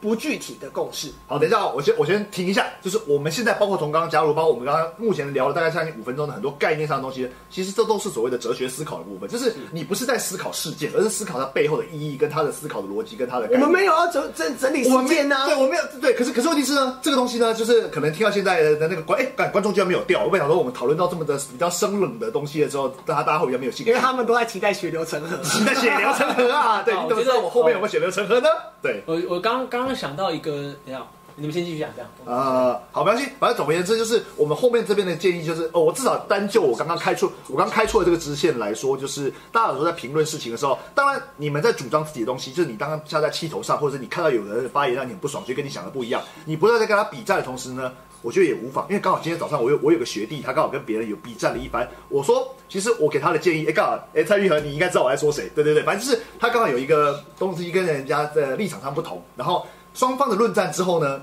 不具体的共识。
好，等一下啊，我先我先停一下，就是我们现在包括从刚刚，假如包括我们刚刚目前聊了大概将近五分钟的很多概念上的东西，其实这都是所谓的哲学思考的部分，就是你不是在思考事件，而是思考它背后的意义跟它的思考的逻辑跟它的概
我
念。
们没有要整整整理啊
我们
事
没
件呐、
对，我没有对，可是可是问题是呢，这个东西呢，就是可能听到现在的那个观，哎，感观众居然没有掉，我本想说我们讨论到这么的比较生冷的东西的时候，大家大家会比较没有兴趣
因为。他哦们都在期待血流成河。
那血流成河啊，
<laughs>
对，
好
你怎
我觉
么知
得
道我后面有没有血流成河呢？对。
我我刚刚刚想到一个，等一下你们先继续讲，这样。
呃，好，没关系，反正总而言之，就是我们后面这边的建议就是，哦，我至少单就我刚刚开出，我刚开出的这个支线来说，就是大家有时候在评论事情的时候，当然你们在主张自己的东西，就是你当下在气头上，或者是你看到有人的发言让你很不爽，就跟你想的不一样，你不要在跟他比战的同时呢。我觉得也无妨，因为刚好今天早上我有我有个学弟，他刚好跟别人有比战了一番。我说，其实我给他的建议，哎，刚好，哎，蔡玉和，你应该知道我在说谁，对对对，反正就是他刚好有一个东西跟人家的立场上不同，然后双方的论战之后呢，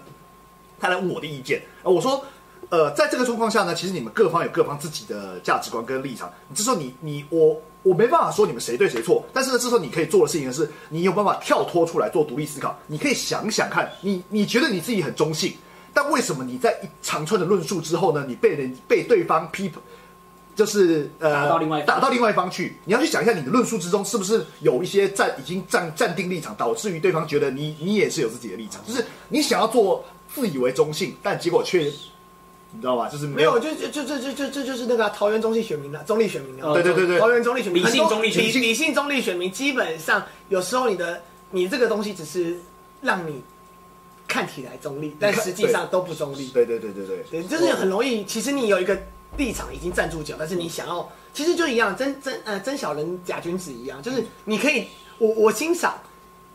他来问我的意见，呃，我说，呃，在这个状况下呢，其实你们各方有各方自己的价值观跟立场，这时候你你我我没办法说你们谁对谁错，但是呢，这时候你可以做的事情是，你有办法跳脱出来做独立思考，你可以想想看，你你觉得你自己很中性，但为什么你在一长串的论述之后呢，你被人被对方批评？就是呃，
打到另外一方
打到另外一方去，你要去想一下你的论述之中是不是有一些站已经站站定立场，导致于对方觉得你你也是有自己的立场，就是你想要做自以为中性，但结果却你知道吧？就是没
没有，
有
就就就就就就这就是那个啊桃园中立选民的中立选民
哦
的，
对对对对
桃园中立选民，
理性
很多
中立选民
理理性中立选民，基本上有时候你的你这个东西只是让你看起来中立，但实际上都不中立。
对对对对对，
对，就是很容易，其实你有一个立场已经站住脚，但是你想要，其实就一样，真真呃真小人假君子一样，就是你可以，我我欣赏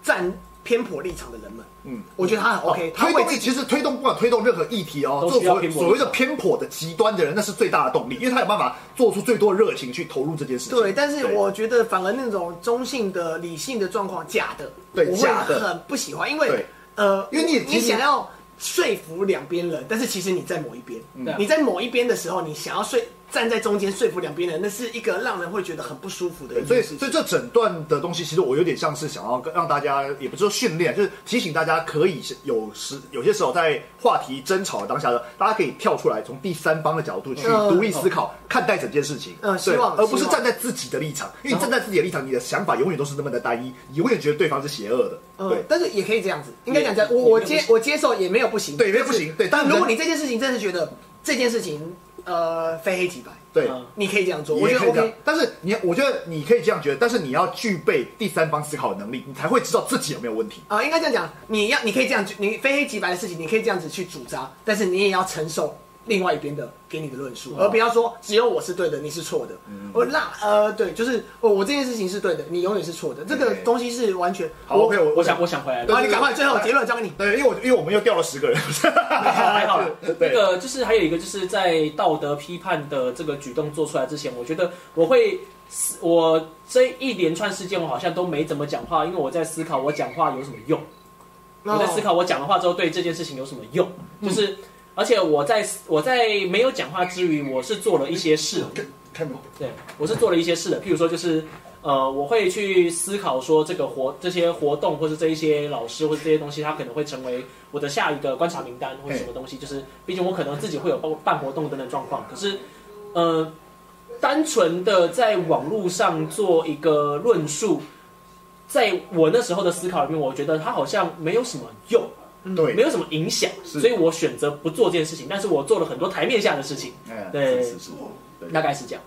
站偏颇立场的人们，
嗯
嗯，我觉得他很 OK，、他
推
会
动
自己
其实推动不管推动任何议题哦，
都
做
需要
所谓
偏颇
所谓的偏颇的极端的人，那是最大的动力，因为他有办法做出最多热情去投入这件事情。
对，但是我觉得反而那种中性的、理性的状况，假的，
对
我会
假的
很不喜欢，因
对
为呃，
因为你
你
其实
想要说服两边人，但是其实你在某一边，
嗯
对啊
你在某一边的时候，你想要说站在中间说服两边人，那是一个让人会觉得很不舒服的
对
一
所以
件事
所
情
以。这整段的东西，其实我有点像是想要让大家，也不是说训练，就是提醒大家可以是有时有些时候在话题争吵的当下呢，大家可以跳出来，从第三方的角度去
嗯
独立思考、看待整件事情，
嗯
对
希望
而不是
希望
站在自己的立场，因为你站在自己的立场，你的想法永远都是那么的单一，你永远觉得对方是邪恶的，
呃
对，。
但是也可以这样子，应该讲讲，
也
我我
也没有
接我接受也没有不行，
对没有
就是
不行对但
但如果
人
你这件事情真的觉得这件事情呃非黑即白，
对，
嗯
你可以这样做，
我
我
觉
觉
得 OK，
得 OK。
但是你，我觉得你可以这样觉得，但是你要具备第三方思考的能力，你才会知道自己有没有问题。
啊、应该这样讲，你要，你可以这样，你非黑即白的事情，你可以这样子去主张，但是你也要承受另外一边的给你的论述，而不要说只有我是对的，你是错的。我那呃，对，就是我我这件事情是对的，你永远是错的，这个
对
东西是完全。
好，OK，我
我想我想回来
对
了，
啊，你赶快，最后结论交给你。
对，因为我因为我们又掉了十 <laughs> 个人，
还好啦。
对
那个就是还有一个就是在道德批判的这个举动做出来之前，我觉得我会思我这一连串事件我好像都没怎么讲话，因为我在思考我讲话有什么用。我在思考我讲的话之后对这件事情有什么用，就是。而且我在我在没有讲话之余，我是做了一些事的，
开门。
对我是做了一些事的。譬如说，就是呃，我会去思考说这个活这些活动，或是这一些老师，或者这些东西，它可能会成为我的下一个观察名单，或者什么东西。就是毕竟我可能自己会有办办活动等等状况，可是呃，单纯的在网络上做一个论述，在我那时候的思考里面，我觉得它好像没有什么用。没
对，
有什么影响，
是
所以我选择不做这件事情。但是我做了很多台面下的事情，
哎
对
是是是，对
大概是这样。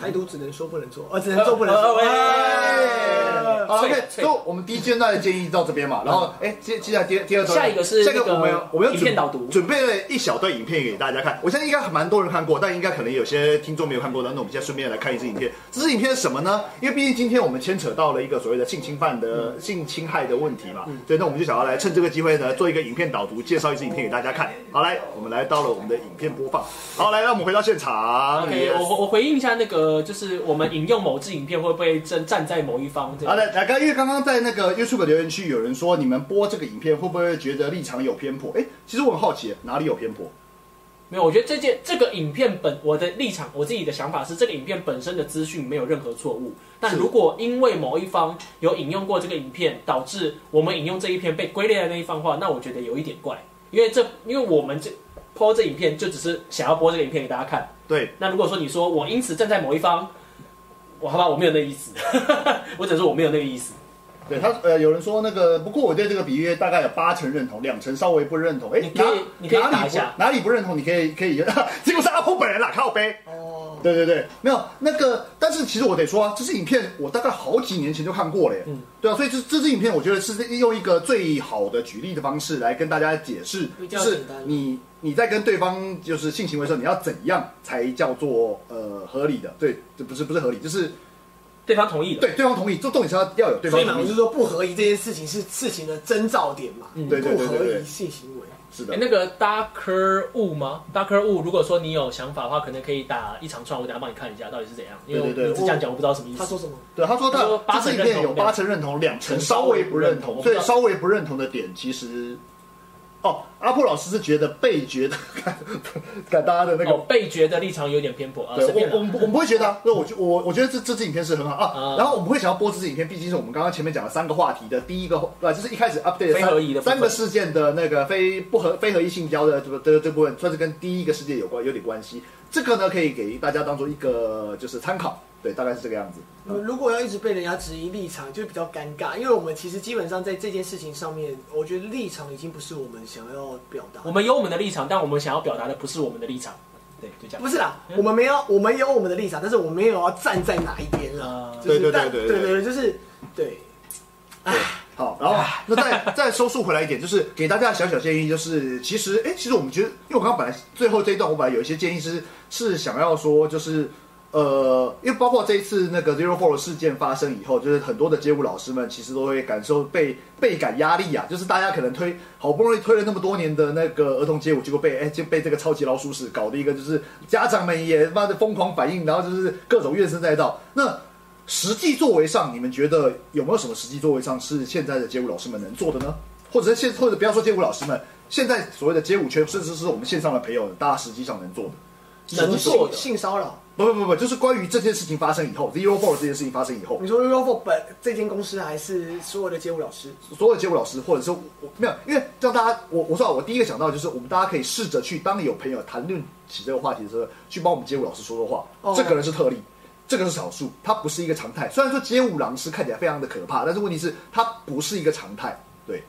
台独只能说不能做，呃，只能做不
哦
能
呃
做。
呃
哎
呃
好了
脆
，OK，所
脆嗯
以我们第一阶段的建议到这边嘛，然后哎，接接下来第二第二段
下一个是
这个
那个
我们有我们有
影
准
片导读
准备了一小段影片给大家看，我相信应该蛮多人看过，但应该可能有些听众没有看过的，那我们现在顺便来看一支影片。这支影片是什么呢？因为毕竟今天我们牵扯到了一个所谓的性侵犯的嗯性侵害的问题嘛，
嗯
所以那我们就想要来趁这个机会呢，做一个影片导读，介绍一支影片给大家看。好，来，我们来到了我们的影片播放。好，来，让我们回到现场。
OK，
Yes
我我我回应一下那个，就是我们引用某支影片会不会站站在某一方这
好
样？
的，大家因为刚刚在那个 YouTube 留言区有人说，你们播这个影片会不会觉得立场有偏颇？哎，其实我很好奇，哪里有偏颇？
没有，我觉得这件这个影片本我的立场，我自己的想法是，这个影片本身的资讯没有任何错误。但
是
如果因为某一方有引用过这个影片，导致我们引用这一篇被归类在那一方的话，那我觉得有一点怪，因为这因为我们这播这影片就只是想要播这个影片给大家看。
对，
那如果说你说我因此站在某一方，我好吧，我没有那个意思， <laughs> 我只能说我没有那个意思。
对他呃，有人说那个，不过我对这个比喻大概有八成认同，两成稍微不认同。哎，
你可以
哪
你可以
哪里
打一
不
下
哪里不认同？你可以可以， <laughs> 结果是阿婆本人啦，靠背。
哦，
对对对，没有那个，但是其实我得说啊，这支影片我大概好几年前就看过了耶。嗯，对啊，所以这这支影片我觉得是用一个最好的举例的方式来跟大家解释，
比
就
较
是
简单
你你在跟对方就是性行为的时候，你要怎样才叫做呃合理的？对，这不是不是合理，就是
对方同意了，
对对方同意，这重点是要要有对
所
方
以嘛，
同
我就
意。
说不合宜这件事情是事情的征兆点嘛，
嗯
对对
不
对对
合
对
宜性行为。
是
诶
的，
哎那个 Darker Wu 吗？Darker Wu，如果说你有想法的话，可能可以打一长串，我等下帮你看一下到底是怎样，因为我
对对对
你只这样讲，我不知道什么意思。哦
他说什么？
对他说
他说
他
八
这支
成
影片
认
有
同
八成认同，两成稍微不认同，
我不
所
知
以
道
稍微不认同的点其实。哦，阿布老师是觉得被觉得， <laughs> 看大家的那个
哦，被觉得立场有点偏颇啊，
对，
随便
我我
啦。
们不我们不会觉得啊，对，我觉我我觉得这这支影片是很好啊
啊。
然后我们会想要播这支影片，毕竟是我们刚刚前面讲的三个话题的第一个，呃，就是一开始 update
非合宜的
三
部分
三个事件的那个非不合非合意性交的这个这这部分，算是跟第一个事件有关有点关系。这个呢，可以给大家当做一个就是参考。对，大概是这个样子。
如果要一直被人家质疑立场，就比较尴尬，因为我们其实基本上在这件事情上面，我觉得立场已经不是我们想要表达的
我。们有我们的立场，但我们想要表达的不是我们的立场。对，就这样。
不是啦，我们没有，我们有我们的立场，但是我们没有要站在哪一边啦
啊。
就
对
是
对对
但
对
对
对
对对，就是对。
好，然后那再 <laughs> 再收束回来一点，就是给大家的小小建议，就是其实哎，其实我们觉得，因为我刚刚本来最后这一段，我本来有一些建议是是想要说，就是呃，因为包括这一次那个 Zero Four 事件发生以后，就是很多的街舞老师们其实都会感受被倍感压力啊，就是大家可能推好不容易推了那么多年的那个儿童街舞，结果被哎就被这个超级老鼠屎搞的一个，就是家长们也妈的疯狂反应，然后就是各种怨声载道。那实际作为上，你们觉得有没有什么实际作为上是现在的街舞老师们能做的呢？或者是现或者不要说街舞老师们，现在所谓的街舞圈，甚至是我们线上的朋友，大家实际上能做的，
能做的
性骚扰，
不不不不，就是关于这件事情发生以后，Zero Four 这件事情发生以后，
你说 r o f o 本这间公司还是所有的街舞老 <laughs> 师？
所有的街舞老师，或者是我没有，因为让大家，我我说啊我第一个想到的就是，我们大家可以试着去，当有朋友谈论起这个话题的时候，去帮我们街舞老师说说话。
哦
这可能是特例，这个是少数，它不是一个常态。虽然说街舞老师看起来非常的可怕，但是问题是它不是一个常态。对，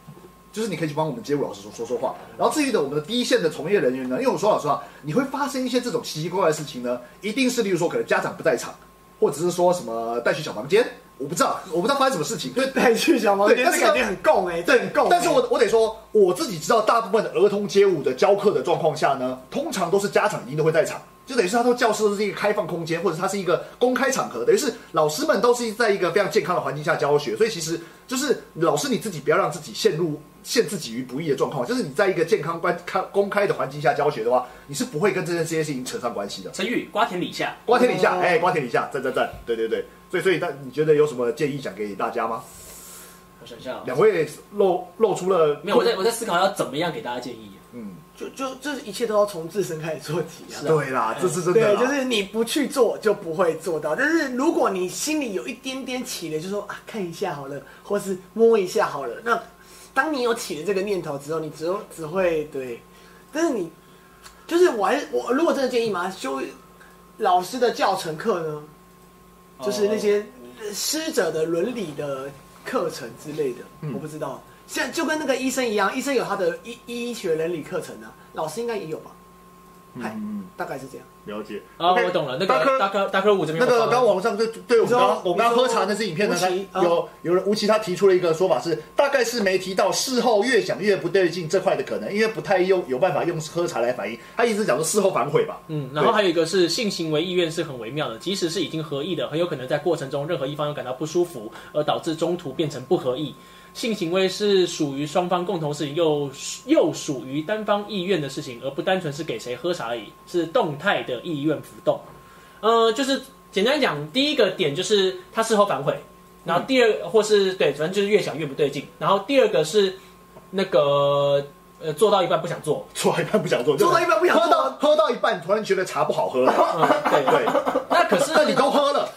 就是你可以去帮我们街舞老师说说说话。然后至于的我们的第一线的从业人员呢，因为我说老实话，你会发生一些这种奇奇怪怪的事情呢，一定是例如说可能家长不在场，或者是说什么带去小房间，我不知道，我不知道发生什么事情，因为
带去小毛
对
店，
但
哦这
是
感觉很共哎，这
对
很共欸。
但是我我得说，我自己知道，大部分的儿童街舞的教课的状况下呢，通常都是家长一定都会在场，就等于是他说教室是一个开放空间，或者它是一个公开场合，等于是老师们都是在一个非常健康的环境下教学，所以其实就是老师你自己不要让自己陷入。陷自己于不义的状况，就是你在一个健康观开公开的环境下教学的话，你是不会跟这件这些事情扯上关系的。
陈宇瓜田李下，
瓜田李下，
哦
哎、瓜田李下，赞赞赞，对对对。所以所以，但你觉得有什么建议想给大家吗？
我想一下哦，
两位露露出了
没有，我在我在思考要怎么样给大家建议。
就就就是一切都要从自身开始做起啊。
哎对啦，这是真的啊
对，
啦。
就是你不去做就不会做到。但是如果你心里有一点点起了，就说啊看一下好了，或是摸一下好了。那当你有起了这个念头之后，你只有只会对。但是你就是我还是我如果真的建议嘛，修老师的教程课呢，
哦
就是那些师者的伦理的课程之类的，
嗯
我不知道。像就跟那个医生一样，医生有他的医医学伦理课程啊，老师应该也有吧？嗨、大概是这样。
了解。
啊，
OK，
我懂了，那
大
个
哥
大哥大哥五这边
那
有
个
放
刚网上对对我们
你说
刚我们刚
你说
喝茶那支影片呢，
吴
他
奇啊
有有人吴奇他提出了一个说法是，大概是没提到事后越想越不对劲这块的可能，因为不太用有办法用喝茶来反应。他一直讲说事后反悔吧，
嗯，然后还有一个是性行为意愿是很微妙的，即使是已经合意的，很有可能在过程中任何一方又感到不舒服，而导致中途变成不合意。性行为是属于双方共同事情，又又属于单方意愿的事情，而不单纯是给谁喝茶而已，是动态的意愿浮动。呃，就是简单讲，第一个点就是他事后反悔，然后第二、或是对，反正就是越想越不对劲。然后第二个是那个呃做到一半不想做，
做到一半不想做，
做到一半不想做
喝到喝到一半突然觉得茶不好喝了，
<laughs>
嗯，对
<laughs> 对，
那可是
那你都喝了，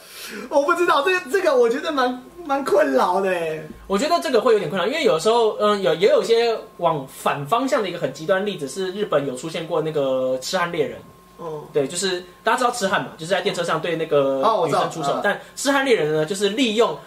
我不知道这个这个，我觉得蛮蛮困扰的欸。
我觉得这个会有点困难，因为有时候，嗯，有也有一些往反方向的一个很极端例子是日本有出现过那个痴汉猎人，
哦，
对，就是大家知道痴汉嘛，就是在电车上对那个
哦我
女
知道
生出手，
嗯
但痴汉猎人呢，就是利用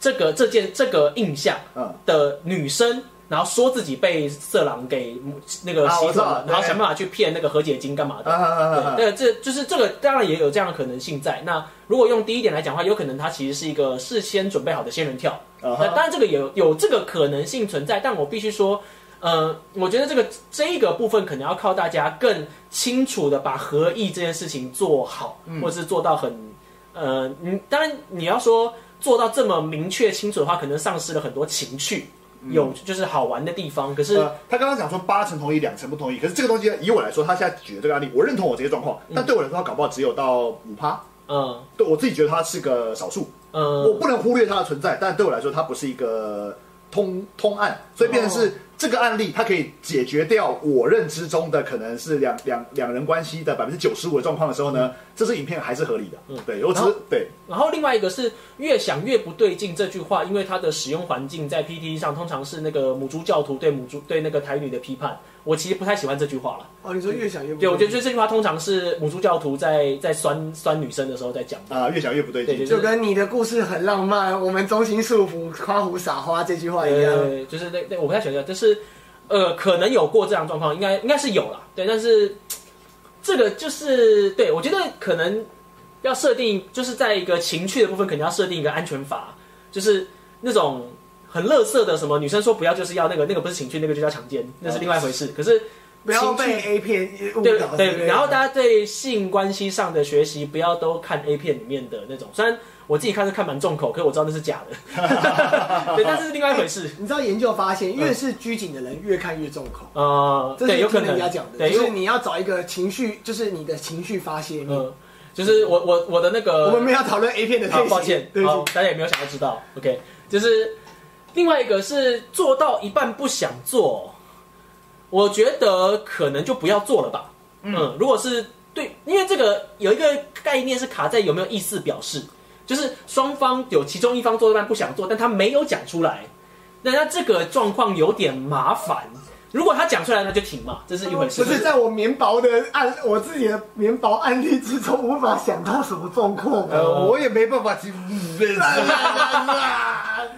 这个这件这个印象
嗯
的女生。然后说自己被色狼给那个
啊
吸
我知
走
道
了，然后
对
想办法去骗那个和解金干嘛的
啊，啊啊啊啊
对，那这就是这个，当然也有这样的可能性在。那如果用第一点来讲的话，有可能它其实是一个事先准备好的仙人跳。
啊哈
那呃当然这个有有这个可能性存在，但我必须说，呃，我觉得这个这个部分可能要靠大家更清楚的把合意这件事情做好，
嗯
或是做到很呃，你当然你要说做到这么明确清楚的话，可能丧失了很多情趣，有就是好玩的地方。可是
嗯呃，他刚刚讲说八成同意，两成不同意。可是这个东西，以我来说，他现在举的这个案例，我认同我这些状况，但对我来说，他搞不好只有到五趴。
嗯
对我自己觉得它是个少数，
嗯哦
我不能忽略它的存在，但对我来说，它不是一个通通案，所以变成是这个案例它可以解决掉我认知中的可能是两两两人关系的百分之九十五的状况的时候呢，这支影片还是合理的。嗯，对，我
嗯
只
然
是
后
对，
然后另外一个是越想越不对劲这句话，因为它的使用环境在 PT 上通常是那个母猪教徒对母猪对那个台女的批判，我其实不太喜欢这句话了。
哦，你说越想越不
对，我觉得就这句话通常是母猪教徒在在酸酸女生的时候在讲的。
啊、越想越不对劲。
对对
就跟你的故事很浪漫，我们中心束缚、夸胡撒花这句话一样。
呃，就是那那我不太喜欢这样，就是呃，可能有过这样的状况，应该应该是有啦。对，但是这个就是对我觉得可能要设定，就是在一个情趣的部分，肯定要设定一个安全法，就是那种很乐色的什么女生说不要就是要那个那个不是情趣，那个就叫强奸，那是另外一回事。可是
不要
情
被 A 片误
对
导。不
对，然后大家对性关系上的学习，不要都看 A 片里面的那种，虽然。我自己看是看蛮重口，可是我知道那是假的，
<laughs>
对，但是是另外一回事。
你知道研究发现，越是拘谨的人越看越重口，
呃，
这
嗯
是
对，有可
听
能
人家讲的，
对，
就
因
是
为
你要找一个情绪，就是你的情绪发泄面。
呃，就是我我我的那个，
我们没有讨论 A 片的类
好，
型，
抱歉，
对
好
不，起
大家也没有想要知道，OK，就是另外一个是做到一半不想做，我觉得可能就不要做了吧，嗯，如果是对，因为这个有一个概念是卡在有没有意思表示，就是双方有其中一方做到一半不想做，但他没有讲出来，那那这个状况有点麻烦。如果他讲出来，那就停嘛，这是一回事。
哦不是在我棉薄的案，我自己的棉薄案例之中，无法想到什么状况。啊
呃，我也没办法嗯去。 <laughs>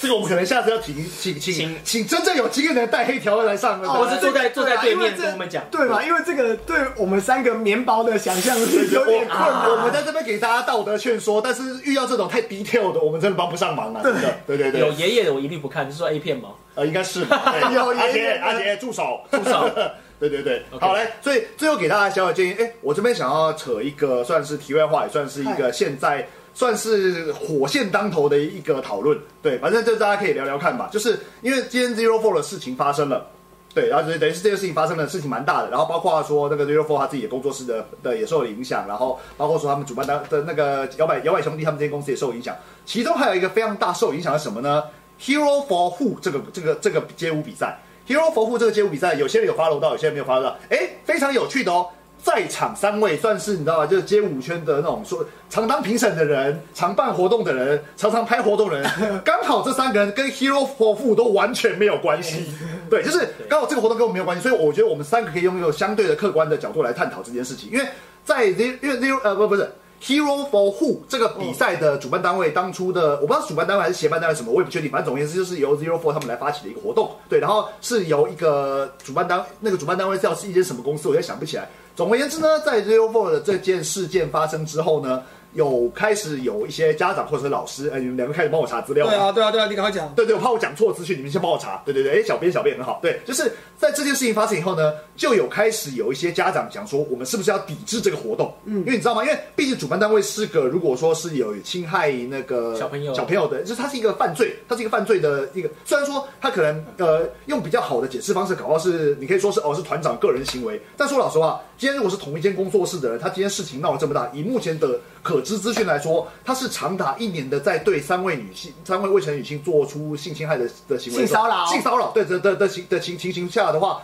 这个我们可能下次要请请请
请
请真正有经验的人带黑条来上。
哦我是
来
坐
啊
在坐在对
因为
面
这
跟我们讲
对吧？因为这个对我们三个棉薄的想象
<laughs>
力有
我
点困
啊我
难。
们在这边给大家道德劝说，但是遇到这种太 detail 的，我们真的帮不上忙啊！真的，对对
有
对，
爷爷的我一律不看，是说 A 片吗？
呃，应该是吧。 <laughs> 对
有
阿
有有
杰，阿杰，住手！
不少。
对对对
OK
好嘞。所以最后给大家小小建议，哎，我这边想要扯一个算是题外话，也算是一个现在算是火线当头的一个讨论。对，反正就大家可以聊聊看吧。就是因为今天 Zero Four 的事情发生了。对，然后就是等于是这件事情发生的事情蛮大的，然后包括说那个 Zero Four 他自己的工作室的的也受了影响，然后包括说他们主办单的那个摇摆摇摆兄弟他们这间公司也受影响，其中还有一个非常大受影响是什么呢？Hero for Who 这个这个这个街舞比赛，Hero for Who 这个街舞比赛，有些人有 follow 到，有些人没有 follow 到，哎，非常有趣的哦。在场三位算是你知道吧，就是街舞圈的那种说常当评审的人、常办活动的人、常常拍活动的人，刚好这三个人跟 Hero for Who 都完全没有关系。对，就是刚好这个活动跟我们没有关系，所以我觉得我们三个可以用一个相对的客观的角度来探讨这件事情，因为在 Zero- 因为 Zero 呃不不是 Hero for Who 这个比赛的主办单位当初的，我不知道是主办单位还是协办单位什么，我也不确定。反正总而言之，就是由 Zero Four 他们来发起的一个活动，对，然后是由一个主办单那个主办单位叫是一间什么公司，我也想不起来。总而言之呢，在 Zero Four 的这件事件发生之后呢，有开始有一些家长或者是老师，哎，你们两个开始帮我查资料吧。
对啊，对啊，对啊，你赶快讲。
对对，我怕我讲错资讯，你们先帮我查。对对对，哎，小编小编很好。对，就是在这件事情发生以后呢，就有开始有一些家长讲说，我们是不是要抵制这个活动？嗯，因为你知道吗？因为毕竟主办单位是个，如果说是有侵害那个
小朋友
小朋友的，就是它是一个犯罪，它是一个犯罪的一个。虽然说他可能呃用比较好的解释方式，搞到是你可以说是哦是团长个人行为，但说老实话，今天如果是同一间工作室的人，他今天事情闹得这么大，以目前的可知资讯来说，他是长达一年的在对三位女性、三位未成年女性做出性侵害的的行为的时候，
性骚扰
性骚扰对的的的情的情情形下的话。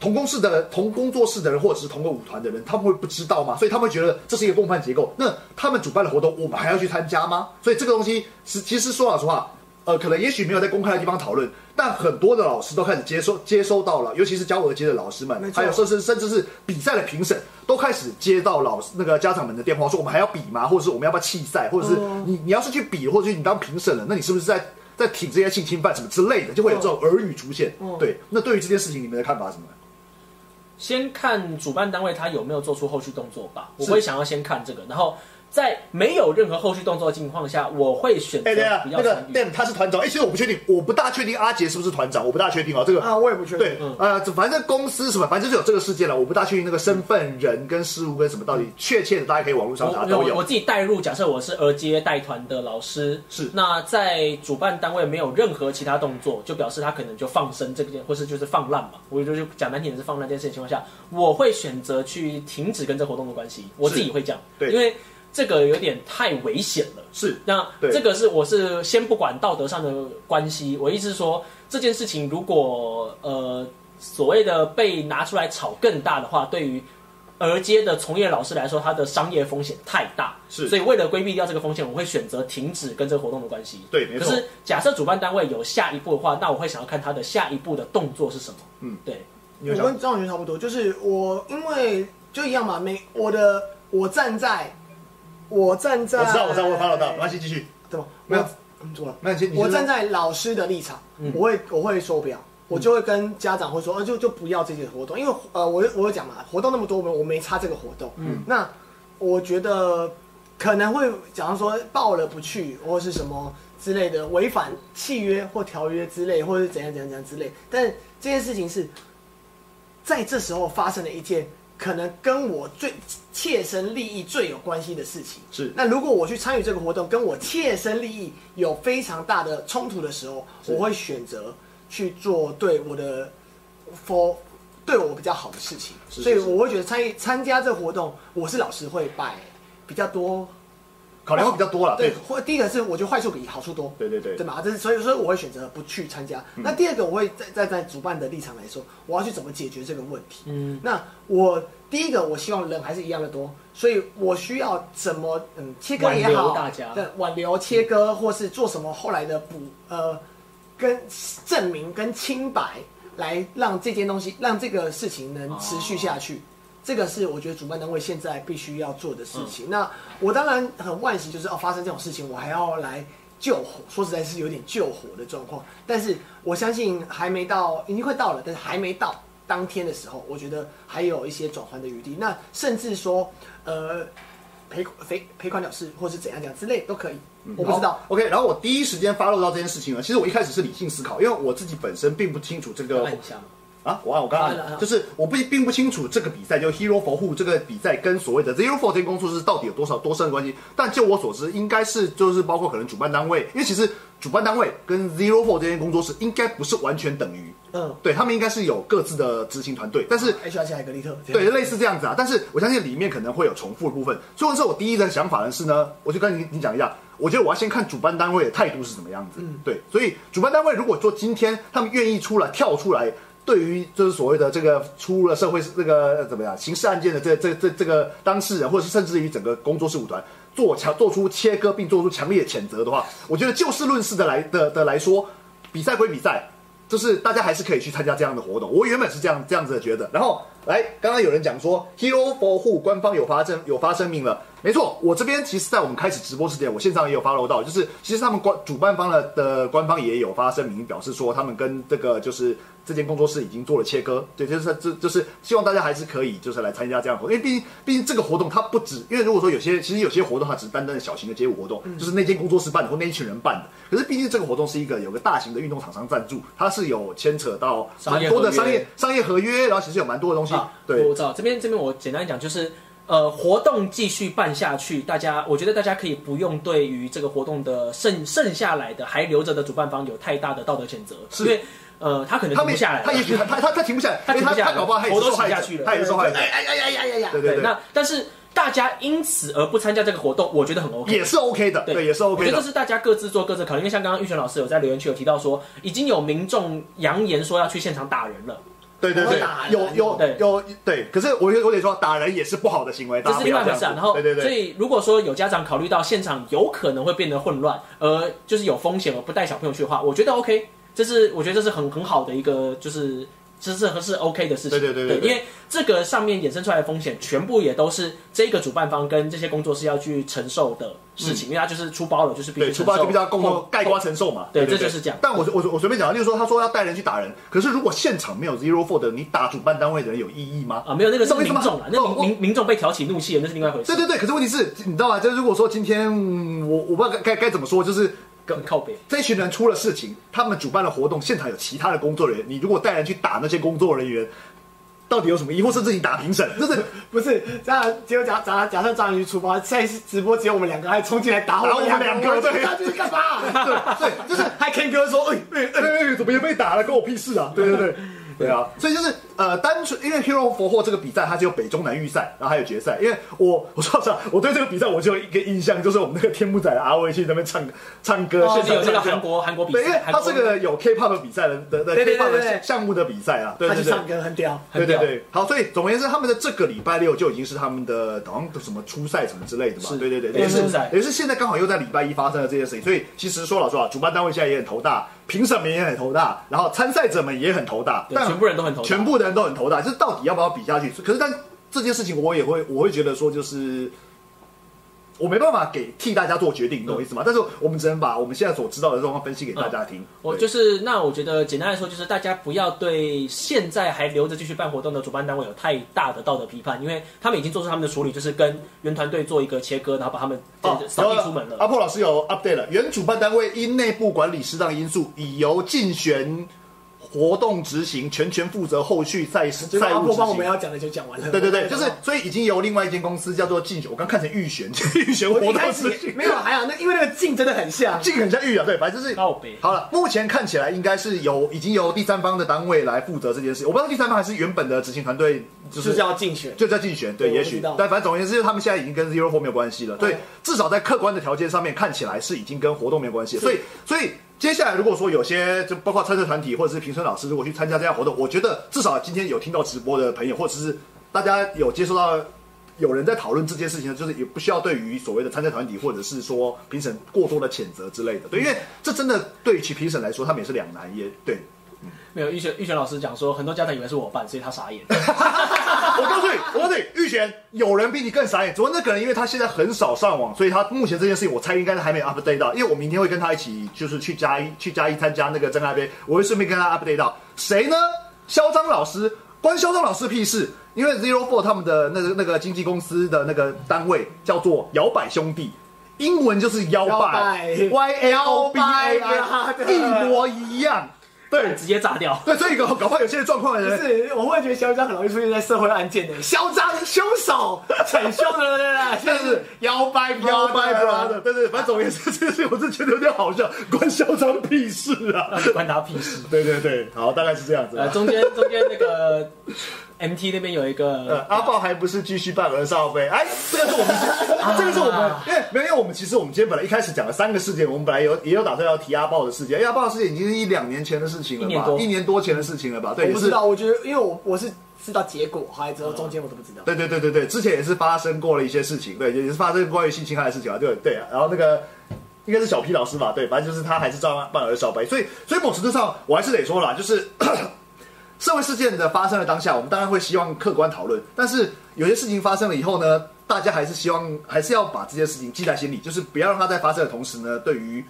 同公司的同工作室的人，或者是同个舞团的人，他们会不知道吗？所以他们会觉得这是一个共犯结构。那他们主办的活动，我们还要去参加吗？所以这个东西是，其实说老实话，呃，可能也许没有在公开的地方讨论，但很多的老师都开始接收接收到了，尤其是教我的街的老师们
没，错
还有甚至甚至是比赛的评审，都开始接到老师那个家长们的电话，说我们还要比吗？或者是我们要不要弃赛？或者是
哦
你你要是去比，或者是你当评审了，那你是不是在在挺这些性侵犯什么之类的，就会有这种耳语出现。
哦
对，那对于这件事情，你们的看法是什么？
先看主办单位他有没有做出后续动作吧。我
是
会想要先看这个，然后在没有任何后续动作的情况下，我会选择
哎、对啊，
不要
那个
参与。
Dan 他是团长，哎、其实我不确定，我不大确定阿杰是不是团长，我不大确定哦，这个。
啊，我也不确定
对。，
嗯
呃，反正公司什么，反正就是有这个事件了，我不大确定那个身份、人跟事物跟什么到底确切的，大家可以网络上查
嗯我
都
我我
有。
自己带入，假设我是儿接带团的老师，
是
那在主办单位没有任何其他动作，就表示他可能就放生这件，或是就是放烂嘛。我就是讲难听点是放烂这件事情情况下，我会选择去停止跟这活动的关系，我自己会这样，
对
因为这个有点太危险了。
是
那
对
这个是我是先不管道德上的关系，我意思是说，这件事情如果呃所谓的被拿出来炒更大的话，对于儿接的从业老师来说，它的商业风险太大，
是
所以为了规避掉这个风险，我会选择停止跟这个活动的关系。
对没错
可是假设主办单位有下一步的话，那我会想要看他的下一步的动作是什么。嗯，对，
你有
我
想
跟张永泉差不多，就是我因为就一样嘛，每我的我站在我站在
我知道，我知道，我 follow 到，没关系，继续。
怎么
没有
我嗯，怎么了？
那你先你先
我
说
站在老师的立场，我会我会说不要，我就会跟家长会说，呃，就就不要这些活动，因为呃，我我有讲嘛，活动那么多，我我没差这个活动。嗯，那我觉得可能会，假如说报了不去，或是什么之类的，违反契约或条约之类，或者是怎样怎样怎样之类。但这件事情是在这时候发生了一件可能跟我最切身利益最有关系的事情。
是
那如果我去参与这个活动，跟我切身利益有非常大的冲突的时候，我会选择去做对我的 for 对我比较好的事情。
是
所以
是
我会觉得参与参加这个活动，我是老师会摆比较多。
考量会比较多了，对
对，，或第一个是我觉得坏处比好处多，
对对对嗯
对嘛，这是所以所以我会选择不去参加。那第二个，我会在在在主办的立场来说，我要去怎么解决这个问题。
嗯，
那我第一个，我希望人还是一样的多，所以我需要怎么嗯切割也
挽留
好，
大家
对挽留切割，或是做什么后来的补呃跟证明跟清白，来让这件东西让这个事情能持
哦
续下去。这个是我觉得主办单位现在必须要做的事
嗯
情。那我当然很惋惜，就是哦发生这种事情，我还要来救火，说实在是有点救火的状况。但是我相信还没到，已经快到了，但是还没到当天的时候，我觉得还有一些转圜的余地。那甚至说，呃，赔赔赔款了事，或是怎样讲之类都可以，我不知
嗯
道
好。OK，然后我第一时间 follow 到这件事情呢，其实我一开始是理性思考，因为我自己本身并不清楚这个
按一下嘛。
啊，我按我刚刚
按了按
按
了
就是我不并不清楚这个比赛，就 Hero for Who 这个比赛跟所谓的 Zero for 天空术是到底有多少多深的关系。但就我所知，应该是就是包括可能主办单位，因为其实主办单位跟 Zero for 这间工作室应该不是完全等于，
嗯，
对他们应该是有各自的执行团队，但是
H R 加格利特，
对，类似这样子啊。但是我相信里面可能会有重复的部分，所以这我第一的想法呢是呢，我就跟你你讲一下，我觉得我要先看主办单位的态度是怎么样子。对，所以主办单位如果说今天他们愿意出来跳出来。对于就是所谓的这个出入了社会这个呃怎么样刑事案件的这这这这个当事人，或者是甚至于整个工作事务团做强做出切割并做出强烈的谴责的话，我觉得就事论事的来的的来说，比赛归比赛，就是大家还是可以去参加这样的活动。我原本是这样这样子的觉得，然后来，刚刚有人讲说 Hero for Who 官方有发声有发声明了，没错，我这边其实在我们开始直播之前，我线上也有 follow 到，就是其实他们官主办方的的官方也有发声明，表示说他们跟这个就是这间工作室已经做了切割，对，就是这就是希望大家还是可以就是来参加这样的活动，因为毕竟毕竟这个活动它不止，因为如果说有些其实有些活动它只是单单的小型的街舞活动，
嗯
就是那间工作室办的或那一群人办的，可是毕竟这个活动是一个有个大型的运动厂商赞助，它是有牵扯到
商
蛮
业
多的
合约
商业商业合约，然后其实有蛮多的东西，
啊，
对
我知道这边这边我简单讲就是。呃，活动继续办下去，大家，我觉得大家可以不用对于这个活动的剩剩下来的还留着的主办方有太大的道德谴责，因为呃，他可能
他
停
没
不下来了，
他也许他他他他停不下来，
他停不
因为
下来
他搞不好他也是
头都
受害
洗
者
下去了
他也是受害者
哎，哎呀呀呀呀呀！
对
对
对对，
那但是大家因此而不参加这个活动，我觉得很 OK，
也是 OK 的，对，也是
我
OK
觉得
的
这，是大家各自做各自考虑，因为像刚刚玉泉老师有在留言区有提到说，已经有民众扬言说要去现场打人了，
对对
我
对
打，人
有有
对
有对，可是我我得说打人也是不好的行为，大
这
家
是
不
另外
要
一
这
回事
样子
啊。然后，，
对对
所
对，
以如果说有家长考虑到现场有可能会变得混乱，而就是有风险而不带小朋友去的话，我觉得 OK，这是我觉得这是很很好的一个就是。这是是 OK 的事情，
对对对对对
因为这个上面衍生出来的风险，全部也都是这个主办方跟这些工作室要去承受的事情，因为他就是出包了，就是必须
嗯对，出发就比较共同盖
瓜。
瓜承受嘛，
对
对，
这就是这样
但我我我随便讲，例如说他说要带人去打人，可是如果现场没有 zero four 的，你打主办单位的人有意义吗？
啊，没有那个是
懂意
民
思吗
众啦，那
哦
民
我
民民众被挑起怒气了，那是另外一回事。
对对对，可是问题是，你知道吗？就是如果说今天嗯我我不知道该该该怎么说，就是
很靠北。
这群人出了事情，他们主办了活动，现场有其他的工作人员，你如果带人去打那些工作人员，到底有什么疑惑？甚至你打评审，就是
不是，这样结果假假假设章鱼出发，现在是直播只有我们两个，还冲进来打
打我
我
们
们
两
两
个
个，
对
他这是干嘛？
<laughs> 对对，就是
还 Ken 哥说，哎、 <laughs>
哎哎哎，怎么也被打了，关我屁事啊！对对对，对啊，所以就是呃，单纯因为 Hero 佛货这个比赛，它只有北中南预赛，然后还有决赛。因为我我说实话，我对这个比赛我就有一个印象，就是我们那个天幕仔的阿威去那边唱唱歌，
就
现
是
场
有这个
唱
韩
跳。
国韩国比
对，因为
赛，
它这个有 K-pop 的比赛的的的
对对对
K-pop
对对
的项目的比赛啊，对
他
对
去
对。
唱歌很屌。
韩
对对
国
对，好，所以总而言之，他们的这个礼拜六就已经是他们的好像什么初赛什么之类的嘛
是，
对对对，
对
也是
初赛
也是现在刚好又在礼拜一发生了这件事情，所以其实说老实话，主办单位现在也很头大，评审们也很头大，然后参赛者们也很头大，
对
但
全部人都很头大
全部的人都很头大，就是到底要不要比下去？可是但这件事情我也会我会觉得说就是。我没办法给替大家做决定，你懂我意思吗？但是我们只能把我们现在所知道的状况分析给大家听。
嗯我
对
就是那，我觉得简单来说，就是大家不要对现在还留着继续办活动的主办单位有太大的道德批判，因为他们已经做出他们的处理，就是跟原团队做一个切割，然后把他们
哦，
扫地出门了。
阿破老师有 update 了，原主办单位因内部管理适当因素，已由竞选活动执行全权负责后续赛事
结果
赛
阿
务执
波帮我们
行。
要讲的就讲完了。
对对对，就是所以已经由另外一间公司叫做竞选，我刚看成预选，预选活
我一
动
开
执
始
行。
没
啊
有，还好那因为那个劲真的很像。
这个很像预啊，对，反正就是
靠北
好了。目前看起来应该是由已经由第三方的单位来负责这件事，我不知道第三方还是原本的执行团队，就
就是
是
要竞选。
就叫竞选，对，
对
也
我
许
知道，
但反正总而言之，他们现在已经跟 Zero Four 没有关系了。对
嗯，
至少在客观的条件上面看起来是已经跟活动没有关系了。所以，所以接下来如果说有些就包括参赛团体或者是评审老师，如果去参加这样活动，我觉得至少今天有听到直播的朋友，或者是大家有接收到。有人在讨论这件事情，就是也不需要对于所谓的参赛团体或者是说评审过多的谴责之类的，对，因为这真的对于其评审来说，他们也是两难，也对。
没有玉璇玉璇老师讲说，很多家长以为是我办，所以他傻眼。
我告诉你，我告诉你，玉贤有人比你更傻眼。昨天那个人，因为他现在很少上网，所以他目前这件事情，我猜应该是还没 update 到。因为我明天会跟他一起，就是去嘉一去嘉一参加那个真爱杯，我会顺便跟他 update 到。谁呢？嚣张老师，关嚣张老师屁事？因为 Zero Four 他们的那个那个经纪公司的那个单位叫做摇摆兄弟。英文就是摇摆
摇摆
，Y L B A
摇
I，
摆
一模一样。对
直接炸掉。
对，所以搞搞不好有些人状况的
不
人，
是，我会觉得嚣张很容易出现在社会案件的，嚣张凶手，逞凶的，对对对，就是摇摆
摇摆 brother，
brother
对对，反正总而言之，这件事我是觉得有点好笑，关嚣张屁事啊！
到底关他屁事？
<laughs> 对对对，好，大概是这样子
呃，
啊。
中间中间那个 MT 那边有一
呃
个，
阿豹还不是继续办儿少飞？哎，这个是我们，这个是我们，因为没有因为我们其实我们今天本来一开始讲了三个事件，我们本来有也有打算要提阿豹的事件，因为阿豹的事件已经是一两年前的事情了吧，
一年多
前的事情了吧？对，
我
也
不
是
知道，我觉得因为我我是知道结果，后来之后中间我都不知道。
对对对对对，之前也是发生过了一些事情，对，也是发生关于性侵害的事情啊，对对啊。然后那个应该是小皮老师吧，对，反正就是他还是照样办儿少白，所以所以某程度上我还是得说啦，就是 <coughs> 社会事件的发生的当下，我们当然会希望客观讨论，但是有些事情发生了以后呢，大家还是希望还是要把这件事情记在心里，就是不要让它在发生的同时呢，对于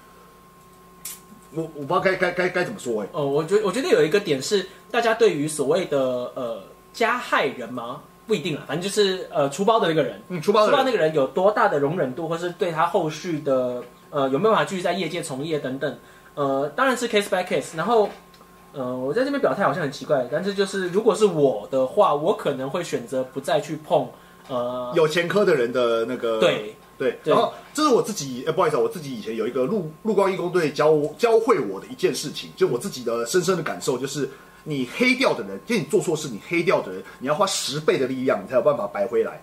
我我不知道该该该该怎么说哎、
哦，我觉我觉得有一个点是，大家对于所谓的呃加害人吗？不一定啊，反正就是呃出包的那个人，
嗯，出包的人
那个人有多大的容忍度，或是对他后续的呃有没有办法继续在业界从业等等，呃，当然是 case by case。然后，呃，我在这边表态好像很奇怪，但是就是如果是我的话，我可能会选择不再去碰，呃，
有前科的人的那个
对，
对，
对
然后这是我自己，呃，不好意思啊，我自己以前有一个陆陆光义工队教我教会我的一件事情，就我自己的深深的感受就是，你黑掉的人，就你做错事，你黑掉的人，你要花十倍的力量，你才有办法白回来。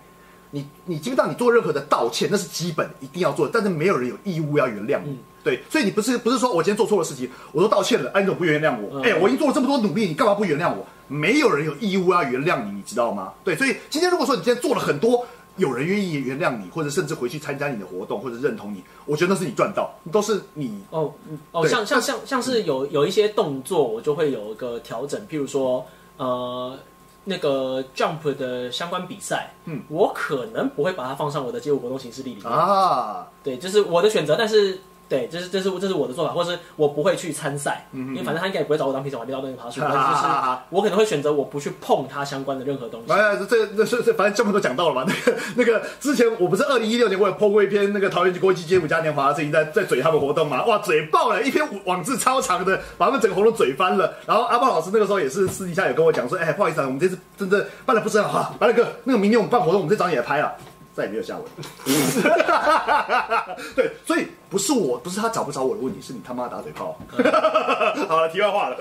你你基本上你做任何的道歉，那是基本一定要做的，但是没有人有义务要原谅你。对，所以你不是不是说我今天做错了事情，我都道歉了，哎、你怎么不原谅我？
嗯
哎、我已经做了这么多努力，你干嘛不原谅我？没有人有义务要原谅你，你知道吗？对，所以今天如果说你今天做了很多，有人愿意原谅你，或者甚至回去参加你的活动，或者认同你，我觉得那是你赚到，都是你
哦哦，
对
像像像像是有有一些动作，我就会有一个调整，譬如说呃那个 jump 的相关比赛，
嗯，
我可能不会把它放上我的街舞活动形式力里面。
啊，
对，这是我的选择，但是对，这是这是这是我的做法，或是我不会去参赛，
嗯
因为反正他应该也不会找我当评审，我还没到那个爬树，但是就是我可能会选择我不去碰他相关的任何东西。
哎，这这这这这，反正这么都讲到了嘛。那个那个，之前我不是二零一六年我也 po 过一篇那个桃园国际街舞嘉年华的事情，在在嘴他们活动嘛，哇，嘴爆了，一篇网字超长的，把他们整个活动嘴翻了。然后阿豹老师那个时候也是私底下有跟我讲说，哎，不好意思啊，我们这次真的办的不是很好，白了哥，那个明年我们办活动，我们再找你来拍啊。再也没有下文。 <laughs> 对，所以不是我，不是他找不找我的问题，是你他妈打嘴炮。 <laughs> 好了，题外话了。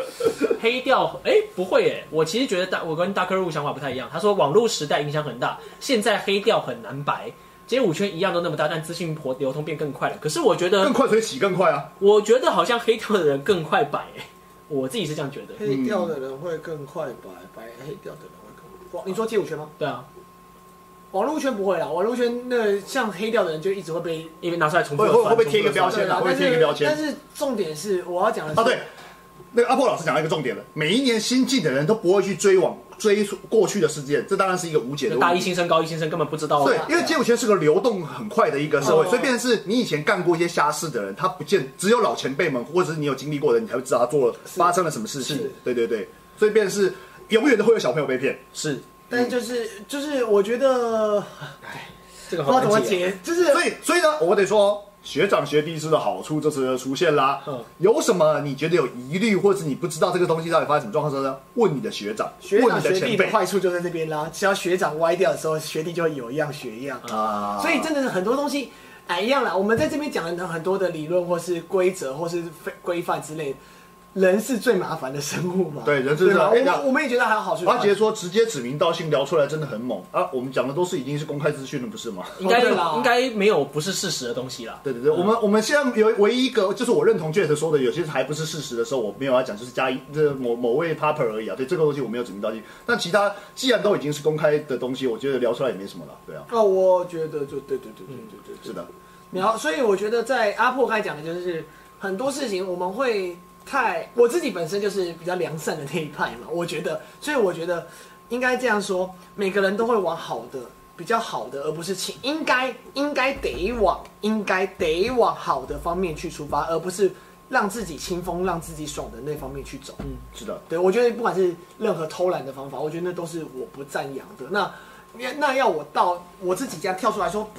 黑掉，哎、不会哎、我其实觉得大，我跟大客户想法不太一样。他说网络时代影响很大，现在黑掉很难白，街舞圈一样都那么大，但资讯活流通变更快了。可是我觉得
更，快所以起更快啊！
我觉得好像黑掉的人更快白、哎，我自己是这样觉得。
嗯
嗯
黑掉的人会更快白，白黑掉的人会更快。网你说街舞圈吗？
对啊，
网络圈不会啦，网络圈那像黑掉的人就一直会被。
因为拿出来重复
会
地
会
翻
会不会贴一个标
重复地
签
翻
啊？会不会
但
贴一个
是
标签
但是重点是我要讲的是
啊？
哦
对，那个阿波老师讲到一个重点了，每一年新进的人都不会去追往追溯过去的事件，这当然是一个无解的
就大
问
一
题。
新生、高一新生根本不知道。啊
对，因为街舞圈是个流动很快的一个社会，
哦
所以变成是你以前干过一些瞎事的人，他不见只有老前辈们或者是你有经历过的，你才会知道他做了发生了什么事情
是。
对对对，所以变成是永远都会有小朋友被骗。
是
但是就是就是我觉得
这个
不
好
知
难
道怎么
解。
嗯
解，就是
所以所以呢，我得说。哦学长学弟制的好处就是出现啦。
嗯
有什么你觉得有疑虑，或者是你不知道这个东西到底发生什么状况的时候呢？问你的学长，
学
问
长
你的
学
前
弟
辈
的坏处就在这边啦，只要学长歪掉的时候，学弟就会有样学样。
啊
所以真的是很多东西，哎一样啦。我们在这边讲了很多的理论或是规则或是非规范之类的，人是最麻烦的生物嘛。
对人是最
对吧
麻烦
我
要
们我们也觉得还有好处。啊
阿杰说直接指名道姓聊出来真的很猛啊！我们讲的都是已经是公开资讯了，不是吗？ <laughs>
应该
哦对啦
应该没有不是事实的东西啦。
对对对，我
嗯
们我们现在有唯一一个就是我认同 Jet 说的，有些还不是事实的时候，我没有要讲，就是加一这某某位 Popper 而已啊。对这个东西我没有指名道姓，但其他既然都已经是公开的东西，我觉得聊出来也没什么了。对啊，
哦，我觉得就对对对对对对对
是的，
然后，所以我觉得在阿破刚才讲的就是很多事情我们会太，我自己本身就是比较良善的那一派嘛，我觉得，所以我觉得应该这样说，每个人都会往好的。比较好的，而不是请应该应该得往应该得往好的方面去出发，而不是让自己清风、让自己爽的那方面去走。
是的，
对，我觉得不管是任何偷懒的方法，我觉得那都是我不赞扬的。那那那要我到我自己这样跳出来说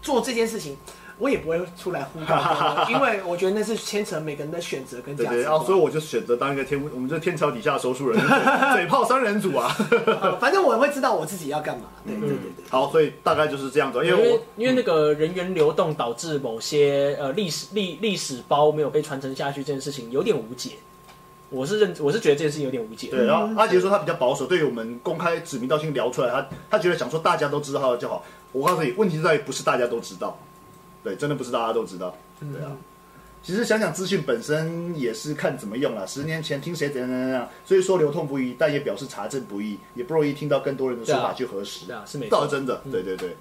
做这件事情，我也不会出来呼吁，因为我觉得那是牵扯每个人的选择跟
对
价
对。
值
然后
观。
所以我就选择当一个天，我们这天桥底下的收数人，嘴炮三人组啊。 <laughs>
呃反正我会知道我自己要干嘛。对对对对。
好，所以大概就是这样子，因
因
为
为
我
因为那个人员流动导致某些呃历史历历史包没有被传承下去这件事情有点无解，我是认我是觉得这件事情有点无解。
对，然后阿杰说他比较保守，对于我们公开指名道姓聊出来，他他觉得想说大家都知道就好。我告诉你，问题在于不是大家都知道，对，真的不是大家都知道，
嗯
对啊。其实想想资讯本身也是看怎么用啦。十年前听谁怎样怎样怎样，所以说流通不易，但也表示查证不易，也不容易听到更多人的说
对
法
啊
去核实
对。啊，是没
倒
错
是。真的，对对对。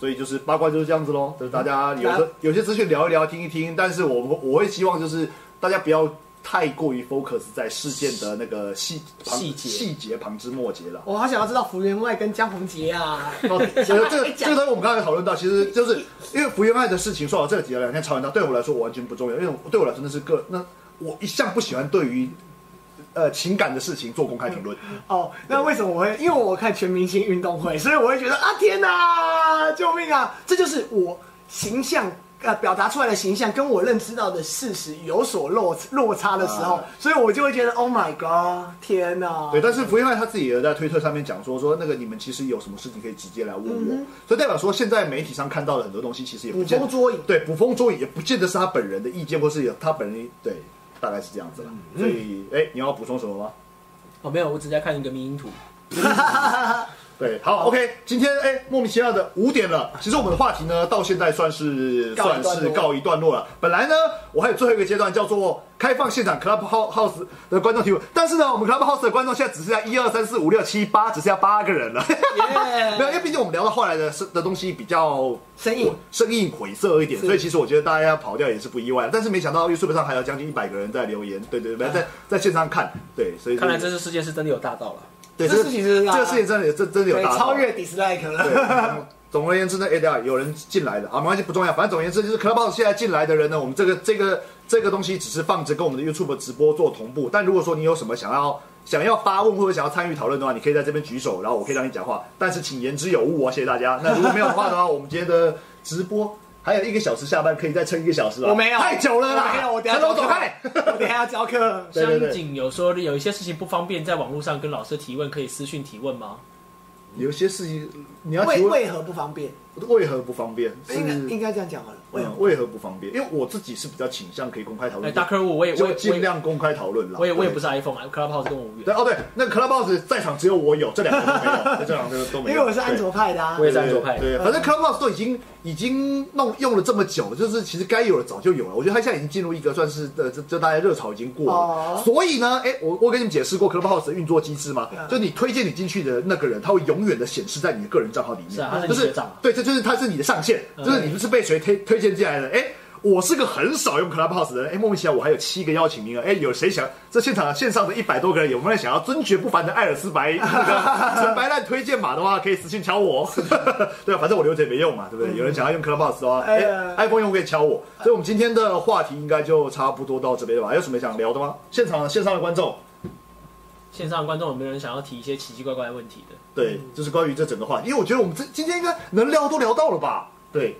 所以就是八卦就是这样子喽，就是大
嗯
家有时候有些资讯聊一聊，听一听。但是我们我会希望就是大家不要太过于 focus 在事件的那个细旁
细节
细节旁枝末节了。
我好想要知道福原爱跟江宏杰啊，
哦，这个这个这个东西我们刚才讨论到，其实就是因为福原爱的事情，说好这个几两天吵完到，对我来说完全不重要，因为对我来说那是个那我一向不喜欢对于呃情感的事情做公开评论。
哦，那为什么我会？因为我看全明星运动会，所以我会觉得啊，天哪，救命啊！这就是我形象呃表达出来的形象，跟我认知到的事实有所落落差的时候，
啊
所以我就会觉得 Oh my God，天哪！
对，但是福原爱他自己也在推特上面讲说，说那个你们其实有什么事情可以直接来问我，所以代表说现在媒体上看到的很多东西，其实也不见得
嗯捕风捉影
对，捕风捉影也不见得是他本人的意见，或是有他本人对，大概是这样子了。所以，哎，你要补充什么吗？
哦，没有，我只在看一个迷因图。
对，好 o k 今天哎，莫名其妙的五点了。其实我们的话题呢，到现在算是
告
算
一段落
是告一段落了。本来呢，我还有最后一个阶段叫做开放现场 Clubhouse 的观众提问，但是呢，我们 Clubhouse 的观众现在只剩下一二三四五六七八，只剩下八个人了。 <laughs> 没有，因为毕竟我们聊到后来的是的东西比较
生硬
生硬晦涩一点，所以其实我觉得大家要跑掉也是不意外。但是没想到 YouTube 上还有将近一百个人在留言，对对对，在在线上看，对，所以
看来这次事件是真的有大到了。
对
这
个
事情真的
这
大
个事情真的真真的有
对
大到
超越 dislike 了。
对，总而言之呢，哎，等一下有人进来的啊，没关系，不重要。反正总而言之，就是 Clubhouse 现在进来的人呢，我们这个这个这个东西只是放着跟我们的 YouTube 直播做同步。但如果说你有什么想要想要发问或者想要参与讨论的话，你可以在这边举手，然后我可以让你讲话。但是请言之有物哦，谢谢大家。那如果没有的话
<laughs>
的话，我们今天的直播还有一个小时下班，可以再撑一个小时吧？
我没有，
太久了啦，
我没有，我等一下
陈
教
龙
课
走开。
<laughs> 我等一下要教课。
对
香
对对
景有说有一些事情不方便在网络上跟老师提问，可以私讯提问吗？
有些事情你要
为
提问
为何不方便？
为何不方便？是
应该应该这样讲好了。为何
嗯为何不方便？因为我自己是比较倾向可以公开讨
哎
论，
，Darker Wu，我也我
就
也
尽量公开讨论啦。
我也我也
对
不是 iPhone 啊，Clubhouse 跟我无
对
缘。
哦，对，那个 Clubhouse 在场只有我有，这两个都没
<laughs>
有，对这两个都没
因
有。
为我是安卓派的啊
我。也
对，
是安卓派嗯
对，反正 Clubhouse 都已经已经弄用了这么久，就是其实该有的早就有了。我觉得它现在已经进入一个算是呃，这这大家热潮已经过了
哦。
所以呢，哎，我我跟你们解释过 Clubhouse 的运作机制吗？
嗯
就你推荐你进去的那个人，他会永远的显示在你的个人账号里面。
是啊他是你
就
学长啊
对，这就是他是你的上线，
嗯
就是你不是被谁推推荐进来的，哎。我是个很少用 Clubhouse 的人，哎，莫名其妙我还有七个邀请名额，哎，有谁想这现场线上的一百多个人，有没有人想要尊爵不凡的艾尔斯
<laughs>
白那个纯白烂推荐码的话，可以私信敲我， <laughs> 对啊，反正我留着也没用嘛，对不对？有人想要用 Clubhouse 的话，哎
嗯哎呀
，iPhone 用户可以敲我。所以我们今天的话题应该就差不多到这边了吧？还有什么想聊的吗？现场线上的观众，
线上的观众有没有人想要提一些奇奇怪怪的问题的？
嗯
对，就是关于这整个话题，因为我觉得我们这今天应该能聊都聊到了吧？对，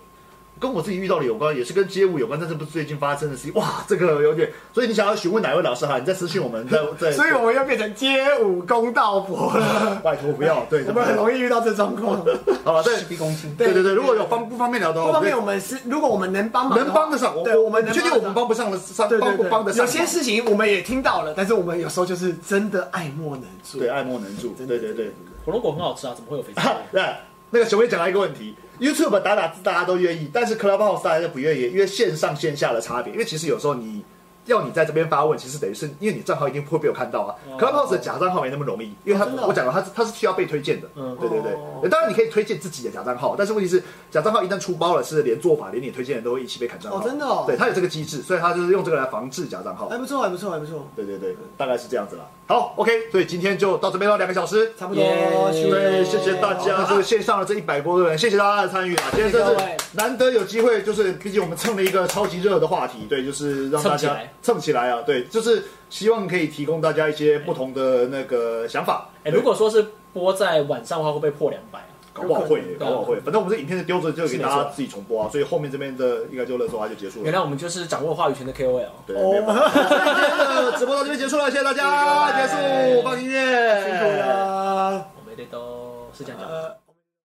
跟我自己遇到的有关，也是跟街舞有关，但是不是最近发生的事情？哇，这个有点，所以你想要询问哪位老师哈？你再私信我们，
<laughs>
再再，
所以我们又变成街舞公道婆
<laughs>
了，
拜托不
<laughs>
要，对，
我们很容易遇到这状况。
好了，对，
逼公斤，
对对对，如果有方不方便聊的话，
各方面
我
我们是，如果我们能帮忙
们
的话，
哦能帮得上，
对，我们能
确定我
帮
们
得上
帮不上的上，
对
帮
对
不
对，
帮得上
有
吗？
些事情我们也听到了，但是我们有时候就是真的爱莫能助。
对，爱啊莫能助，对对对。
火龙果很好吃啊，怎么会有肥皂
<laughs> 啊
味？
那那个熊妹讲到一个问题，YouTube 打打字大家都愿意，但是 Clubhouse 大家就不愿意，因为线上线下的差别。因为其实有时候你要你在这边发问，其实等于是因为你账号一定会被我看到啊。
哦
Clubhouse 的假账号没那么容易，因为它、
哦真的哦
我讲了，它是它是需要被推荐的。
嗯
对对对
哦。
当然你可以推荐自己的假账号，但是问题是假账号一旦出包了，是连做法连你推荐人都会一起被砍账号。
哦真的哦哎
对，它有这个机制，所以它就是用这个来防治假账号
还。不错，还不错，还不错，
对对对，大概是这样子啦。好，OK，所以今天就到这边了，两个小时。
差不多。
耶
对，谢谢大家，这个线上的这一百多个人，谢谢大家的参与啊！今天真是
各位
难得有机会，就是毕竟我们蹭了一个超级热的话题，对，就是让
蹭
大
起
家
来
蹭起来啊，对，就是希望可以提供大家一些不同的那个想法。
哎，如果说是播在晚上的话，会不会破两百啊？
搞不好会，搞不好会，反正我们这影片是丢着，就给
是没
大
错
家自己重播啊，所以后面这边的应该就热搜啊就结束
原
了。
来我们就是掌握话语权的 KOL。
对，
哦
没办法。所以今天的直播到这边结束了，谢谢大家，结束，放音乐，
辛苦了。
我们得都是这样讲吗。
呃